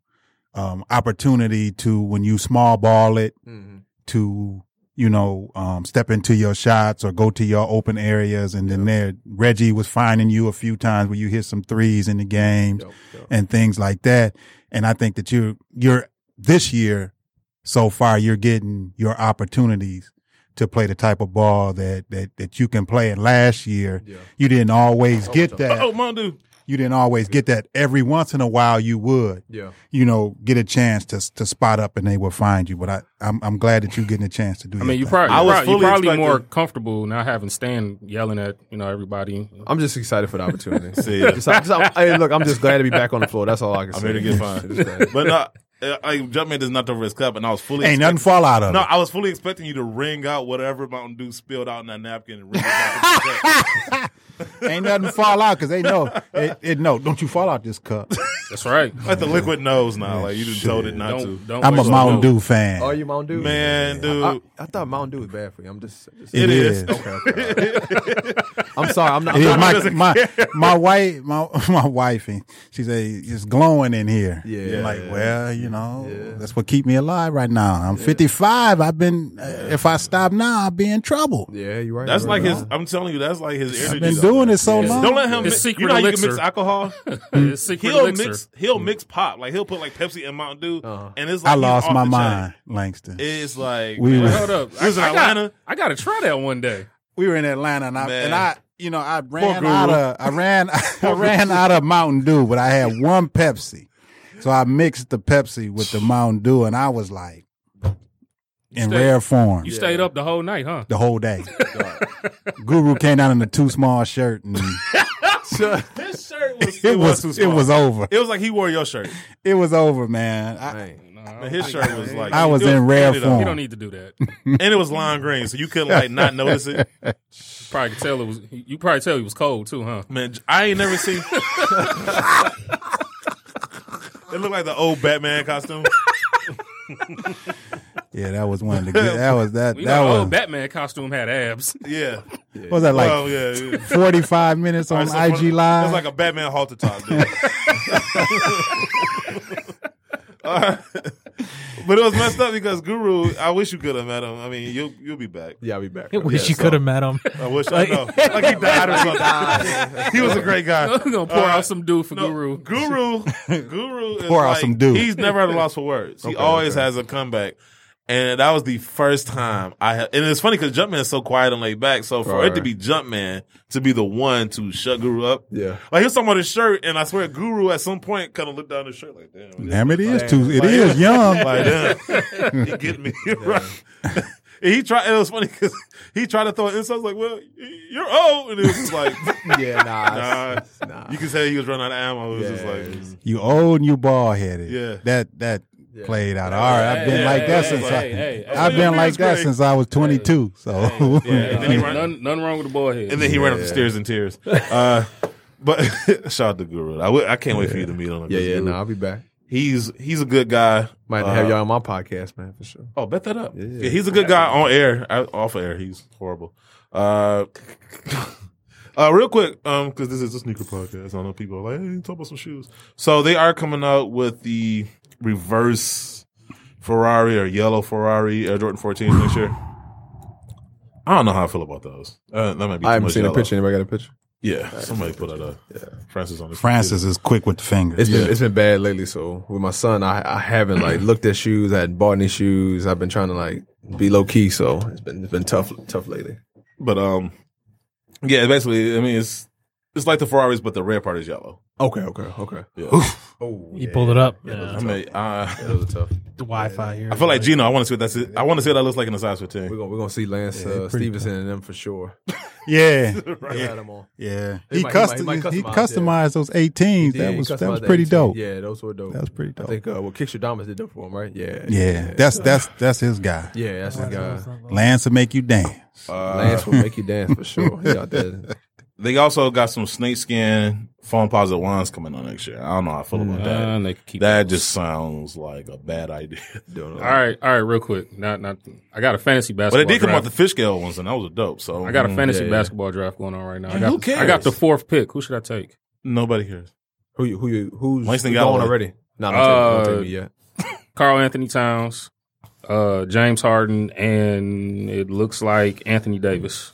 [SPEAKER 6] um, opportunity to when you small ball it
[SPEAKER 7] hmm
[SPEAKER 6] to you know um, step into your shots or go to your open areas and then there reggie was finding you a few times where you hit some threes in the games
[SPEAKER 7] Dope, dope.
[SPEAKER 6] and things like that and i think that you're you're this year so far you're getting your opportunities to play the type of ball that that, that you can play and last year
[SPEAKER 7] Yeah.
[SPEAKER 6] you didn't always get
[SPEAKER 3] oh,
[SPEAKER 6] that
[SPEAKER 3] Mondu.
[SPEAKER 6] you didn't always get that every once in a while you would
[SPEAKER 7] Yeah.
[SPEAKER 6] you know, get a chance to to spot up and they will find you. But I, I'm I'm glad that you're getting a chance to do.
[SPEAKER 4] I mean, you
[SPEAKER 6] your
[SPEAKER 4] probably
[SPEAKER 3] I
[SPEAKER 4] you
[SPEAKER 3] was
[SPEAKER 4] probably, you
[SPEAKER 3] fully
[SPEAKER 4] probably
[SPEAKER 3] expecting-
[SPEAKER 4] more comfortable not having Stan yelling at you know everybody.
[SPEAKER 7] I'm just excited for the opportunity.
[SPEAKER 3] See ya.
[SPEAKER 7] Just- just- I'm- hey, look, I'm just glad to be back on the floor. That's all I can
[SPEAKER 3] I'm
[SPEAKER 7] say.
[SPEAKER 3] here to get fined.
[SPEAKER 7] Just glad.
[SPEAKER 3] but no, uh, I Jumpman does not over his cup, and I was fully
[SPEAKER 6] thing. ain't nothing
[SPEAKER 3] expecting-
[SPEAKER 6] fall out of
[SPEAKER 3] No,
[SPEAKER 6] it.
[SPEAKER 3] I was fully expecting you to wring out whatever Mountain Dew spilled out in that napkin and wring it back. in the cup.
[SPEAKER 6] Ain't nothing fall out because they know it, it. No, don't you fall out this cup.
[SPEAKER 4] That's right.
[SPEAKER 3] Like the liquid knows now. Like you just told it not
[SPEAKER 4] Don't,
[SPEAKER 3] to.
[SPEAKER 4] don't
[SPEAKER 6] I'm a
[SPEAKER 4] waste
[SPEAKER 6] Mountain
[SPEAKER 4] no-
[SPEAKER 6] Dew fan.
[SPEAKER 7] Are you Mountain Dew?
[SPEAKER 3] Man, dude.
[SPEAKER 7] I, I thought Mountain Dew was bad for you. I'm just. just-
[SPEAKER 6] It is.
[SPEAKER 7] Okay, okay. I'm sorry. I'm not.
[SPEAKER 6] It
[SPEAKER 7] I'm
[SPEAKER 6] is
[SPEAKER 7] not-
[SPEAKER 6] my my my wife my my wife and she say it's glowing in here.
[SPEAKER 7] Yeah.
[SPEAKER 6] I'm like well you know, that's what keep me alive right now. I'm 55. I've been. uh, If I stop now, I'll be in trouble.
[SPEAKER 7] Yeah, you're right.
[SPEAKER 3] That's
[SPEAKER 7] you're
[SPEAKER 3] like
[SPEAKER 7] right.
[SPEAKER 3] his. I'm telling you, that's like his energy.
[SPEAKER 6] I've been doing it so long.
[SPEAKER 3] Don't let him.
[SPEAKER 4] His
[SPEAKER 3] Mix,
[SPEAKER 4] secret
[SPEAKER 3] you know how you can mix
[SPEAKER 4] elixir.
[SPEAKER 3] alcohol.
[SPEAKER 4] His secret
[SPEAKER 3] he'll
[SPEAKER 4] elixir. Hmm. Uh-huh.
[SPEAKER 3] mix. He'll mix pop. Like he'll put like Pepsi and Mountain Dew, and it's like
[SPEAKER 6] I
[SPEAKER 3] he's
[SPEAKER 6] lost
[SPEAKER 3] off
[SPEAKER 6] my
[SPEAKER 3] the
[SPEAKER 6] mind,
[SPEAKER 3] chain.
[SPEAKER 6] Langston.
[SPEAKER 3] It's like
[SPEAKER 6] We
[SPEAKER 3] man,
[SPEAKER 6] were-
[SPEAKER 4] Hold up.
[SPEAKER 3] He was in
[SPEAKER 4] I, I got-
[SPEAKER 3] Atlanta.
[SPEAKER 4] I got to try that one day.
[SPEAKER 6] we were in Atlanta, and I
[SPEAKER 3] Man.
[SPEAKER 6] and I, you know, I ran
[SPEAKER 3] guru.
[SPEAKER 6] out of I ran I ran out of Mountain Dew, but I had one Pepsi, so I mixed the Pepsi with the Mountain Dew, and I was like in
[SPEAKER 4] stayed-
[SPEAKER 6] rare form
[SPEAKER 4] You stayed up the whole night, huh?
[SPEAKER 6] the whole day. Guru came down in a too small shirt, and
[SPEAKER 3] His shirt was.
[SPEAKER 6] it was it was over.
[SPEAKER 3] It was like he wore your shirt.
[SPEAKER 6] It was over, man. I,
[SPEAKER 7] Dang.
[SPEAKER 3] And his shirt was like
[SPEAKER 6] I was
[SPEAKER 3] it
[SPEAKER 6] in rare
[SPEAKER 3] painted up.
[SPEAKER 4] You
[SPEAKER 6] form.
[SPEAKER 4] don't need to do that.
[SPEAKER 3] and it was lime green, so you couldn't like not notice it.
[SPEAKER 4] Probably could tell it was. You probably tell he was cold too, huh?
[SPEAKER 3] Man, I ain't never seen. it looked like the old Batman costume.
[SPEAKER 6] yeah, that was one of the good. That was that.
[SPEAKER 4] You
[SPEAKER 6] That
[SPEAKER 4] know, the
[SPEAKER 6] was
[SPEAKER 4] old Batman costume had abs.
[SPEAKER 3] Yeah,
[SPEAKER 6] what was that like
[SPEAKER 3] well, yeah. yeah.
[SPEAKER 6] forty five minutes on
[SPEAKER 3] All right, so
[SPEAKER 6] IG
[SPEAKER 3] for-
[SPEAKER 6] Live.
[SPEAKER 3] It's like a Batman halter top, dude. All right. But it was messed up because Guru. I wish you could have met him. I mean, you'll you'll be back.
[SPEAKER 7] Yeah, I'll be back.
[SPEAKER 5] I wish you could have met him.
[SPEAKER 3] I wish I know. Like he died or something. he was a great guy.
[SPEAKER 4] I'm gonna pour
[SPEAKER 3] All right.
[SPEAKER 4] out some dew for
[SPEAKER 3] No,
[SPEAKER 4] Guru.
[SPEAKER 3] Guru, Guru is
[SPEAKER 6] Pour out
[SPEAKER 3] like-
[SPEAKER 6] some dew.
[SPEAKER 3] He's never at a loss for words. he always has a comeback. And that was the first time I had, and it's funny because Jumpman is so quiet and laid back. So for
[SPEAKER 7] Right,
[SPEAKER 3] it to be Jumpman to be the one to shut Guru up,
[SPEAKER 7] Yeah.
[SPEAKER 3] like he was talking about his shirt, and I swear Guru at some point kind of looked down his shirt like, damn,
[SPEAKER 6] Damn, it is too. It is young.
[SPEAKER 3] like damn, he get me right. And he tried. It was funny because he tried to throw an insult. I was like, well, you're old, and it was just like,
[SPEAKER 7] Yeah, nah.
[SPEAKER 3] nah.
[SPEAKER 7] it's- nah.
[SPEAKER 3] You can tell he was running out of ammo. It was just
[SPEAKER 7] Yeah,
[SPEAKER 3] like.
[SPEAKER 7] it's-
[SPEAKER 6] You old and you bald headed.
[SPEAKER 3] Yeah.
[SPEAKER 6] That that played out. All right. I've been
[SPEAKER 3] yeah,
[SPEAKER 6] like that
[SPEAKER 3] yeah,
[SPEAKER 6] since
[SPEAKER 3] yeah,
[SPEAKER 6] I
[SPEAKER 4] hey, hey,
[SPEAKER 6] I've
[SPEAKER 3] hey.
[SPEAKER 6] been like
[SPEAKER 3] That's
[SPEAKER 6] that
[SPEAKER 3] great.
[SPEAKER 6] since I was twenty two. So
[SPEAKER 3] And then he ran-
[SPEAKER 4] None, none wrong with the boy head.
[SPEAKER 3] And then he ran up the stairs in tears. Uh, but shout out to Guru. I wi- I can't wait for you to meet him.
[SPEAKER 7] Yeah, yeah,
[SPEAKER 3] Guru.
[SPEAKER 7] nah, I'll be back.
[SPEAKER 3] He's he's a good guy.
[SPEAKER 7] Might
[SPEAKER 3] Uh,
[SPEAKER 7] have y'all on my podcast, man, for sure.
[SPEAKER 3] Oh, bet that up. Yeah, he's a good guy on air. I, off air, he's horrible. Uh, uh, real quick, um, because this is a sneaker podcast. I know people are like, hey, talk about some shoes. So they are coming out with the reverse Ferrari or yellow Ferrari Air Jordan 14 next year. I don't know how I feel about those. Uh, that might be.
[SPEAKER 7] I
[SPEAKER 3] too
[SPEAKER 7] haven't
[SPEAKER 3] much
[SPEAKER 7] seen a
[SPEAKER 3] yellow.
[SPEAKER 7] picture. Anybody got a picture?
[SPEAKER 3] Yeah, somebody put out a Francis on this.
[SPEAKER 6] Francis is quick with the
[SPEAKER 7] It's
[SPEAKER 6] fingers.
[SPEAKER 7] been it's been bad lately. So with my son, I I haven't like looked at shoes. I hadn't bought any shoes. I've been trying to like be low key. So it's been it's been tough tough lately.
[SPEAKER 3] But um, yeah, basically, I mean, it's it's like the Ferraris, but the red part is yellow.
[SPEAKER 7] Okay, okay, okay.
[SPEAKER 3] Yeah.
[SPEAKER 7] Oh,
[SPEAKER 5] He pulled it up.
[SPEAKER 3] I mean, uh,
[SPEAKER 7] That was tough.
[SPEAKER 5] The Wi-Fi here.
[SPEAKER 3] I feel like Gino. I want to see what that's. I want to see what that looks like in a size
[SPEAKER 7] We're
[SPEAKER 3] fifteen.
[SPEAKER 7] gonna we're gonna see Lance uh, Stevenson and them for sure.
[SPEAKER 6] Yeah.
[SPEAKER 7] Right. Yeah. on.
[SPEAKER 6] Yeah.
[SPEAKER 7] He
[SPEAKER 6] He,
[SPEAKER 7] might- he might- he
[SPEAKER 6] custom,
[SPEAKER 7] might
[SPEAKER 6] he
[SPEAKER 7] customize,
[SPEAKER 6] customized those eighteens.
[SPEAKER 7] Yeah,
[SPEAKER 6] that
[SPEAKER 7] he
[SPEAKER 6] was that
[SPEAKER 7] customized
[SPEAKER 6] was pretty
[SPEAKER 7] 18.
[SPEAKER 6] dope.
[SPEAKER 7] Yeah, those were dope.
[SPEAKER 6] That was pretty
[SPEAKER 7] I
[SPEAKER 6] dope.
[SPEAKER 7] think uh, well, Kishadamas did them for him, right? Yeah,
[SPEAKER 6] yeah. That's that's that's his guy.
[SPEAKER 7] yeah. That's the guy.
[SPEAKER 6] Lance will make you dance.
[SPEAKER 7] Lance will make you dance for sure. He out there.
[SPEAKER 3] Uh, They also got some snakeskin foam positive wines coming out next year. I don't know how I feel about that.
[SPEAKER 4] Uh, they could keep
[SPEAKER 3] that just sounds like a bad idea.
[SPEAKER 7] doing
[SPEAKER 4] All right, all right, real quick. Not, not. I got a fantasy
[SPEAKER 3] but
[SPEAKER 4] basketball.
[SPEAKER 3] they did come out
[SPEAKER 4] draft.
[SPEAKER 3] the fish scale ones, and that was dope. So
[SPEAKER 4] I got a
[SPEAKER 3] mm,
[SPEAKER 4] fantasy
[SPEAKER 7] yeah, yeah.
[SPEAKER 4] basketball draft going on right now. I
[SPEAKER 3] Man,
[SPEAKER 4] got
[SPEAKER 3] who
[SPEAKER 4] the, I got
[SPEAKER 3] cares?
[SPEAKER 4] the fourth pick. Who should I take?
[SPEAKER 3] Nobody cares.
[SPEAKER 7] Who you, who you, who's
[SPEAKER 3] Langston
[SPEAKER 7] who's
[SPEAKER 3] got
[SPEAKER 7] going
[SPEAKER 3] one.
[SPEAKER 7] already? No, don't, take, don't
[SPEAKER 4] Uh,
[SPEAKER 7] take me yet.
[SPEAKER 4] Carl Anthony Towns, uh, James Harden, and it looks like Anthony Davis.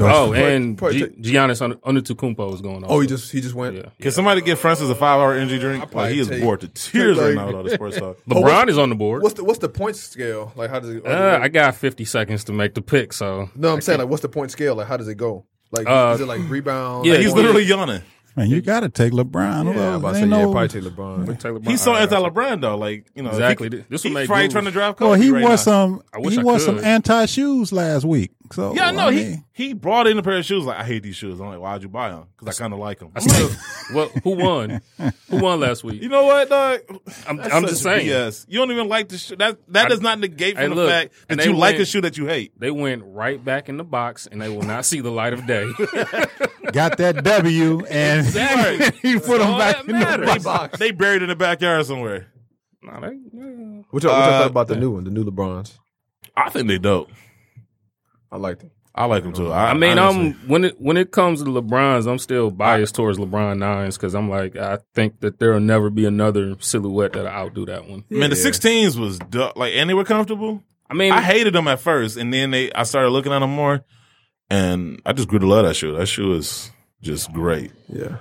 [SPEAKER 4] Oh, and
[SPEAKER 7] probably
[SPEAKER 4] G-
[SPEAKER 7] take-
[SPEAKER 4] Giannis Un- Antetokounpo is going on.
[SPEAKER 7] Oh, he just he just went.
[SPEAKER 4] Yeah.
[SPEAKER 3] Can somebody give Francis a five hour energy drink? Like, he is
[SPEAKER 7] take-
[SPEAKER 3] bored to tears right
[SPEAKER 7] like-
[SPEAKER 3] now with all this sports talk.
[SPEAKER 4] LeBron is on the board.
[SPEAKER 7] What's the what's the point scale? Like how does it?
[SPEAKER 4] Uh, I got 50 seconds to make the pick, so
[SPEAKER 7] no, I'm saying like what's the point scale? Like how does it go? Like
[SPEAKER 4] Uh,
[SPEAKER 7] is it like rebound?
[SPEAKER 4] yeah,
[SPEAKER 7] like,
[SPEAKER 3] He's
[SPEAKER 7] point-
[SPEAKER 3] literally yawning.
[SPEAKER 6] Man, you gotta take LeBron.
[SPEAKER 7] Yeah,
[SPEAKER 6] Well,
[SPEAKER 7] I'm about to
[SPEAKER 6] ain't
[SPEAKER 7] say yeah,
[SPEAKER 6] no-
[SPEAKER 7] probably take LeBron.
[SPEAKER 4] Taylor Brown-
[SPEAKER 3] He's so
[SPEAKER 4] all right, all right.
[SPEAKER 3] anti-LeBron though. Like you know,
[SPEAKER 4] Exactly.
[SPEAKER 3] He,
[SPEAKER 4] This
[SPEAKER 3] he
[SPEAKER 4] will make
[SPEAKER 3] probably
[SPEAKER 4] moves.
[SPEAKER 3] trying to draft.
[SPEAKER 6] well, he
[SPEAKER 3] Kobe right
[SPEAKER 6] wore
[SPEAKER 3] now.
[SPEAKER 6] some
[SPEAKER 4] I wish
[SPEAKER 6] he
[SPEAKER 4] I
[SPEAKER 6] wore
[SPEAKER 4] could.
[SPEAKER 6] some anti shoes last week. So
[SPEAKER 3] Yeah, no,
[SPEAKER 6] I
[SPEAKER 3] he
[SPEAKER 6] mean,
[SPEAKER 3] he brought in a pair of shoes. Like I hate these shoes. I'm like, why'd you buy them? Because I kind of like them.
[SPEAKER 4] I still, well, who won? Who won last
[SPEAKER 3] you
[SPEAKER 4] week?
[SPEAKER 3] know what, dog?
[SPEAKER 4] I'm,
[SPEAKER 3] That's
[SPEAKER 4] I'm
[SPEAKER 3] such
[SPEAKER 4] just saying.
[SPEAKER 3] BS. You don't even like the shoe. That that
[SPEAKER 4] I-
[SPEAKER 3] does not negate from
[SPEAKER 4] Hey,
[SPEAKER 3] the
[SPEAKER 4] look,
[SPEAKER 3] fact
[SPEAKER 4] and
[SPEAKER 3] that
[SPEAKER 4] they
[SPEAKER 3] you like a
[SPEAKER 4] went-
[SPEAKER 3] shoe that you hate.
[SPEAKER 4] They went right back in the box, and they will not see the light of day.
[SPEAKER 6] got that W and
[SPEAKER 4] Exactly.
[SPEAKER 6] he put
[SPEAKER 4] That's
[SPEAKER 6] him
[SPEAKER 4] all
[SPEAKER 6] back
[SPEAKER 4] that
[SPEAKER 6] in the
[SPEAKER 4] matters.
[SPEAKER 6] box.
[SPEAKER 3] They buried in the backyard somewhere.
[SPEAKER 4] Nah, they- yeah.
[SPEAKER 7] What y'all, what y'all
[SPEAKER 3] Uh,
[SPEAKER 7] thought about the new one, the new LeBrons?
[SPEAKER 3] I think they dope.
[SPEAKER 7] I liked them.
[SPEAKER 3] I like him too. I,
[SPEAKER 4] I mean, um,
[SPEAKER 3] honestly-
[SPEAKER 4] I'm when it when it comes to LeBrons, I'm still biased towards LeBron nines because I'm like I think that there'll never be another silhouette that'll outdo that one.
[SPEAKER 3] Man, the 16s was du- like, and they were comfortable.
[SPEAKER 4] I mean,
[SPEAKER 3] I hated them at first, and then they I started looking at them more, and I just grew to love that shoe. That shoe is just great.
[SPEAKER 7] Yeah.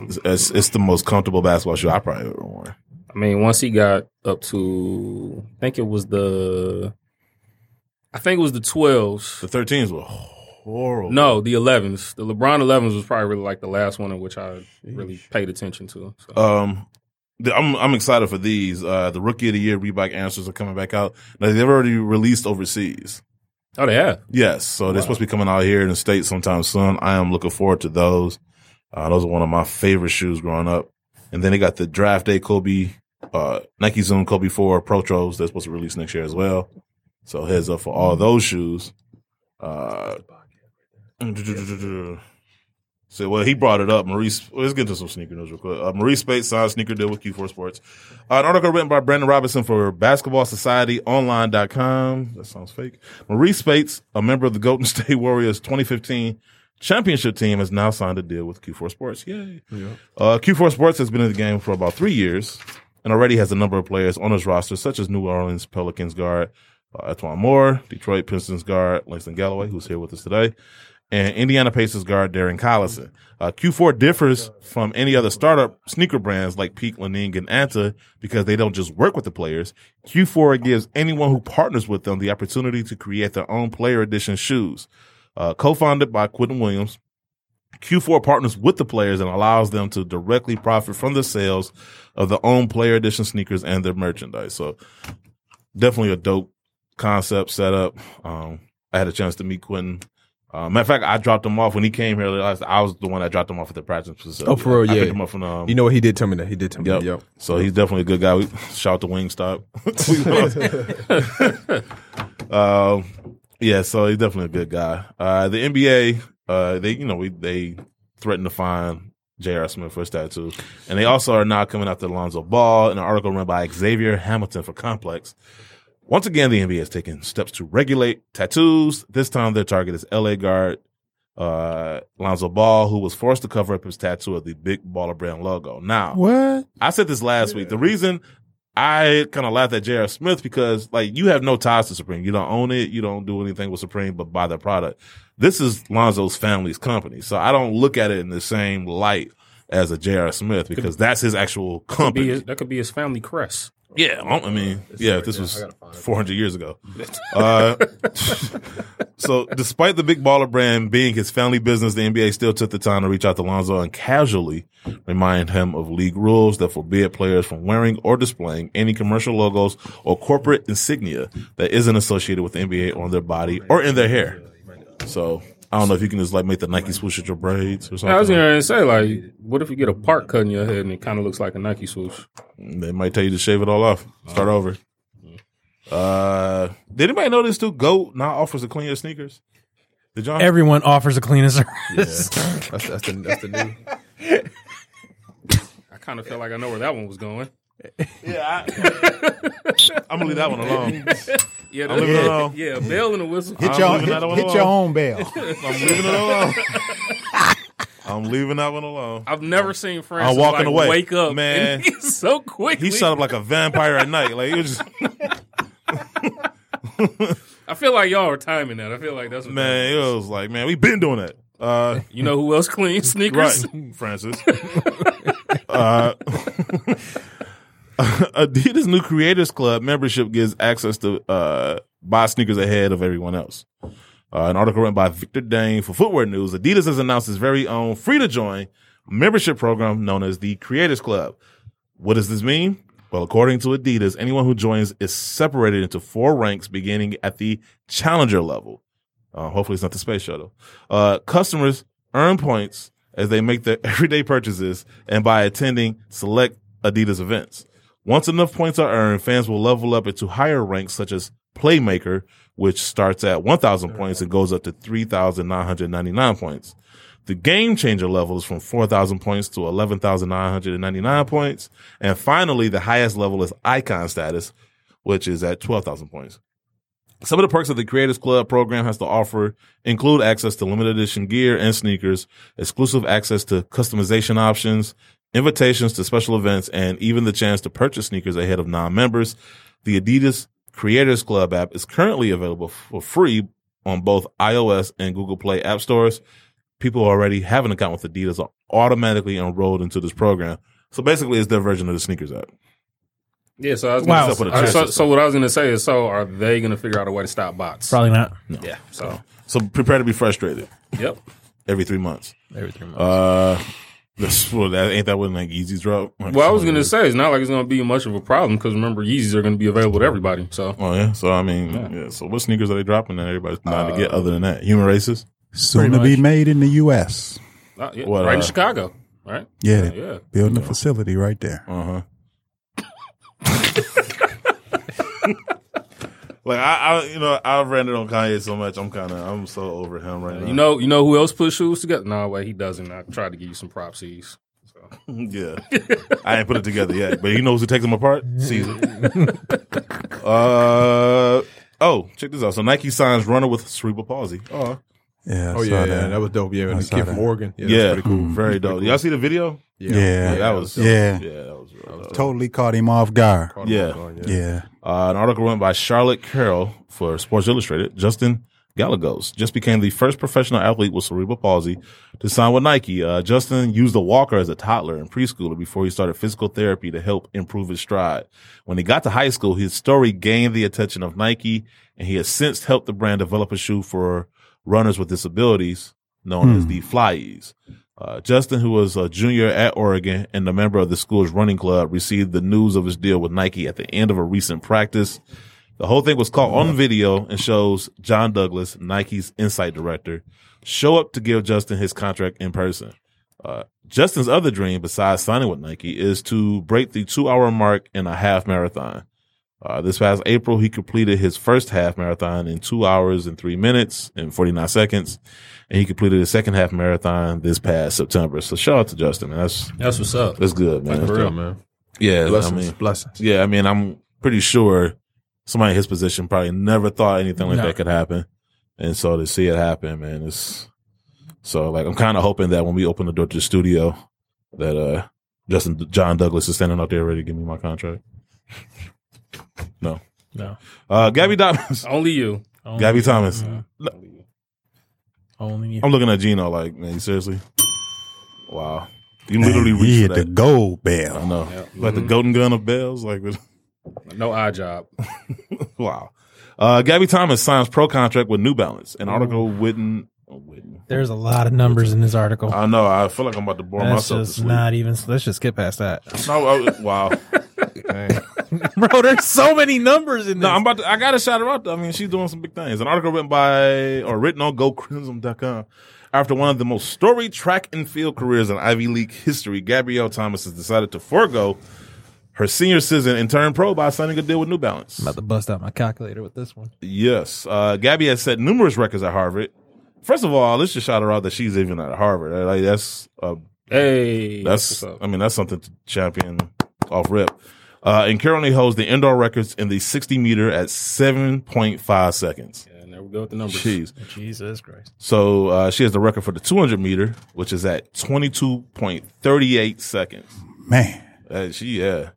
[SPEAKER 3] It's, it's, it's the most comfortable basketball shoe I probably ever worn.
[SPEAKER 4] I mean, once he got up to, I think it was the, I think it was the twelves.
[SPEAKER 3] The 13s were horrible.
[SPEAKER 4] No, the elevens. The LeBron elevens was probably really like the last one in which I really paid attention to. So.
[SPEAKER 3] Um, the, I'm I'm excited for these. Uh, the rookie of the year Reebok answers are coming back out. Now they've already released overseas.
[SPEAKER 4] oh, they have.
[SPEAKER 3] Yes, so they're supposed to be coming out here in the states sometime soon. I am looking forward to those. Uh, those are one of my favorite shoes growing up. And then they got the draft day Kobe, uh, Nike Zoom Kobe Four Protros. They're supposed to release next year as well. So heads up for all those shoes. Uh, so well, he brought it up. Maurice, let's get to some sneaker news real quick. Uh, Maurice Spates signed sneaker deal with Q4 Sports. Uh, an article written by Brandon Robinson for BasketballSocietyOnline.com. That sounds fake. Maurice Spates, a member of the Golden State Warriors 2015 championship team, has now signed a deal with Q4 Sports. Yay! Uh, Q4 Sports has been in the game for about three years and already has a number of players on his roster, such as New Orleans Pelicans guard uh, Etwan Moore, Detroit Pistons guard Langston Galloway, who's here with us today, and Indiana Pacers guard Darren Collison. Uh, Q4 differs from any other startup sneaker brands like Peak, Lening, and Anta because they don't just work with the players. Q4 gives anyone who partners with them the opportunity to create their own player edition shoes. Uh, co-founded by Quentin Williams, Q4 partners with the players and allows them to directly profit from the sales of their own player edition sneakers and their merchandise. So definitely a dope concept setup. Um, I had a chance to meet Quentin. Uh, matter of fact, I dropped him off when he came here. Last, I was the one that dropped him off at the practice facility.
[SPEAKER 7] Oh, for real?
[SPEAKER 3] I
[SPEAKER 7] Yeah.
[SPEAKER 3] picked him up from um,
[SPEAKER 7] You know what he did tell me that he did tell me.
[SPEAKER 3] Yep.
[SPEAKER 7] that. Yep.
[SPEAKER 3] So he's definitely a good guy. We, shout out to Wingstop. We love- um, yeah, so he's definitely a good guy. Uh, the NBA, uh, they you know we, they threatened to fine J.R. Smith for his tattoo, and they also are now coming after Alonzo Ball in an article run by Xavier Hamilton for Complex. Once again, the NBA has taken steps to regulate tattoos. This time, their target is LA guard uh, Lonzo Ball, who was forced to cover up his tattoo of the Big Baller Brand logo. Now,
[SPEAKER 6] What?
[SPEAKER 3] I said this last week. The reason I kind of laughed at J.R. Smith because like you have no ties to Supreme. You don't own it. You don't do anything with Supreme, but buy their product. This is Lonzo's family's company, so I don't look at it in the same light as a J.R. Smith because that's his actual
[SPEAKER 4] Be
[SPEAKER 3] company.
[SPEAKER 4] his- that could be his family crest.
[SPEAKER 3] Yeah, I I mean, yeah, if this was 400 years ago. Uh, so, despite the big baller brand being his family business, the NBA still took the time to reach out to Lonzo and casually remind him of league rules that forbid players from wearing or displaying any commercial logos or corporate insignia that isn't associated with the NBA on their body or in their hair. So, I don't know if you can just like make the Nike swoosh at your braids or something.
[SPEAKER 4] I was going to say, like, what if you get a part cut in your head and it kind of looks like a Nike swoosh?
[SPEAKER 3] They might tell you to shave it all off. Start over. Uh, did anybody know this too? Goat now offers to clean your sneakers. Did y'all?
[SPEAKER 5] Everyone offers a cleaning service.
[SPEAKER 7] That's, that's, the, that's the new.
[SPEAKER 4] I kind of feel like I know where that one was going.
[SPEAKER 3] yeah, I, I'm gonna leave that one alone.
[SPEAKER 4] Yeah,
[SPEAKER 3] I'm leaving it alone.
[SPEAKER 4] yeah, a bell and a whistle.
[SPEAKER 3] I'm
[SPEAKER 6] Hit your,
[SPEAKER 3] leaving
[SPEAKER 6] hit,
[SPEAKER 3] that one
[SPEAKER 6] hit
[SPEAKER 3] alone.
[SPEAKER 6] your own bell.
[SPEAKER 3] I'm leaving it alone. I'm leaving that one alone.
[SPEAKER 4] I've never seen Francis
[SPEAKER 3] I'm walking
[SPEAKER 4] like,
[SPEAKER 3] away.
[SPEAKER 4] wake up,
[SPEAKER 3] Man.
[SPEAKER 4] and he's so quick.
[SPEAKER 3] He shot up like a vampire at night. Like it was just
[SPEAKER 4] I feel like y'all are timing that. I feel like that's what that-
[SPEAKER 3] man. It was like man, we've been doing that. Uh,
[SPEAKER 4] You know who else cleans sneakers?
[SPEAKER 3] Right, Francis. uh, Adidas new Creators Club membership gives access to uh, buy sneakers ahead of everyone else. Uh, an article written by Victor Dane for Footwear News. Adidas has announced his very own free to join membership program known as the Creators Club. What does this mean? Well, according to Adidas, anyone who joins is separated into four ranks beginning at the challenger level. Uh, hopefully, it's not the space shuttle. Uh, customers earn points as they make their everyday purchases and by attending select Adidas events. Once enough points are earned, fans will level up into higher ranks such as Playmaker, which starts at 1,000 points and goes up to 3,999 points. The game changer level is from 4,000 points to 11,999 points. And finally, the highest level is icon status, which is at 12,000 points. Some of the perks that the Creators Club program has to offer include access to limited edition gear and sneakers, exclusive access to customization options, invitations to special events, and even the chance to purchase sneakers ahead of non-members. The Adidas Creators Club app is currently available for free on both iOS and Google Play app stores. People who already have an account with Adidas are automatically enrolled into this program. So basically, it's their version of the sneakers app.
[SPEAKER 4] Yeah, so I was gonna,
[SPEAKER 3] Wow. Up with a
[SPEAKER 4] I- so,
[SPEAKER 3] chest.
[SPEAKER 4] so what I was gonna say is, so are they gonna figure out a way to stop bots?
[SPEAKER 5] Probably not.
[SPEAKER 4] Yeah. So
[SPEAKER 3] So prepare to be frustrated
[SPEAKER 4] yep.
[SPEAKER 3] every three months.
[SPEAKER 5] Every three months.
[SPEAKER 3] Uh, this, well, that ain't that wasn't like Yeezy's drop.
[SPEAKER 4] Well, I was gonna say it's not like it's gonna be much of a problem because remember Yeezys are gonna be available to everybody. So
[SPEAKER 3] Oh yeah. So I mean, yeah. So what sneakers are they dropping that everybody's trying to get other than that? Human races.
[SPEAKER 6] Soon to be made in the U.S.
[SPEAKER 4] uh, yeah,
[SPEAKER 3] What,
[SPEAKER 4] right in
[SPEAKER 3] uh,
[SPEAKER 4] Chicago, right?
[SPEAKER 6] Yeah,
[SPEAKER 4] Yeah.
[SPEAKER 6] building a facility right there.
[SPEAKER 3] Uh huh. like I, I, you know, I've ranted on Kanye so much. I'm kind of, I'm so over him right now.
[SPEAKER 4] You know, you know who else put shoes together? No, wait, he doesn't. I tried to give you some propsies.
[SPEAKER 3] Yeah. I ain't put it together yet, but he knows who takes them apart? Caesar. uh, oh, check this out. So Nike signs runner with cerebral palsy. Oh,
[SPEAKER 6] Yeah, I
[SPEAKER 7] Oh
[SPEAKER 6] saw
[SPEAKER 7] yeah, yeah,
[SPEAKER 6] that.
[SPEAKER 7] that was dope. Yeah, and the
[SPEAKER 6] saw
[SPEAKER 7] kid from
[SPEAKER 6] that.
[SPEAKER 7] Oregon.
[SPEAKER 3] yeah.
[SPEAKER 7] Yeah, that's pretty cool.
[SPEAKER 3] Very dope. Y'all see the video?
[SPEAKER 6] Yeah.
[SPEAKER 3] that was,
[SPEAKER 6] Yeah.
[SPEAKER 3] Yeah, that was real dope.
[SPEAKER 6] totally caught him off guard.
[SPEAKER 3] Yeah.
[SPEAKER 6] Yeah,
[SPEAKER 3] Uh, an article written by Charlotte Carroll for Sports Illustrated. Justin Gallegos just became the first professional athlete with cerebral palsy to sign with Nike. Uh, Justin used a walker as a toddler and preschooler before he started physical therapy to help improve his stride. When he got to high school, his story gained the attention of Nike, and he has since helped the brand develop a shoe for runners with disabilities known as the Flyees. Uh, Justin, who was a junior at Oregon and a member of the school's running club, received the news of his deal with Nike at the end of a recent practice. The whole thing was caught on video and shows John Douglas, Nike's insight director, show up to give Justin his contract in person. Uh, Justin's other dream, besides signing with Nike, is to break the two hour mark in a half marathon. Uh, this past April, he completed his first half marathon in two hours and three minutes and 49 seconds. And he completed his second half marathon this past September. So shout out to Justin, man. That's,
[SPEAKER 4] That's what's up.
[SPEAKER 3] that's good, man.
[SPEAKER 4] For real.
[SPEAKER 7] man.
[SPEAKER 3] yeah. I
[SPEAKER 7] Blessings,
[SPEAKER 3] mean,
[SPEAKER 7] blessings.
[SPEAKER 3] yeah. I mean, I'm pretty sure somebody in his position probably never thought anything like
[SPEAKER 5] No.
[SPEAKER 3] that could happen. And so to see it happen, man, it's so like, I'm kind of hoping that when we open the door to the studio that, uh, Justin John Douglas is standing out there ready to give me my contract. No.
[SPEAKER 5] No.
[SPEAKER 3] Uh, Gabby Dobbins.
[SPEAKER 4] Only you.
[SPEAKER 5] Only,
[SPEAKER 3] Gabby Thomas.
[SPEAKER 5] Only.
[SPEAKER 3] I'm looking at Gino like, man, seriously? Wow. You
[SPEAKER 6] Man,
[SPEAKER 3] literally
[SPEAKER 6] he
[SPEAKER 3] reached
[SPEAKER 6] hit
[SPEAKER 3] for
[SPEAKER 6] the
[SPEAKER 3] that.
[SPEAKER 6] gold
[SPEAKER 3] I
[SPEAKER 6] bell.
[SPEAKER 3] know. Like the golden gun of bells. Like,
[SPEAKER 4] No eye job.
[SPEAKER 3] wow. Uh, Gabby Thomas signs pro contract with New Balance. An article written. oh, written.
[SPEAKER 5] There's a lot of numbers in this article.
[SPEAKER 3] I know. I feel like I'm about to bore
[SPEAKER 5] That's
[SPEAKER 3] myself
[SPEAKER 5] just
[SPEAKER 3] this week.
[SPEAKER 5] not even. Let's just skip past that,
[SPEAKER 3] No, I- wow.
[SPEAKER 5] bro. There's so many numbers in
[SPEAKER 3] No,
[SPEAKER 5] this.
[SPEAKER 3] I'm about to, I gotta shout her out. though. I mean, she's doing some big things. An article written by or written on GoCrimson.com. After one of the most storied track and field careers in Ivy League history, Gabrielle Thomas has decided to forego her senior season and turn pro by signing a deal with New Balance.
[SPEAKER 5] about to bust out my calculator with this one.
[SPEAKER 3] Yes, uh, Gabby has set numerous records at Harvard. First of all, let's just shout her out that she's even at Harvard. Uh, Like that's uh,
[SPEAKER 4] Hey,
[SPEAKER 3] that's
[SPEAKER 4] what's up.
[SPEAKER 3] I mean that's something to champion off rip. Uh, and currently holds the indoor records in the 60 meter at 7.5 seconds.
[SPEAKER 4] And there we go with the numbers.
[SPEAKER 3] Jeez.
[SPEAKER 5] Jesus Christ.
[SPEAKER 3] So uh, she has the record for the 200 meter, which is at 22.38 seconds.
[SPEAKER 6] Man,
[SPEAKER 3] Uh, she, yeah.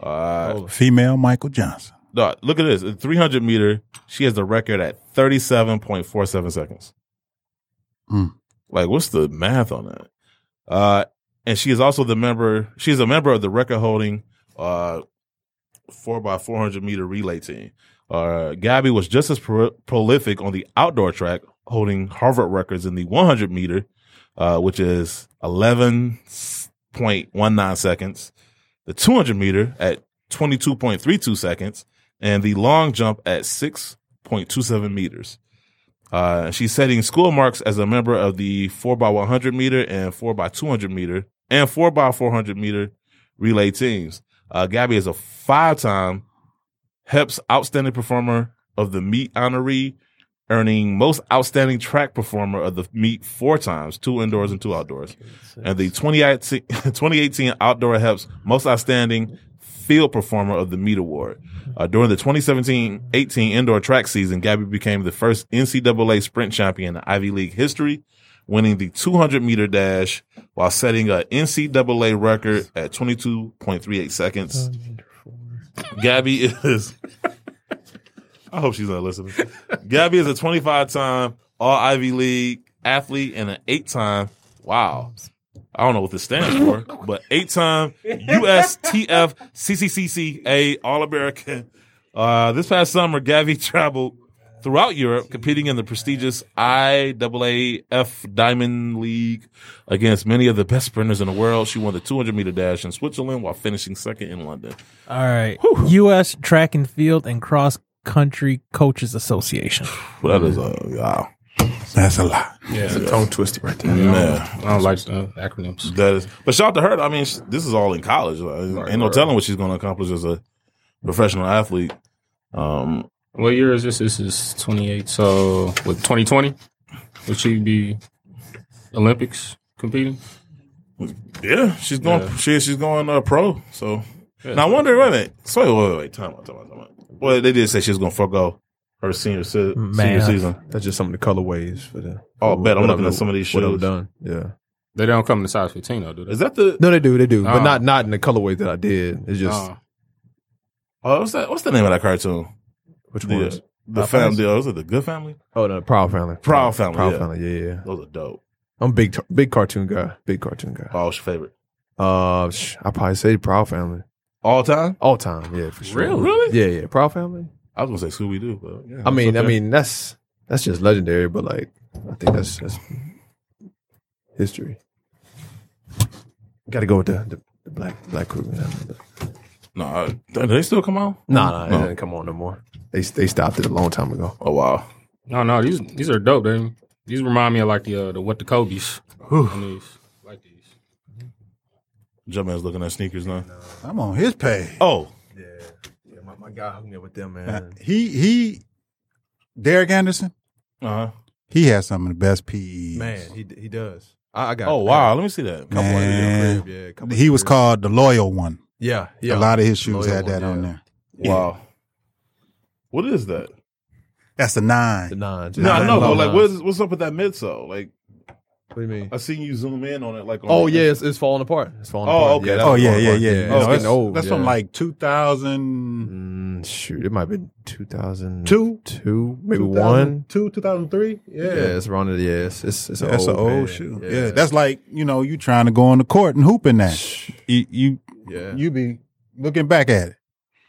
[SPEAKER 3] Uh,
[SPEAKER 6] female Michael Johnson.
[SPEAKER 3] No, look at this. The 300 meter, she has the record at 37.47 seconds.
[SPEAKER 6] Hmm.
[SPEAKER 3] Like, what's the math on that? Uh, and she is also the member, she's a member of the record holding uh, 4 by 400 meter relay team. Uh, Gabby was just as pro- prolific on the outdoor track, holding Harvard records in the 100 meter, uh, which is 11.19 seconds, the 200 meter at 22.32 seconds, and the long jump at 6.27 meters. Uh, she's setting school marks as a member of the 4x100 meter and 4x200 meter and 4x400 meter relay teams. Uh, Gabby is a five time HEP's Outstanding Performer of the Meet honoree, earning Most Outstanding Track Performer of the Meet four times, two indoors and two outdoors, and the 2018 2018 Outdoor HEP's Most Outstanding 50 field performer of the meet award. Uh, during the 2017-18 indoor track season, Gabby became the first NCAA sprint champion in Ivy League history, winning the 200 meter dash while setting a NCAA record at 22.38 seconds. Gabby is. I hope she's not listening. Gabby is a 25 time All Ivy League athlete and an eight time. Wow. I don't know what this stands for, but eight time USTF CCCCA All American. Uh, this past summer, Gabby traveled throughout Europe competing in the prestigious IAAF Diamond League against many of the best sprinters in the world. She won the 200 meter dash in Switzerland while finishing second in London.
[SPEAKER 5] All right. U.S. Track and Field and Cross Country Coaches Association.
[SPEAKER 3] Well, that is a wow.
[SPEAKER 6] That's a lot.
[SPEAKER 7] It's a tongue twister right there.
[SPEAKER 3] Man.
[SPEAKER 4] I don't like uh, acronyms.
[SPEAKER 3] That is, but shout out to her. I mean, sh- this is all in college. Like, ain't no
[SPEAKER 4] right.
[SPEAKER 3] telling what she's going to accomplish as a professional athlete. Um,
[SPEAKER 4] What year is this? This is 28. So, with 2020, would she be Olympics competing?
[SPEAKER 3] yeah, she's going.
[SPEAKER 4] Yeah.
[SPEAKER 3] She, she's going uh, pro. So
[SPEAKER 4] Yeah.
[SPEAKER 3] now I wonder. Wait a minute. So wait, wait, wait, wait. Time out. Time out. Time out. Well, they did say she was going to forego her senior se- senior
[SPEAKER 5] Man.
[SPEAKER 3] season.
[SPEAKER 7] That's just some of the colorways for the.
[SPEAKER 3] Oh, bet. I'm
[SPEAKER 7] what
[SPEAKER 3] looking
[SPEAKER 7] I've-
[SPEAKER 3] at some of these
[SPEAKER 7] what I've
[SPEAKER 3] shoes.
[SPEAKER 7] done. Yeah.
[SPEAKER 4] They don't come in size 15, though, do they?
[SPEAKER 3] Is that the?
[SPEAKER 7] No, they do. They do,
[SPEAKER 4] Oh.
[SPEAKER 7] but not not in the colorways that I did. It's just
[SPEAKER 4] Uh,
[SPEAKER 3] Oh, what's that? What's the name of that cartoon?
[SPEAKER 7] which
[SPEAKER 3] The,
[SPEAKER 7] ones?
[SPEAKER 3] the family. Oh, was it the Good Family?
[SPEAKER 7] Oh, the Proud Family.
[SPEAKER 3] Proud Family,
[SPEAKER 7] Proud
[SPEAKER 3] yeah.
[SPEAKER 7] Family. Yeah, yeah.
[SPEAKER 3] Those are dope.
[SPEAKER 7] I'm a big big cartoon guy. Big cartoon guy.
[SPEAKER 3] Oh, it's your favorite
[SPEAKER 7] Uh, sh- I probably say Proud Family
[SPEAKER 3] all time.
[SPEAKER 7] all time. Yeah, for sure.
[SPEAKER 4] Really?
[SPEAKER 3] Really?
[SPEAKER 7] Yeah, yeah. Proud Family.
[SPEAKER 3] I was going to say Scooby Doo, but yeah,
[SPEAKER 7] I mean,
[SPEAKER 3] that's
[SPEAKER 7] I
[SPEAKER 3] okay.
[SPEAKER 7] mean that's that's just legendary. But like, I think that's that's history. Got to go with the, the, the black black crew.
[SPEAKER 3] no. I- do they still come out?
[SPEAKER 7] Nah, nah,
[SPEAKER 3] No.
[SPEAKER 7] it doesn't come on no more. They they stopped it a long time ago.
[SPEAKER 3] Oh wow.
[SPEAKER 4] no, no, these these are dope. They, these remind me of like the, uh, the What the Kobe's. And these, like these.
[SPEAKER 3] Jumpman's looking at sneakers now.
[SPEAKER 6] I'm on his page.
[SPEAKER 3] Oh,
[SPEAKER 7] Yeah, yeah. My, my guy hung me with them,
[SPEAKER 6] He he, Derek Anderson.
[SPEAKER 3] uh-huh.
[SPEAKER 6] He has some of the best PEs.
[SPEAKER 7] Man, he he does. I, I got.
[SPEAKER 3] oh wow. Let me see that.
[SPEAKER 6] Man.
[SPEAKER 7] Man. Yeah, a couple
[SPEAKER 6] he was
[SPEAKER 7] crib.
[SPEAKER 6] called the loyal one.
[SPEAKER 7] Yeah, yeah.
[SPEAKER 6] A lot of his shoes
[SPEAKER 7] Loyal
[SPEAKER 6] had that
[SPEAKER 7] one,
[SPEAKER 6] on
[SPEAKER 7] yeah.
[SPEAKER 6] there.
[SPEAKER 3] Wow. What is that?
[SPEAKER 6] That's the nine.
[SPEAKER 7] The nines.
[SPEAKER 3] No, I know,
[SPEAKER 7] Low
[SPEAKER 3] but like,
[SPEAKER 7] nines.
[SPEAKER 3] what's what's up with that midsole? Like,
[SPEAKER 7] What do you mean?
[SPEAKER 3] I seen you zoom in on it. Like, on
[SPEAKER 7] Oh yeah, it's, it's falling apart. It's falling
[SPEAKER 3] Oh,
[SPEAKER 7] apart.
[SPEAKER 3] okay.
[SPEAKER 7] that's
[SPEAKER 6] Oh yeah,
[SPEAKER 7] falling
[SPEAKER 6] yeah, yeah.
[SPEAKER 7] apart.
[SPEAKER 6] yeah.
[SPEAKER 7] it's
[SPEAKER 6] No,
[SPEAKER 7] getting old.
[SPEAKER 6] That's
[SPEAKER 7] yeah.
[SPEAKER 6] from like 2002,
[SPEAKER 7] Mm, shoot, it might have been 2002,
[SPEAKER 6] Two?
[SPEAKER 7] maybe one.
[SPEAKER 6] 2002, 2003. Yeah.
[SPEAKER 7] Yeah, it's around it. Yeah, it's it's, it's an
[SPEAKER 6] That's
[SPEAKER 7] old
[SPEAKER 6] an old
[SPEAKER 7] man.
[SPEAKER 6] shoe. Yeah. that's like you know you trying to go on the court and hoop in that. You you,
[SPEAKER 7] yeah,
[SPEAKER 6] you be looking back at it.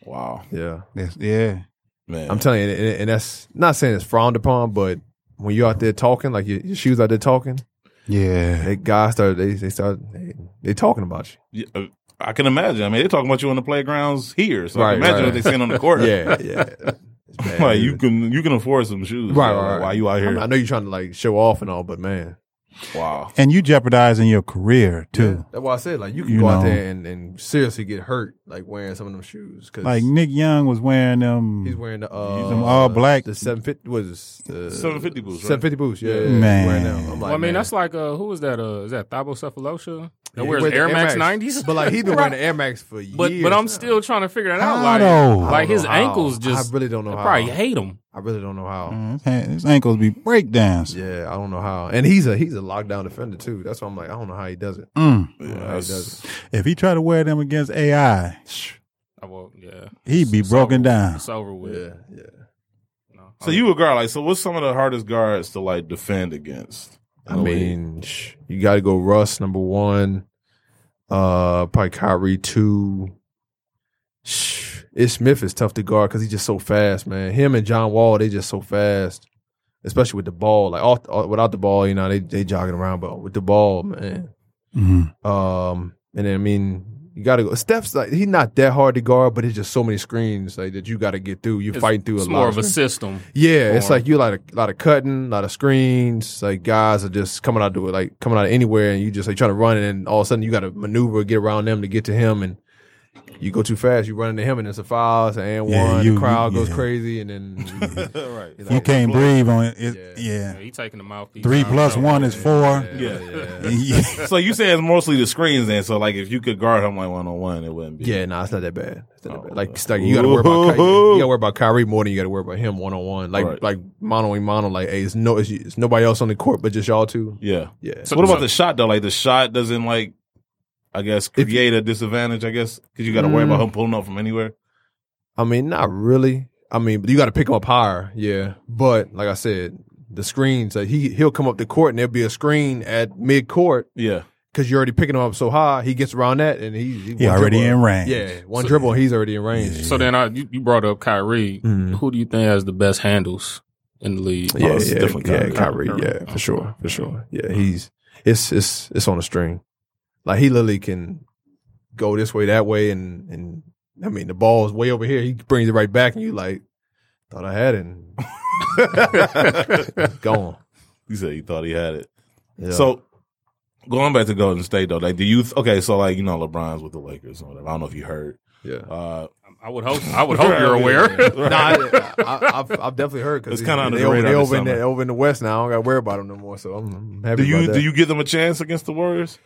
[SPEAKER 3] wow,
[SPEAKER 7] yeah.
[SPEAKER 6] That's- yeah,
[SPEAKER 3] man.
[SPEAKER 7] I'm telling you, and, and that's not saying it's frowned upon, but when you're out there talking, like your, your shoes out there talking,
[SPEAKER 6] yeah.
[SPEAKER 7] they guys start they they start they, they talking about
[SPEAKER 3] Yeah, uh, I can imagine. I mean, they're talking about you on the playgrounds here, so I
[SPEAKER 7] Right,
[SPEAKER 3] can imagine
[SPEAKER 7] right.
[SPEAKER 3] what they seen on the
[SPEAKER 7] you.
[SPEAKER 3] court.
[SPEAKER 7] Yeah, yeah. It's bad,
[SPEAKER 3] like
[SPEAKER 7] dude.
[SPEAKER 3] you can you can afford some shoes.
[SPEAKER 7] right,
[SPEAKER 3] you know,
[SPEAKER 7] right, right.
[SPEAKER 3] While you out
[SPEAKER 7] I,
[SPEAKER 3] here,
[SPEAKER 7] mean, I know you're trying to like show off and all, but man,
[SPEAKER 3] wow.
[SPEAKER 6] And you jeopardizing your career too.
[SPEAKER 7] That's why I said like you can
[SPEAKER 6] You
[SPEAKER 7] go out
[SPEAKER 6] know.
[SPEAKER 7] there and, and seriously get hurt like wearing some of them shoes because
[SPEAKER 6] Like Nick Young was wearing them.
[SPEAKER 7] he's wearing the uh,
[SPEAKER 6] He's them all black.
[SPEAKER 7] the seven fifty was the
[SPEAKER 3] 750 boots, right?
[SPEAKER 7] seven fifty boots yeah, yeah
[SPEAKER 6] Man.
[SPEAKER 7] wearing them. I'm like,
[SPEAKER 4] Well, I mean,
[SPEAKER 7] man.
[SPEAKER 4] that's like uh, who is that? Uh, is that Thybocephalosha? That
[SPEAKER 7] He
[SPEAKER 4] wears
[SPEAKER 7] wear the
[SPEAKER 4] Air Max nineties.
[SPEAKER 7] but like he's been wearing the Air Max for years.
[SPEAKER 4] But but I'm
[SPEAKER 7] now.
[SPEAKER 4] still trying to figure that
[SPEAKER 6] How
[SPEAKER 4] out. Like,
[SPEAKER 6] though?
[SPEAKER 7] I don't
[SPEAKER 4] like
[SPEAKER 7] know
[SPEAKER 4] his
[SPEAKER 7] how.
[SPEAKER 4] ankles just
[SPEAKER 7] I really don't know
[SPEAKER 4] I
[SPEAKER 7] how.
[SPEAKER 4] probably hate him.
[SPEAKER 7] I really don't know how.
[SPEAKER 6] Mm, his, his ankles be breakdowns.
[SPEAKER 7] Yeah, I don't know how. And he's a he's a lockdown defender too. That's why I'm like I don't know how he does it.
[SPEAKER 6] Mm.
[SPEAKER 3] Yeah,
[SPEAKER 7] Yeah, he
[SPEAKER 3] that's-
[SPEAKER 7] does
[SPEAKER 6] If he try to wear them against AI,
[SPEAKER 4] I will, yeah,
[SPEAKER 6] he be
[SPEAKER 4] It's
[SPEAKER 6] broken
[SPEAKER 4] over-
[SPEAKER 6] down.
[SPEAKER 4] It's over with.
[SPEAKER 7] Yeah, yeah.
[SPEAKER 4] No,
[SPEAKER 3] so you a guard? Like, so what's some of the hardest guards to like defend against?
[SPEAKER 7] I mean, sh- you got to go Russ number one, uh, probably Kyrie two. Sh- Ish Smith is tough to guard because he's just so fast, man. Him and John Wall, they just so fast, especially with the ball. Like off, off- without the ball, you know, they they jogging around, but with the ball, man.
[SPEAKER 6] Mhm.
[SPEAKER 7] Um, and then, I mean, you got to go. Steph's like he's not that hard to guard, but it's just so many screens like that you got to get through. You're
[SPEAKER 4] It's-
[SPEAKER 7] fighting through
[SPEAKER 4] it's
[SPEAKER 7] a lot.
[SPEAKER 4] more of a
[SPEAKER 7] screens.
[SPEAKER 4] system.
[SPEAKER 7] Yeah, it's
[SPEAKER 4] form.
[SPEAKER 7] like you like a lot of cutting, a lot of screens. Like guys are just coming out to it, like coming out of anywhere, and you just like trying to run, and then all of a sudden you got to maneuver, get around them to get to him, and you go too fast, you run into him, and it's a foul, it's an and
[SPEAKER 6] Yeah,
[SPEAKER 7] one,
[SPEAKER 6] you-
[SPEAKER 7] the crowd
[SPEAKER 6] you-
[SPEAKER 7] goes
[SPEAKER 6] yeah.
[SPEAKER 7] crazy, and then
[SPEAKER 3] right.
[SPEAKER 6] You can't breathe on it. it
[SPEAKER 4] Yeah,
[SPEAKER 6] yeah.
[SPEAKER 4] he taking the mouthpiece.
[SPEAKER 6] Three
[SPEAKER 4] out.
[SPEAKER 6] plus one is four.
[SPEAKER 3] Yeah.
[SPEAKER 6] Yeah.
[SPEAKER 3] So you say it's mostly the screens, and so like if you could guard him like one on one, it wouldn't be.
[SPEAKER 7] yeah, nah, it's not that bad. It's not that
[SPEAKER 3] Oh,
[SPEAKER 7] bad. Like,
[SPEAKER 3] okay.
[SPEAKER 7] it's like you got to worry about Ky-
[SPEAKER 3] Ooh.
[SPEAKER 7] you got to worry about Kyrie more than you got to worry about him one on one, like
[SPEAKER 3] Right.
[SPEAKER 7] like mono and mono. Like, hey, it's no, it's, it's nobody else on the court but just y'all two.
[SPEAKER 3] Yeah.
[SPEAKER 7] Yeah,
[SPEAKER 3] So what about the shot though? Like the shot doesn't like, I guess create a disadvantage. I guess because you got to worry
[SPEAKER 7] Mm.
[SPEAKER 3] about him pulling up from anywhere.
[SPEAKER 7] I mean, not really. I mean, but you got to pick him up higher, yeah. But like I said, the screens. Like he he'll come up the court and there'll be a screen at mid court
[SPEAKER 3] Yeah.
[SPEAKER 7] because you're already picking him up so high. He gets around that and he, he
[SPEAKER 6] He
[SPEAKER 7] one
[SPEAKER 6] already
[SPEAKER 7] dribble-
[SPEAKER 6] in range.
[SPEAKER 7] Yeah, one dribble, he's already in range.
[SPEAKER 4] So then I, you, you brought up Kyrie.
[SPEAKER 6] Mm-hmm.
[SPEAKER 7] Mhm.
[SPEAKER 4] Who do you think has the best handles in the league?
[SPEAKER 7] Yeah,
[SPEAKER 3] Oh, it's
[SPEAKER 7] yeah,
[SPEAKER 3] different
[SPEAKER 7] yeah,
[SPEAKER 3] kind of
[SPEAKER 7] Kyrie, yeah, for sure, for sure. Yeah, he's it's it's it's on a string. Like he literally can go this way, that way, and and I mean the ball is way over here. He brings it right back, and you like thought I had it. and Gone.
[SPEAKER 3] He said he thought he had it.
[SPEAKER 7] Yeah.
[SPEAKER 3] So going back to Golden State though, like do you okay? So like you know LeBron's with the Lakers or whatever. I don't know if you heard.
[SPEAKER 7] yeah,
[SPEAKER 3] Uh,
[SPEAKER 4] I would hope. Oh, I would hope you're aware.
[SPEAKER 7] no, I, I, I've, I've definitely heard
[SPEAKER 3] It's
[SPEAKER 7] because
[SPEAKER 3] kinda under
[SPEAKER 7] they
[SPEAKER 3] the
[SPEAKER 7] over,
[SPEAKER 3] radar
[SPEAKER 7] they
[SPEAKER 3] this
[SPEAKER 7] over in
[SPEAKER 3] summer.
[SPEAKER 7] the, over in the West now. I don't got to worry about them no more. So I'm, I'm happy
[SPEAKER 3] do you
[SPEAKER 7] about that.
[SPEAKER 3] do you give them a chance against the Warriors?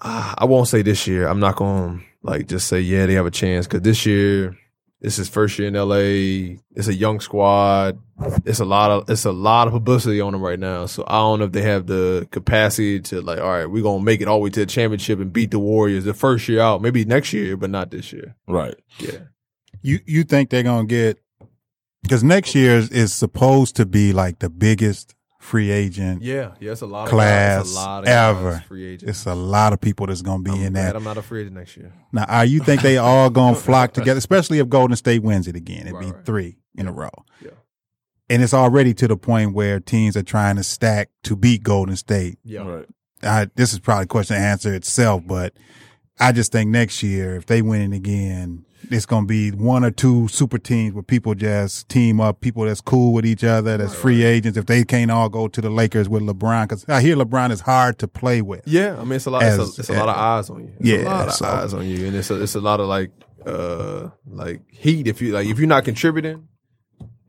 [SPEAKER 7] Ah, I won't say this year. I'm not going to like just say yeah they have a chance because this year, this is first year in LA. It's a young squad. It's a lot of it's a lot of publicity on them right now. So I don't know if they have the capacity to like all right we're gonna make it all the way to the championship and beat the Warriors the first year out. Maybe next year, but not this year.
[SPEAKER 3] Right.
[SPEAKER 7] Yeah,
[SPEAKER 6] You you think they're gonna get because next year is, is supposed to be like the biggest free agent.
[SPEAKER 7] yeah, yeah. It's a lot
[SPEAKER 6] Class
[SPEAKER 7] of guys, It's a lot of
[SPEAKER 6] ever.
[SPEAKER 7] guys, free agents.
[SPEAKER 6] It's a lot of people that's gonna be
[SPEAKER 7] I'm
[SPEAKER 6] in
[SPEAKER 7] glad
[SPEAKER 6] that.
[SPEAKER 7] I'm not a free agent next year.
[SPEAKER 6] Now, are you think they all gonna flock together, especially if Golden State wins it again? It'd be
[SPEAKER 7] Right, right.
[SPEAKER 6] three in a row.
[SPEAKER 7] Yeah.
[SPEAKER 6] And it's already to the point where teams are trying to stack to beat Golden State.
[SPEAKER 7] Yeah,
[SPEAKER 3] Right.
[SPEAKER 6] I, this is probably a question and answer itself, but I just think next year, if they win it again, it's going to be one or two super teams where people just team up, people that's cool with each other, that's free agents. If they can't all go to the Lakers with LeBron, because I hear LeBron is hard to play with.
[SPEAKER 7] Yeah, I mean it's a lot. it's,
[SPEAKER 6] As-
[SPEAKER 7] a, it's a lot of eyes on you. It's
[SPEAKER 6] Yeah,
[SPEAKER 7] a lot of
[SPEAKER 6] so-
[SPEAKER 7] eyes on you, and it's a, it's a lot of like uh like heat. If you like, if you're not contributing,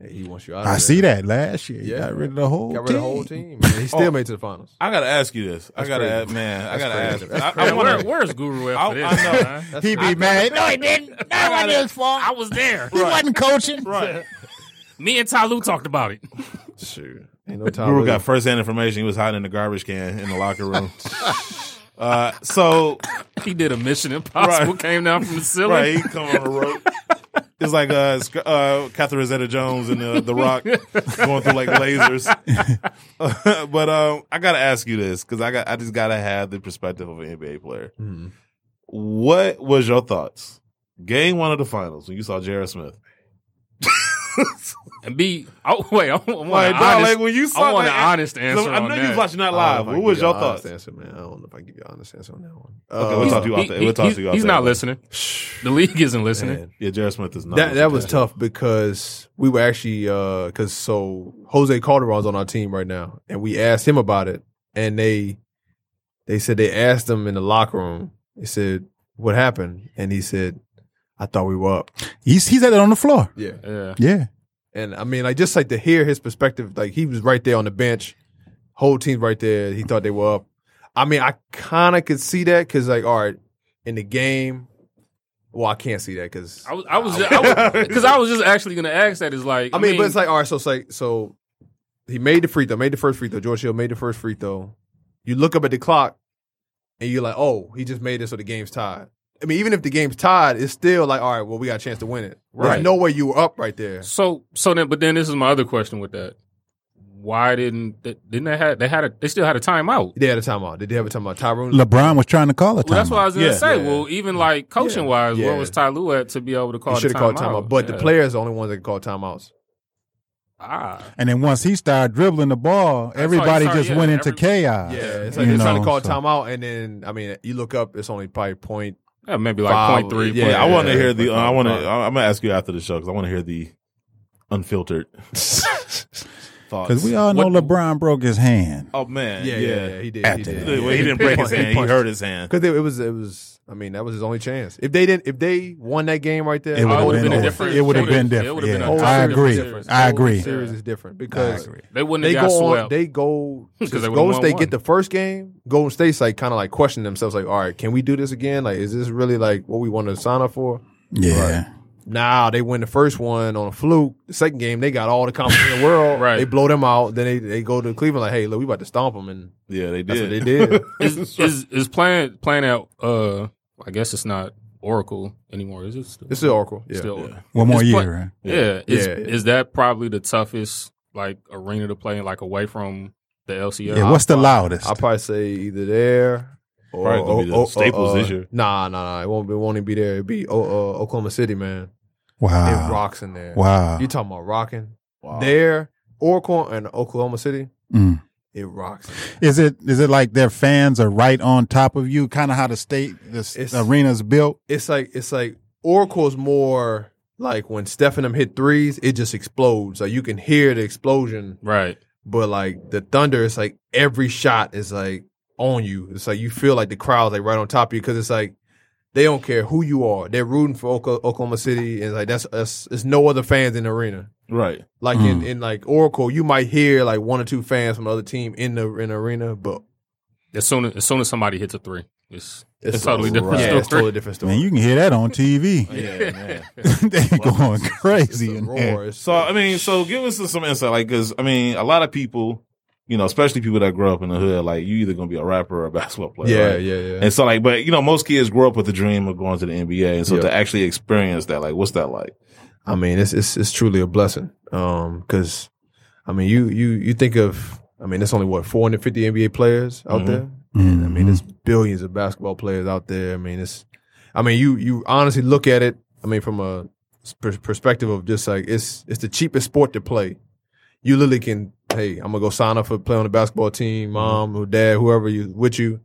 [SPEAKER 7] hey, he wants you out. Of
[SPEAKER 6] I
[SPEAKER 7] there.
[SPEAKER 6] see that last year. Yeah.
[SPEAKER 7] Yeah.
[SPEAKER 6] Got rid of the whole
[SPEAKER 7] Got rid
[SPEAKER 6] team.
[SPEAKER 7] of the whole team. and he still
[SPEAKER 3] Oh.
[SPEAKER 7] made it to the finals.
[SPEAKER 3] I gotta ask you this. I
[SPEAKER 7] That's
[SPEAKER 3] gotta
[SPEAKER 7] crazy.
[SPEAKER 3] ask, man. I
[SPEAKER 7] That's
[SPEAKER 3] gotta
[SPEAKER 7] crazy.
[SPEAKER 3] ask.
[SPEAKER 7] That's
[SPEAKER 3] I, I
[SPEAKER 7] crazy.
[SPEAKER 4] Where,
[SPEAKER 3] want to.
[SPEAKER 4] where's Guru
[SPEAKER 3] I,
[SPEAKER 4] after this?
[SPEAKER 3] I know.
[SPEAKER 4] man?
[SPEAKER 7] That's
[SPEAKER 6] He be mad. No, he didn't. That wasn't his fault.
[SPEAKER 4] I was there.
[SPEAKER 6] He wasn't coaching.
[SPEAKER 3] Right.
[SPEAKER 4] Me and Tyloo talked about it.
[SPEAKER 7] shoot. Ain't no time.
[SPEAKER 3] Guru
[SPEAKER 7] really.
[SPEAKER 3] got first hand information. He was hiding in the garbage can in the locker room. uh, so
[SPEAKER 4] He did a Mission Impossible.
[SPEAKER 3] Right.
[SPEAKER 4] Came down from the ceiling.
[SPEAKER 3] right, he come on a rope. It's like uh, Sc- uh, Catherine Zeta Jones and uh, the, the Rock going through like lasers. but um, I gotta ask you this because I got I just gotta have the perspective of an NBA player.
[SPEAKER 7] Mhm.
[SPEAKER 3] What was your thoughts? Game one of the finals when you saw Jared Smith.
[SPEAKER 4] And be oh wait, I want an
[SPEAKER 3] Like, dog,
[SPEAKER 4] honest,
[SPEAKER 3] like, when you saw
[SPEAKER 4] I want
[SPEAKER 3] that-
[SPEAKER 4] an honest answer.
[SPEAKER 3] I know
[SPEAKER 4] on
[SPEAKER 3] you
[SPEAKER 4] that. Oh
[SPEAKER 3] was watching that
[SPEAKER 7] I
[SPEAKER 3] live.
[SPEAKER 7] don't know if I
[SPEAKER 3] What
[SPEAKER 7] can
[SPEAKER 3] was
[SPEAKER 7] give you
[SPEAKER 3] your
[SPEAKER 7] an honest
[SPEAKER 3] thoughts?
[SPEAKER 7] Answer, man. I don't know if I can give you an honest answer on that one.
[SPEAKER 3] Okay, we'll
[SPEAKER 7] Uh,
[SPEAKER 3] talk to you off.
[SPEAKER 4] He-
[SPEAKER 3] the-
[SPEAKER 4] he-
[SPEAKER 3] We'll talk to you off.
[SPEAKER 4] he's
[SPEAKER 3] the-
[SPEAKER 4] not listening. The league isn't listening.
[SPEAKER 7] man.
[SPEAKER 3] Yeah, Jared Smith is not.
[SPEAKER 7] That that was
[SPEAKER 3] listening.
[SPEAKER 7] tough because we were actually because so Jose Calderon's on our team right now, and we asked him about it, and they they said they asked him in the locker room. They said what happened, and he said, "I thought we were up."
[SPEAKER 6] He's, he's at it on the floor.
[SPEAKER 7] Yeah,
[SPEAKER 4] Yeah.
[SPEAKER 6] Yeah.
[SPEAKER 7] and I mean, like just like to hear his perspective, like he was right there on the bench, whole team right there. He thought they were up. I mean, I kind of could see that because like all right in the game. Well, I can't see that because
[SPEAKER 4] I was, I was, I was, because I was just actually gonna ask that. Is like,
[SPEAKER 7] I mean, but it's like all right. So it's like so, he made the free throw, made the first free throw. George Hill made the first free throw. You look up at the clock, and you're like, oh, he just made it, so the game's tied. I mean, even if the game's tied, it's still like, all right, well, we got a chance to win it.
[SPEAKER 4] Right.
[SPEAKER 7] There's no way you were up right there.
[SPEAKER 4] so, so then, but then this is my other question with that. Why didn't they- didn't they had they had a, they still had a timeout?
[SPEAKER 7] They had a timeout. Did they have a timeout? Tyrone.
[SPEAKER 6] LeBron was trying to call a timeout.
[SPEAKER 4] Well, that's what I was gonna
[SPEAKER 3] Yeah.
[SPEAKER 4] say.
[SPEAKER 7] Yeah.
[SPEAKER 4] Well, even like coaching wise,
[SPEAKER 7] Yeah.
[SPEAKER 4] where was Ty Lue at to be able to call?
[SPEAKER 7] He
[SPEAKER 4] the
[SPEAKER 7] should have called timeout, but the
[SPEAKER 4] Yeah.
[SPEAKER 7] players are the only ones that can call timeouts.
[SPEAKER 4] ah,
[SPEAKER 6] And then once he started dribbling the ball,
[SPEAKER 4] how
[SPEAKER 6] everybody
[SPEAKER 4] he started,
[SPEAKER 6] just
[SPEAKER 4] yeah,
[SPEAKER 6] went into
[SPEAKER 4] every-
[SPEAKER 6] chaos.
[SPEAKER 7] Yeah, it's like
[SPEAKER 6] You
[SPEAKER 7] they're trying to
[SPEAKER 6] know,
[SPEAKER 7] call a
[SPEAKER 6] so-
[SPEAKER 7] timeout, and then I mean, you look up, it's only probably point.
[SPEAKER 4] yeah, maybe like
[SPEAKER 7] Foul.
[SPEAKER 4] point three.
[SPEAKER 7] Yeah,
[SPEAKER 3] Yeah, I want to
[SPEAKER 7] yeah,
[SPEAKER 3] hear
[SPEAKER 7] yeah.
[SPEAKER 3] the. Uh, I want to. I'm gonna ask you after the show because I want to hear the unfiltered thoughts.
[SPEAKER 6] Because we all know
[SPEAKER 3] What-
[SPEAKER 6] LeBron broke his hand.
[SPEAKER 3] Oh man,
[SPEAKER 7] Yeah, yeah, yeah, he did.
[SPEAKER 6] At
[SPEAKER 7] he
[SPEAKER 6] the-
[SPEAKER 7] did.
[SPEAKER 3] Well, he didn't break his hand. He hurt his hand.
[SPEAKER 7] because it, it was it was I mean, that was his only chance. If they didn't, if they won that game right there,
[SPEAKER 6] It would've
[SPEAKER 7] I would've
[SPEAKER 6] been
[SPEAKER 4] a
[SPEAKER 6] over.
[SPEAKER 4] different-
[SPEAKER 6] It would've been
[SPEAKER 4] it would've-
[SPEAKER 6] different,
[SPEAKER 4] it would've
[SPEAKER 6] yeah.
[SPEAKER 4] been a
[SPEAKER 6] I
[SPEAKER 4] totally
[SPEAKER 6] agree.
[SPEAKER 4] different series.
[SPEAKER 6] I agree.
[SPEAKER 4] Yeah.
[SPEAKER 7] Series is different because
[SPEAKER 6] agree.
[SPEAKER 4] They wouldn't
[SPEAKER 7] they
[SPEAKER 4] have
[SPEAKER 7] go
[SPEAKER 4] got
[SPEAKER 7] on.
[SPEAKER 4] swept.
[SPEAKER 7] They go.
[SPEAKER 4] 'Cause they
[SPEAKER 7] since
[SPEAKER 4] would've
[SPEAKER 7] Golden
[SPEAKER 4] won
[SPEAKER 7] State
[SPEAKER 4] one.
[SPEAKER 7] get the first game. Golden State's like kind of like questioning themselves, like, all right, can we do this again? Like, is this really like what we want to sign up for?
[SPEAKER 6] Yeah.
[SPEAKER 7] Nah, they win the first one on a fluke. The second game, they got all the confidence in the world.
[SPEAKER 4] Right.
[SPEAKER 7] They blow them out. Then they, they go to Cleveland like, hey, look, we about to stomp them, and
[SPEAKER 3] Yeah, they
[SPEAKER 7] that's what they
[SPEAKER 3] did.
[SPEAKER 7] did.
[SPEAKER 4] is, is is playing playing at uh I guess it's not Oracle anymore. Is it still,
[SPEAKER 7] It's still Oracle. Yeah.
[SPEAKER 4] still
[SPEAKER 6] One more
[SPEAKER 4] It's
[SPEAKER 6] year,
[SPEAKER 4] play-
[SPEAKER 6] right?
[SPEAKER 4] Yeah. Is,
[SPEAKER 7] Yeah.
[SPEAKER 4] is that probably the toughest like arena to play in, like away from the LCS?
[SPEAKER 6] Yeah. what's the loudest?
[SPEAKER 7] I'll probably say either there or
[SPEAKER 3] Probably gonna be the
[SPEAKER 7] or- or-
[SPEAKER 3] Staples
[SPEAKER 7] uh,
[SPEAKER 3] this year.
[SPEAKER 7] Nah, nah, nah. It won't be. Won't even be there. It'd be oh, uh, Oklahoma City, man. it
[SPEAKER 6] wow.
[SPEAKER 7] rocks in there.
[SPEAKER 6] Wow.
[SPEAKER 7] You talking about rocking there? Oracle and Oklahoma City.
[SPEAKER 6] Mm.
[SPEAKER 7] It rocks. in there.
[SPEAKER 6] Is it is it like their fans are right on top of you? Kind of how the state the s-
[SPEAKER 7] It's-
[SPEAKER 6] arena's built.
[SPEAKER 7] It's like it's like Oracle's more like when Steph and them hit threes, it just explodes. Like you can hear the explosion.
[SPEAKER 4] Right.
[SPEAKER 7] But like the Thunder, it's like every shot is like on you. It's like you feel like the crowd's like right on top of you because it's like they don't care who you are. They're rooting for Oka- Oklahoma City, and like that's us. It's no other fans in the arena.
[SPEAKER 3] Right.
[SPEAKER 7] Like in, in like Oracle, you might hear like one or two fans from the other team in the in the arena, but
[SPEAKER 4] As soon as, as soon as somebody hits a three, it's
[SPEAKER 7] it's,
[SPEAKER 4] It's totally different
[SPEAKER 7] Yeah, it's
[SPEAKER 4] story.
[SPEAKER 7] totally different story.
[SPEAKER 6] Man, you can hear that on TV.
[SPEAKER 3] Yeah, man.
[SPEAKER 6] they going
[SPEAKER 7] it's
[SPEAKER 6] crazy
[SPEAKER 7] a
[SPEAKER 6] in
[SPEAKER 7] roar.
[SPEAKER 6] there.
[SPEAKER 7] It's
[SPEAKER 3] So I mean, so give us some insight, like, because I mean, a lot of people, you know, especially people that grow up in the hood, like, you either gonna be a rapper or a basketball player.
[SPEAKER 7] yeah,
[SPEAKER 3] right?
[SPEAKER 7] yeah, yeah.
[SPEAKER 3] And so, like, but you know, most kids grow up with the dream of going to the NBA, and so
[SPEAKER 7] Yeah.
[SPEAKER 3] to actually experience that, like, what's that like?
[SPEAKER 7] I mean, it's it's, it's truly a blessing. Um, because I mean, you you you think of I mean, there's only what 450 NBA players out
[SPEAKER 3] Mhm.
[SPEAKER 7] there. And, I mean, there's billions of basketball players out there. I mean, it's I mean, you you honestly look at it. I mean, from a per- perspective of just like it's it's the cheapest sport to play. You literally can, hey, I'm gonna go sign up for play on the basketball team, mom or dad, whoever you with you,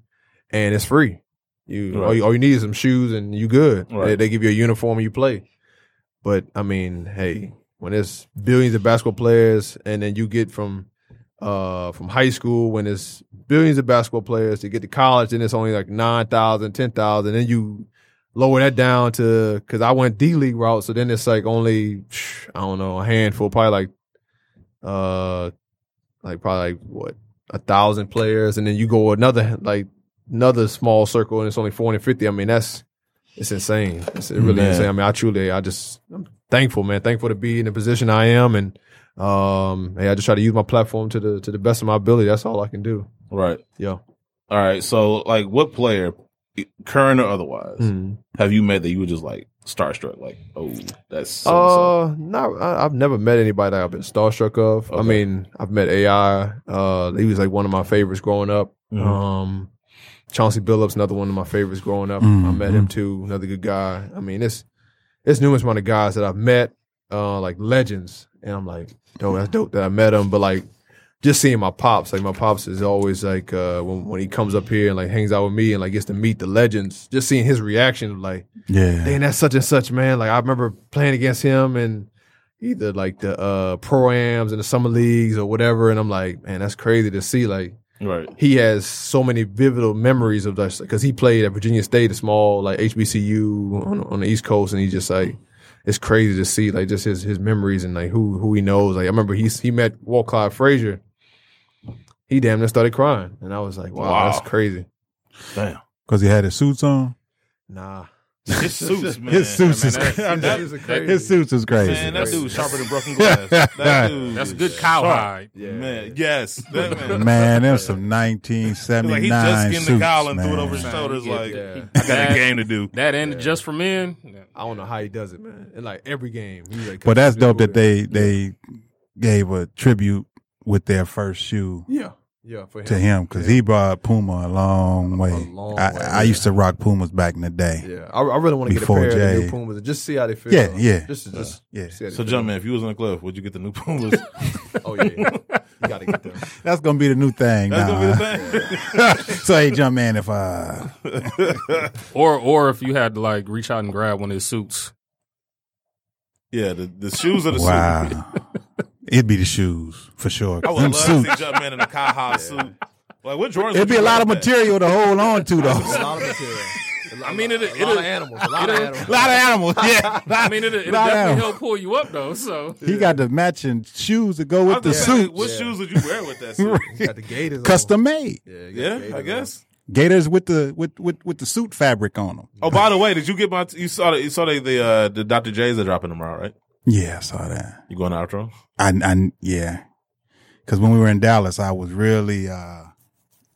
[SPEAKER 7] and it's free. You, all,
[SPEAKER 3] Right.
[SPEAKER 7] you all you need is some shoes and you good.
[SPEAKER 3] Right.
[SPEAKER 7] They, they give you a uniform and you play. But I mean, hey, when there's billions of basketball players, and then you get from uh, from high school when there's billions of basketball players to get to college, and it's only like 9,000, 10,000, then you lower that down to because I went D league route, so then it's like only psh, I don't know a handful, probably like uh, like probably like what a thousand players, and then you go another like another small circle, and it's only 450. I mean, that's it's insane. It's really
[SPEAKER 3] Man.
[SPEAKER 7] insane. I mean, I truly, I just, I'm thankful, man. Thankful to be in the position I am, and um, hey, I just try to use my platform to the to the best of my ability. That's all I can do.
[SPEAKER 3] Right.
[SPEAKER 7] Yeah.
[SPEAKER 3] All right. So, like, what player, current or otherwise,
[SPEAKER 7] Hmm.
[SPEAKER 3] have you met that you were just like starstruck? Like, oh, that's so
[SPEAKER 7] Uh, not. I, I've never met anybody that I've been starstruck of. I
[SPEAKER 3] Okay.
[SPEAKER 7] mean, I've met AI. Uh, he was like one of my favorites growing up.
[SPEAKER 3] Mhm.
[SPEAKER 7] Um, Chauncey Billups, another one of my favorites growing up. I met
[SPEAKER 3] Mm-hmm.
[SPEAKER 7] him too. Another good guy. I mean, it's it's numerous amount of guys that I've met, uh, like legends, and I'm like, yo, that's dope that I met him. But like, just seeing my pops, like my pops is always like uh, when when he comes up here and like hangs out with me and like gets to meet the legends. Just seeing his reaction, of, like
[SPEAKER 6] Mm-hmm. Yeah.
[SPEAKER 7] and that's such and such, man. Like I remember playing against him and either like the uh pro ams and the summer leagues or whatever, and I'm like, man, that's crazy to see. Like
[SPEAKER 3] right.
[SPEAKER 7] he has so many vivid memories of that because he played at Virginia State, a small like HBCU on, on the East Coast, and he just like it's crazy to see like just his his memories and like who who he knows. Like I remember he he met Walt Clyde Frazier. He damn near started crying, and I was like, wow.
[SPEAKER 3] Wow.
[SPEAKER 7] that's crazy."
[SPEAKER 3] Damn.
[SPEAKER 6] Because he had his suits on.
[SPEAKER 7] Nah.
[SPEAKER 3] His suits, man.
[SPEAKER 6] His suits
[SPEAKER 4] man,
[SPEAKER 6] is
[SPEAKER 4] that-
[SPEAKER 6] crazy.
[SPEAKER 4] that
[SPEAKER 7] is a
[SPEAKER 6] His suits is crazy.
[SPEAKER 3] Man, that dude sharper than broken glass. That dude
[SPEAKER 4] That's
[SPEAKER 3] is
[SPEAKER 4] good cowhide.
[SPEAKER 3] sharp. Man, yes. That man.
[SPEAKER 6] Man, them some 1979
[SPEAKER 3] Like he just skinned the
[SPEAKER 6] suits,
[SPEAKER 3] cowl and
[SPEAKER 6] man.
[SPEAKER 3] threw it over his shoulders. Like
[SPEAKER 7] Yeah.
[SPEAKER 3] I got a game to do.
[SPEAKER 4] That and just for men. Yeah.
[SPEAKER 7] I don't know how he does it, man. And like every game, he's like.
[SPEAKER 6] But that's dope that they they gave a tribute with their first shoe
[SPEAKER 7] Yeah, yeah, for him.
[SPEAKER 6] to him because he brought Puma a long way.
[SPEAKER 7] long
[SPEAKER 6] I,
[SPEAKER 7] way,
[SPEAKER 6] I
[SPEAKER 7] yeah.
[SPEAKER 6] used to rock Pumas back in the day.
[SPEAKER 7] Yeah, I, I really want to get a
[SPEAKER 6] Before
[SPEAKER 7] pair of the new
[SPEAKER 6] Jay.
[SPEAKER 7] Pumas and just see how they feel.
[SPEAKER 6] Yeah, yeah.
[SPEAKER 7] Just, just
[SPEAKER 6] Yeah.
[SPEAKER 7] See how they
[SPEAKER 3] So,
[SPEAKER 7] feel.
[SPEAKER 3] jump man, if you was in the club, would you get the new Pumas?
[SPEAKER 7] Oh yeah, you gotta get them.
[SPEAKER 6] That's gonna be the new thing.
[SPEAKER 3] That's
[SPEAKER 6] now,
[SPEAKER 3] gonna
[SPEAKER 6] huh?
[SPEAKER 3] be the thing.
[SPEAKER 6] so hey, jump man, if uh,
[SPEAKER 4] Or or if you had to like reach out and grab one of his suits.
[SPEAKER 3] yeah, the, the shoes are the suit.
[SPEAKER 6] wow, it'd be the shoes for sure.
[SPEAKER 3] I would
[SPEAKER 6] Them
[SPEAKER 3] love
[SPEAKER 6] suits.
[SPEAKER 3] to see Jumpman in a Kaha suit. Like what Jordans?
[SPEAKER 6] It'd
[SPEAKER 3] would
[SPEAKER 6] be
[SPEAKER 3] you
[SPEAKER 6] a lot
[SPEAKER 3] wear
[SPEAKER 6] of
[SPEAKER 3] with that?
[SPEAKER 6] material to hold on to though.
[SPEAKER 7] lot of material.
[SPEAKER 4] I mean, it, it,
[SPEAKER 7] A lot of animals. A lot of
[SPEAKER 6] A
[SPEAKER 7] animals.
[SPEAKER 6] lot of animals. Yeah.
[SPEAKER 4] I mean, it, it
[SPEAKER 6] Lot of
[SPEAKER 4] definitely
[SPEAKER 6] animals.
[SPEAKER 4] help pull you up though. So
[SPEAKER 6] He got the matching shoes to go with the
[SPEAKER 3] suit.
[SPEAKER 6] suit.
[SPEAKER 3] What shoes would you wear with that suit?
[SPEAKER 7] Got the gators. on.
[SPEAKER 6] Custom made.
[SPEAKER 7] Yeah, you got the
[SPEAKER 3] yeah,
[SPEAKER 7] gators
[SPEAKER 3] I
[SPEAKER 7] on.
[SPEAKER 3] guess.
[SPEAKER 6] Gators with the with, with, with the suit fabric on them.
[SPEAKER 3] Oh, by the way, did you get my? You saw the, you saw the the, uh, the Dr. J's are dropping tomorrow, right?
[SPEAKER 6] Yeah, I saw that.
[SPEAKER 3] You going to outro?
[SPEAKER 6] I, I yeah. Cause when we were in Dallas, I was really uh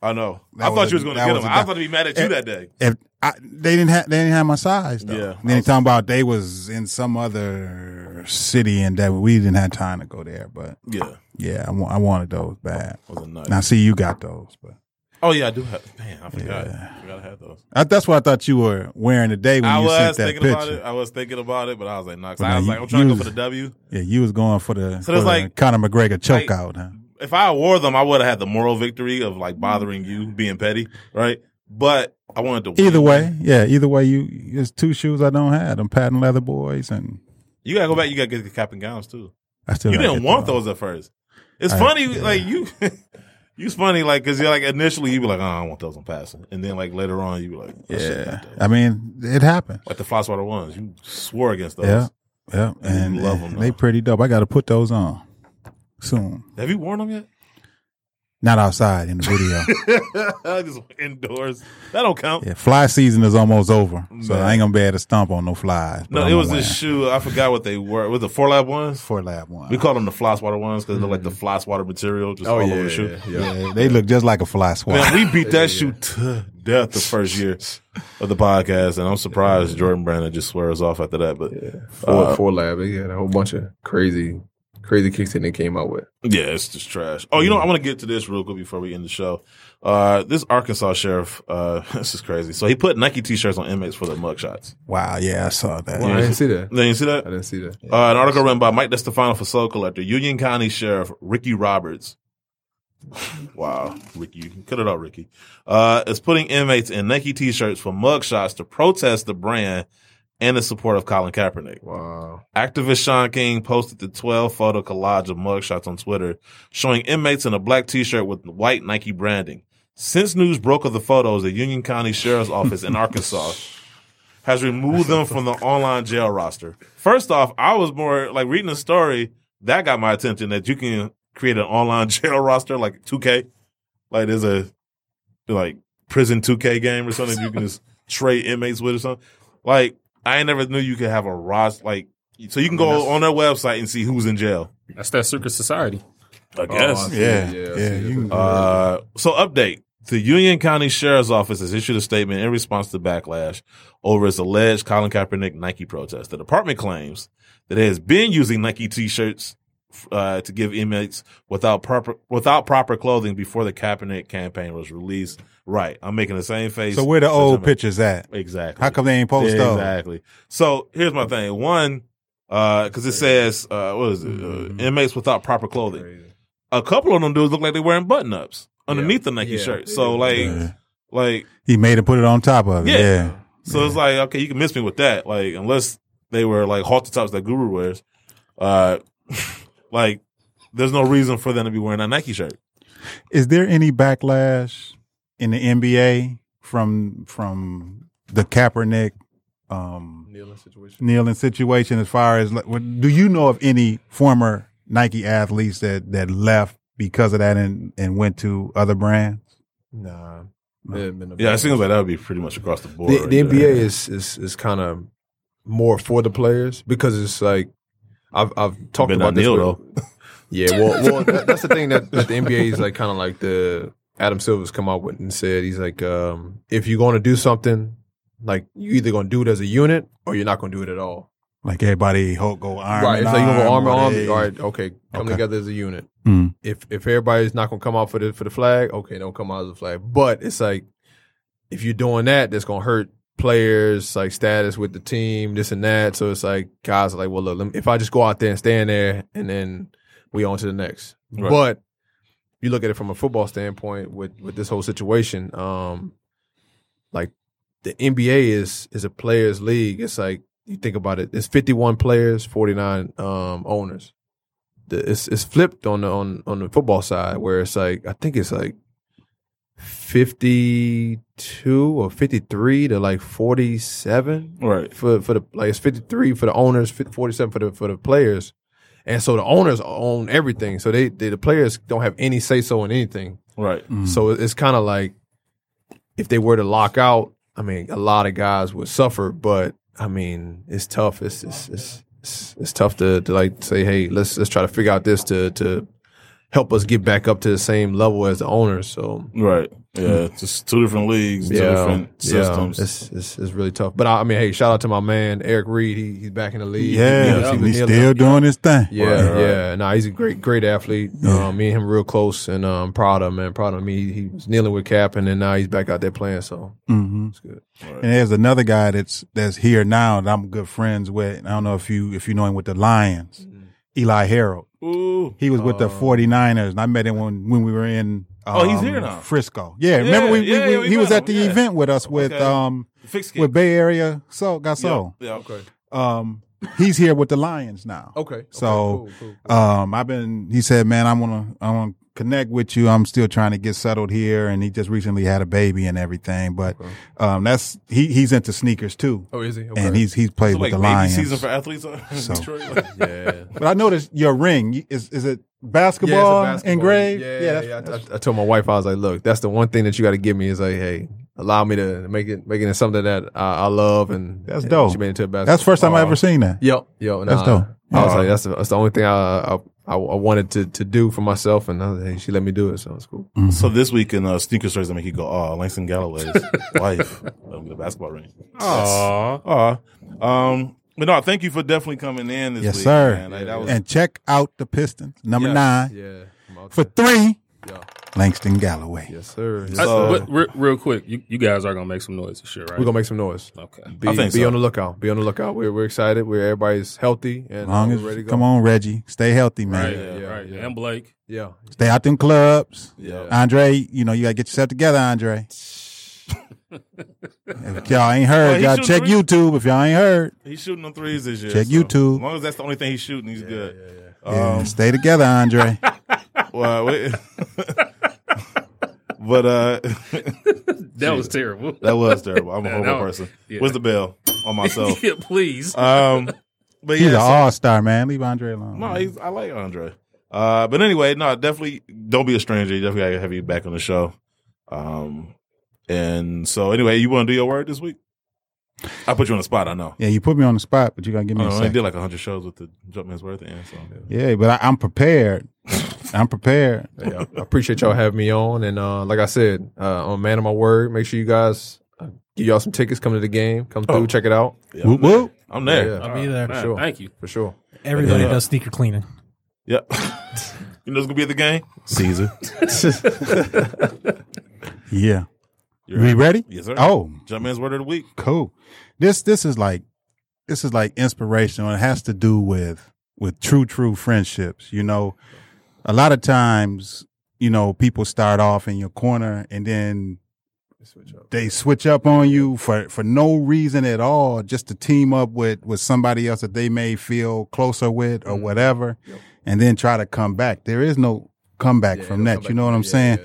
[SPEAKER 3] I know.
[SPEAKER 6] That
[SPEAKER 3] I
[SPEAKER 6] was
[SPEAKER 3] thought
[SPEAKER 6] a-
[SPEAKER 3] you was going to
[SPEAKER 6] that
[SPEAKER 3] get
[SPEAKER 6] was
[SPEAKER 3] him.
[SPEAKER 6] a Eh,
[SPEAKER 3] I
[SPEAKER 6] guy-
[SPEAKER 3] thought to be mad at you that day.
[SPEAKER 6] if I, they didn't have they didn't have my size though.
[SPEAKER 3] Yeah.
[SPEAKER 6] Yeah, then they talking about they was in some other city and that we didn't have time to go there. But
[SPEAKER 3] Yeah,
[SPEAKER 6] yeah, I, wa- I wanted those bad.
[SPEAKER 3] was a nut.
[SPEAKER 6] Now see you got those, but
[SPEAKER 3] Oh yeah, I do have. Man, I forgot. I forgot I had those.
[SPEAKER 6] I, that's what I thought you were wearing today when
[SPEAKER 3] I
[SPEAKER 6] you
[SPEAKER 3] was
[SPEAKER 6] sent that
[SPEAKER 3] thinking
[SPEAKER 6] picture.
[SPEAKER 3] about it. I was thinking about it, but I was like, nah. 'cause
[SPEAKER 6] But
[SPEAKER 3] I
[SPEAKER 6] now
[SPEAKER 3] was
[SPEAKER 6] you-
[SPEAKER 3] like, I'm trying to
[SPEAKER 6] you
[SPEAKER 3] go for the
[SPEAKER 6] was-
[SPEAKER 3] W.
[SPEAKER 6] Yeah, you was going for the,
[SPEAKER 3] So
[SPEAKER 6] for
[SPEAKER 3] it's
[SPEAKER 6] the
[SPEAKER 3] like-
[SPEAKER 6] Conor McGregor chokeout,
[SPEAKER 3] like-
[SPEAKER 6] huh?
[SPEAKER 3] If I wore them, I would have had the moral victory of like bothering you, being petty, right? But I wanted to. win.
[SPEAKER 6] Either way, yeah, either way, you there's two shoes I don't have them patent leather boys, and
[SPEAKER 3] you gotta go back. You gotta get the cap and gowns too.
[SPEAKER 6] I still
[SPEAKER 3] you
[SPEAKER 6] gotta
[SPEAKER 3] didn't
[SPEAKER 6] get
[SPEAKER 3] want
[SPEAKER 6] those.
[SPEAKER 3] those at first. It's
[SPEAKER 6] I-
[SPEAKER 3] funny,
[SPEAKER 6] yeah.
[SPEAKER 3] like you, you's funny, like because you're like initially you be like, oh, I don't want those. I'm passing, and then like later on you be like, I should've
[SPEAKER 6] Yeah,
[SPEAKER 3] got those.
[SPEAKER 6] I mean it happened.
[SPEAKER 3] like the Flosswater ones. You swore against those.
[SPEAKER 6] Yeah, yeah, and,
[SPEAKER 3] you love 'em,
[SPEAKER 6] they
[SPEAKER 3] though.
[SPEAKER 6] pretty dope. I got to put those on soon.
[SPEAKER 3] Have you worn them yet?
[SPEAKER 6] Not outside in the video.
[SPEAKER 3] Just indoors. That don't count.
[SPEAKER 6] yeah, fly season is almost over, so
[SPEAKER 3] Man.
[SPEAKER 6] I ain't gonna be able to stomp on no flies. but
[SPEAKER 3] No,
[SPEAKER 6] I'm
[SPEAKER 3] it was
[SPEAKER 6] gonna
[SPEAKER 3] this
[SPEAKER 6] wear
[SPEAKER 3] shoe. I forgot what they were. Was the four lab ones?
[SPEAKER 6] four lab one.
[SPEAKER 3] We call them the Flosswater ones because they're like the Flosswater material just
[SPEAKER 7] Oh
[SPEAKER 3] all
[SPEAKER 7] yeah,
[SPEAKER 3] over the shoe.
[SPEAKER 7] yeah, yeah.
[SPEAKER 6] Yeah, they look just like a fly
[SPEAKER 3] Man,
[SPEAKER 6] swat.
[SPEAKER 3] we beat that shoe to death the first year of the podcast, and I'm surprised Jordan Brandon just swears off after that. But yeah,
[SPEAKER 7] Four, four lab. They had a whole bunch of crazy, crazy kicks that they came out with.
[SPEAKER 3] it's just trash. Oh, you know, I want to get to this real quick before we end the show. Uh, this Arkansas sheriff, uh, this is crazy. So he put Nike t-shirts on inmates for the mugshots.
[SPEAKER 6] wow, yeah, I saw that.
[SPEAKER 7] I didn't see that.
[SPEAKER 3] Then you see that?
[SPEAKER 7] I didn't see that.
[SPEAKER 3] Uh, an article written by Mike DeStefano for Soul Collector, Union County Sheriff Ricky Roberts. wow, Ricky, cut it out, Ricky. Uh, is putting inmates in Nike T-shirts for mugshots to protest the brand and the support of Colin Kaepernick.
[SPEAKER 7] Wow.
[SPEAKER 3] Activist Sean King posted the 12 photo collage of mugshots on Twitter showing inmates in a black t shirt with white Nike branding. Since news broke of the photos, the Union County Sheriff's Office in Arkansas has removed them from the online jail roster. First off, I was more like reading the story that got my attention that you can create an online jail roster like 2K. Like there's a like prison 2K game or something you can just trade inmates with or something. Like I ain't never knew you could have a roster like so you can
[SPEAKER 4] I mean,
[SPEAKER 3] go
[SPEAKER 4] that's-
[SPEAKER 3] on their website and see who's in jail.
[SPEAKER 4] that's that circus society.
[SPEAKER 3] I
[SPEAKER 7] Oh, I see
[SPEAKER 6] Yeah,
[SPEAKER 7] that. I
[SPEAKER 6] yeah,
[SPEAKER 7] see that.
[SPEAKER 6] you can-
[SPEAKER 3] Uh, so update. The Union County Sheriff's Office has issued a statement in response to backlash over its alleged Colin Kaepernick Nike protest. The department claims that it has been using Nike t-shirts uh, to give inmates without proper without proper clothing before the Kaepernick campaign was released. Right. I'm making the same face.
[SPEAKER 6] So where the old
[SPEAKER 3] Sometimes-
[SPEAKER 6] pictures at?
[SPEAKER 3] Exactly.
[SPEAKER 6] How come they ain't post those?
[SPEAKER 3] Exactly. So here's my thing. One, because it says, uh, what is it?
[SPEAKER 6] Mm-hmm.
[SPEAKER 3] Uh, inmates without proper clothing.
[SPEAKER 7] Crazy.
[SPEAKER 3] A couple of them dudes look like they're wearing button ups underneath the Nike
[SPEAKER 7] Yeah.
[SPEAKER 3] shirt. So like,
[SPEAKER 6] Yeah.
[SPEAKER 3] like,
[SPEAKER 6] He made it put it on top of it.
[SPEAKER 3] Yeah.
[SPEAKER 6] Yeah,
[SPEAKER 3] so it's like, okay, you can miss me with that. Like, unless they were like halter tops that Guru wears, uh, like, there's no reason for them to be wearing a Nike shirt.
[SPEAKER 6] is there any backlash in the NBA from from the Kaepernick um,
[SPEAKER 7] Kneeling situation.
[SPEAKER 6] kneeling situation? As far as like, what- do you know of any former Nike athletes that that left because of that and and went to other brands?
[SPEAKER 7] Nah.
[SPEAKER 6] No.
[SPEAKER 7] It hadn't been a
[SPEAKER 3] Yeah, it
[SPEAKER 7] bad-
[SPEAKER 3] seems like that would be pretty much across the board.
[SPEAKER 7] the,
[SPEAKER 3] right
[SPEAKER 7] the
[SPEAKER 3] there.
[SPEAKER 7] NBA is is is kind of more for the players because it's like I've I've talked
[SPEAKER 3] Better not
[SPEAKER 7] about this.
[SPEAKER 3] kneel,
[SPEAKER 7] with-
[SPEAKER 3] though.
[SPEAKER 7] yeah, well, well that, that's the thing that, that the NBA is like kind of like the Adam Silver's come out with and said he's like um, if you're going to do something like you either going to do it as a unit or you're not going to do it at all.
[SPEAKER 6] Like everybody, Hulk go arm
[SPEAKER 7] right?
[SPEAKER 6] in
[SPEAKER 7] It's like you have an
[SPEAKER 6] arm,
[SPEAKER 7] arm
[SPEAKER 6] or
[SPEAKER 7] and arm.
[SPEAKER 6] they-
[SPEAKER 7] All right, okay, come
[SPEAKER 6] Mm. Okay.
[SPEAKER 7] together as a unit.
[SPEAKER 6] Mm.
[SPEAKER 7] If if everybody's not going to come out for the for the flag, okay, don't come out as a flag. But it's like if you're doing that, that's gonna hurt players like status with the team, this and that. So it's like guys are like, well, look, lem- if I just go out there and stand there, and then we on to the next.
[SPEAKER 3] Right.
[SPEAKER 7] But you look at it from a football standpoint with with this whole situation, um, like the NBA is is a players' league. It's like you think about it. It's 51 players, 49 um, owners. The, it's it's flipped on the on on the football side where it's like I think it's like 50 two or fifty three to like forty seven.
[SPEAKER 3] Right.
[SPEAKER 7] For for the like it's fifty three for the owners, forty seven for the for the players. And so the owners own everything. So they, they the players don't have any say so in anything.
[SPEAKER 3] Right.
[SPEAKER 7] So
[SPEAKER 6] Mm.
[SPEAKER 7] it- it's kind of like if they were to lock out, I mean, a lot of guys would suffer. But I mean, it's tough. It's it's it's, it's, it's tough to, to like say, hey, let's let's try to figure out this to to help us get back up to the same level as the owners. So
[SPEAKER 3] Right. Yeah.
[SPEAKER 6] Hmm.
[SPEAKER 3] Just two different leagues, two different systems.
[SPEAKER 7] yeah, it's, it's it's really tough. But I, I mean, hey, shout out to my man Eric Reed. He, he's back in the league.
[SPEAKER 6] Yeah,
[SPEAKER 7] He was- he
[SPEAKER 6] and
[SPEAKER 7] was
[SPEAKER 6] he's
[SPEAKER 7] kneeling.
[SPEAKER 6] still doing his thing.
[SPEAKER 7] Yeah,
[SPEAKER 3] Right, right.
[SPEAKER 7] yeah. No, he's a great, great athlete. Um, me and him real close, and uh, I'm proud of him, man. Proud of him. He, he was kneeling with Cap, and then now he's back out there playing. So
[SPEAKER 6] hmm
[SPEAKER 7] it's good.
[SPEAKER 6] And there's another guy that's that's here now that I'm good friends with. and I don't know if you if you know him with the Lions,
[SPEAKER 3] Mm-hmm.
[SPEAKER 6] Eli Harold.
[SPEAKER 3] Ooh.
[SPEAKER 6] He was with the 49ers, and I met him when, when we were in.
[SPEAKER 3] Oh, he's
[SPEAKER 6] um,
[SPEAKER 3] here now.
[SPEAKER 6] Frisco. Yeah, remember we, we-
[SPEAKER 3] yeah,
[SPEAKER 6] we,
[SPEAKER 3] yeah, we
[SPEAKER 6] he was
[SPEAKER 3] met
[SPEAKER 6] at the
[SPEAKER 3] him, yeah.
[SPEAKER 6] event with us with
[SPEAKER 3] Okay.
[SPEAKER 6] um
[SPEAKER 3] Fix
[SPEAKER 6] with Bay Area so got
[SPEAKER 3] Yeah.
[SPEAKER 6] so
[SPEAKER 3] yeah. Okay.
[SPEAKER 6] um he's here with the Lions now.
[SPEAKER 7] Okay.
[SPEAKER 6] So um I've been he said man I want to I want to connect with you. I'm still trying to get settled here and he just recently had a baby and everything, but um that's he he's into sneakers too.
[SPEAKER 7] oh, is he?
[SPEAKER 6] And he's he's played
[SPEAKER 3] So
[SPEAKER 6] with
[SPEAKER 3] like
[SPEAKER 6] the
[SPEAKER 3] baby
[SPEAKER 6] Lions.
[SPEAKER 3] season for athletes in
[SPEAKER 6] So-
[SPEAKER 3] Detroit.
[SPEAKER 7] yeah.
[SPEAKER 6] But I noticed your ring You- is is it basketball, engraved?
[SPEAKER 7] Yeah,
[SPEAKER 6] that's-
[SPEAKER 7] yeah. I- I, I told my wife, I was like, "Look, that's the one thing that you got to give me is like, hey, allow me to make it, make it something that I, I love." And
[SPEAKER 6] That's
[SPEAKER 7] and
[SPEAKER 6] dope.
[SPEAKER 7] She made it to a basketball.
[SPEAKER 6] That's the first time I
[SPEAKER 7] Oh.
[SPEAKER 6] ever seen that.
[SPEAKER 7] Yep, yo,
[SPEAKER 6] That's
[SPEAKER 7] nah.
[SPEAKER 6] dope.
[SPEAKER 7] I was
[SPEAKER 6] Yeah.
[SPEAKER 7] like, that's the, that's the only thing I, I I I wanted to to do for myself, and I was like, hey, she let me do it, so it's cool.
[SPEAKER 6] Mm-hmm.
[SPEAKER 3] So this week in uh, sneaker stories that make you go, oh, Langston Galloway's wife, um, the basketball ring.
[SPEAKER 4] Aw.
[SPEAKER 3] Aw. Um, but no, thank you for definitely coming in this
[SPEAKER 6] Yes,
[SPEAKER 3] week.
[SPEAKER 6] sir.
[SPEAKER 3] man. Like, that was-
[SPEAKER 6] And check out the Pistons, number
[SPEAKER 7] Yes,
[SPEAKER 6] nine
[SPEAKER 7] yeah, I'm out
[SPEAKER 6] for three.
[SPEAKER 7] Yeah.
[SPEAKER 6] Langston Galloway.
[SPEAKER 7] Yes, sir.
[SPEAKER 4] I-
[SPEAKER 3] So-
[SPEAKER 4] but re- real quick, you, you guys are gonna make some noise, and shit, right?
[SPEAKER 7] We're gonna make some noise.
[SPEAKER 4] okay.
[SPEAKER 7] Be,
[SPEAKER 3] I think
[SPEAKER 7] be
[SPEAKER 3] so.
[SPEAKER 7] on the lookout. Be on the lookout. We're, we're excited. We're everybody's healthy and
[SPEAKER 6] As long
[SPEAKER 7] uh,
[SPEAKER 6] as
[SPEAKER 7] we're ready to go.
[SPEAKER 6] come on, Reggie, stay healthy, man.
[SPEAKER 4] Right,
[SPEAKER 7] Yeah, yeah,
[SPEAKER 4] right.
[SPEAKER 7] yeah.
[SPEAKER 4] And Blake,
[SPEAKER 7] Yeah,
[SPEAKER 6] Stay out them clubs,
[SPEAKER 3] yeah.
[SPEAKER 6] Andre. You know you gotta get yourself together, Andre. if y'all ain't
[SPEAKER 3] Oh,
[SPEAKER 6] heard,
[SPEAKER 3] he
[SPEAKER 6] y'all
[SPEAKER 3] shooting
[SPEAKER 6] check
[SPEAKER 3] threes?
[SPEAKER 6] YouTube. If y'all ain't heard,
[SPEAKER 3] He's shooting on threes this year.
[SPEAKER 6] Check
[SPEAKER 3] so
[SPEAKER 6] YouTube.
[SPEAKER 3] As long as that's the only thing he's shooting, he's good. Um,
[SPEAKER 6] yeah, stay together, Andre.
[SPEAKER 3] Well, wait. but uh,
[SPEAKER 4] that was terrible.
[SPEAKER 3] that was terrible. I'm a
[SPEAKER 4] Yeah,
[SPEAKER 3] horrible
[SPEAKER 4] that was-
[SPEAKER 3] person.
[SPEAKER 4] yeah.
[SPEAKER 3] Where's the bell on myself?
[SPEAKER 4] yeah, please.
[SPEAKER 3] um, but
[SPEAKER 6] He's
[SPEAKER 3] yeah,
[SPEAKER 6] an
[SPEAKER 3] so-
[SPEAKER 6] all star, man. Leave Andre alone.
[SPEAKER 3] No,
[SPEAKER 6] man.
[SPEAKER 3] he's, I like Andre. Uh, but anyway, no, definitely don't be a stranger. You definitely gotta have you back on the show. Um, and so anyway, you want to do your word this week? I put you on the spot. I know.
[SPEAKER 6] yeah, you put me on the spot, but you gotta give
[SPEAKER 3] I
[SPEAKER 6] me a
[SPEAKER 3] only
[SPEAKER 6] second.
[SPEAKER 3] Oh, did like hundred shows with the Jumpman's Worth and so
[SPEAKER 6] Yeah, but I, I'm prepared. I'm prepared.
[SPEAKER 7] yeah. I appreciate y'all having me on, and uh, like I said, uh, on Man of My Word, make sure you guys uh, give y'all some tickets. Come to the game. Come through.
[SPEAKER 3] Oh.
[SPEAKER 7] Check it out
[SPEAKER 3] yeah,
[SPEAKER 6] Whoop,
[SPEAKER 3] I'm there.
[SPEAKER 6] whoop.
[SPEAKER 3] I'm there.
[SPEAKER 7] Yeah,
[SPEAKER 5] I'll be there.
[SPEAKER 4] Man,
[SPEAKER 7] sure.
[SPEAKER 4] Thank you.
[SPEAKER 7] for sure.
[SPEAKER 5] Everybody
[SPEAKER 3] Yeah.
[SPEAKER 5] does sneaker cleaning.
[SPEAKER 3] Yep. you know who's gonna be at the game? Caesar.
[SPEAKER 6] Yeah.
[SPEAKER 3] You're
[SPEAKER 6] we ready?
[SPEAKER 3] Yes, sir.
[SPEAKER 6] Oh,
[SPEAKER 3] Jumpman's Word of the Week.
[SPEAKER 6] cool. This this is like this is like inspirational. It has to do with with true true friendships. You know, a lot of times, you know, people start off in your corner and then they switch up on you for for no reason at all, just to team up with with somebody else that they may feel closer with or whatever, and then try to come back. There is no comeback from that. you know what I'm saying?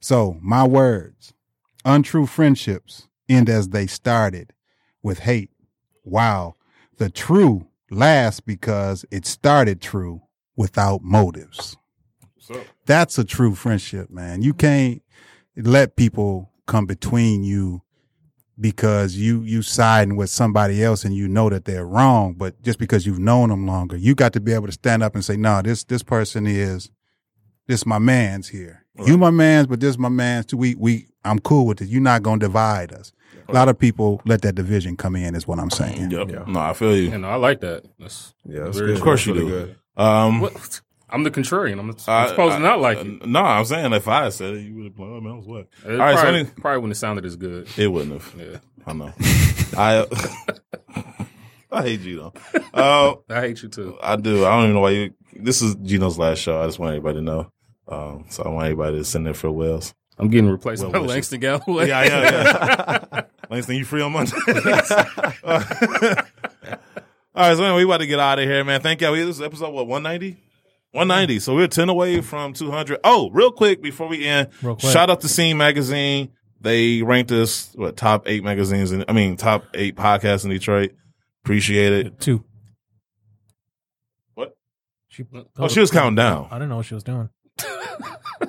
[SPEAKER 6] So, my words untrue friendships end as they started with hate. Wow. The true lasts because it started true without motives. That's a true friendship, man. You can't let people come between you because you you siding with somebody else and you know that they're wrong but just because you've known them longer you got to be able to stand up and say no this this person is this my man's here. You my man's, but this my man's too. We we I'm cool with it. You're not gonna divide us. A lot of people let that division come in, is what I'm saying.
[SPEAKER 3] Yep. No, I feel you.
[SPEAKER 4] And I like that. That's
[SPEAKER 7] Yeah, that's
[SPEAKER 4] very-
[SPEAKER 7] good.
[SPEAKER 3] Of course you
[SPEAKER 7] Really
[SPEAKER 3] do. Um,
[SPEAKER 4] What? I'm the contrarian. I'm,
[SPEAKER 3] I-
[SPEAKER 4] I'm supposed
[SPEAKER 3] I-
[SPEAKER 4] to not like
[SPEAKER 3] uh,
[SPEAKER 4] it.
[SPEAKER 3] No, I'm saying if I said it, you would have blown. I mean, I was what?
[SPEAKER 4] It
[SPEAKER 3] All right, so
[SPEAKER 4] probably,
[SPEAKER 3] any-
[SPEAKER 4] probably wouldn't have sounded as good.
[SPEAKER 3] It wouldn't have.
[SPEAKER 4] Yeah.
[SPEAKER 3] I know. I I hate Gino. Uh,
[SPEAKER 4] I hate you too.
[SPEAKER 3] I do. I don't even know why you. This is Gino's last show. I just want everybody to know. Um, so I want everybody to send their farewells.
[SPEAKER 4] I'm getting replaced
[SPEAKER 3] Well
[SPEAKER 4] by
[SPEAKER 3] wishes.
[SPEAKER 4] Langston Galloway.
[SPEAKER 3] Yeah, yeah, yeah. Langston, you free on Monday? All right, so anyway, we about to get out of here, man. Thank y'all. We this is episode what one ninety. 190. So we're 10 away from 200. Oh, real quick before we end,
[SPEAKER 5] Real quick.
[SPEAKER 3] shout out to Scene Magazine. They ranked us what top eight magazines and I mean top eight podcasts in Detroit. Appreciate it.
[SPEAKER 5] Two.
[SPEAKER 3] What? Oh, she was counting down.
[SPEAKER 5] I don't know what she was doing.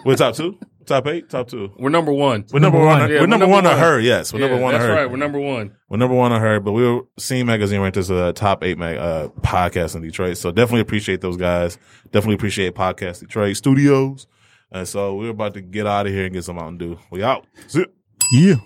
[SPEAKER 3] We're top two, top eight, top two.
[SPEAKER 4] We're number one.
[SPEAKER 3] We're number, one.
[SPEAKER 4] Yeah,
[SPEAKER 3] we're, number, one, on her. Yes, we're
[SPEAKER 4] Yeah,
[SPEAKER 3] number one on
[SPEAKER 4] That's
[SPEAKER 3] her.
[SPEAKER 4] right. We're number one.
[SPEAKER 3] We're number one on her, but we were seeing magazine ranked as a top eight mag, uh, podcast in Detroit. So definitely appreciate those guys. Definitely appreciate Podcast Detroit Studios. And so we're about to get out of here and get some Mountain Dew. We out. Zip.
[SPEAKER 6] Yeah.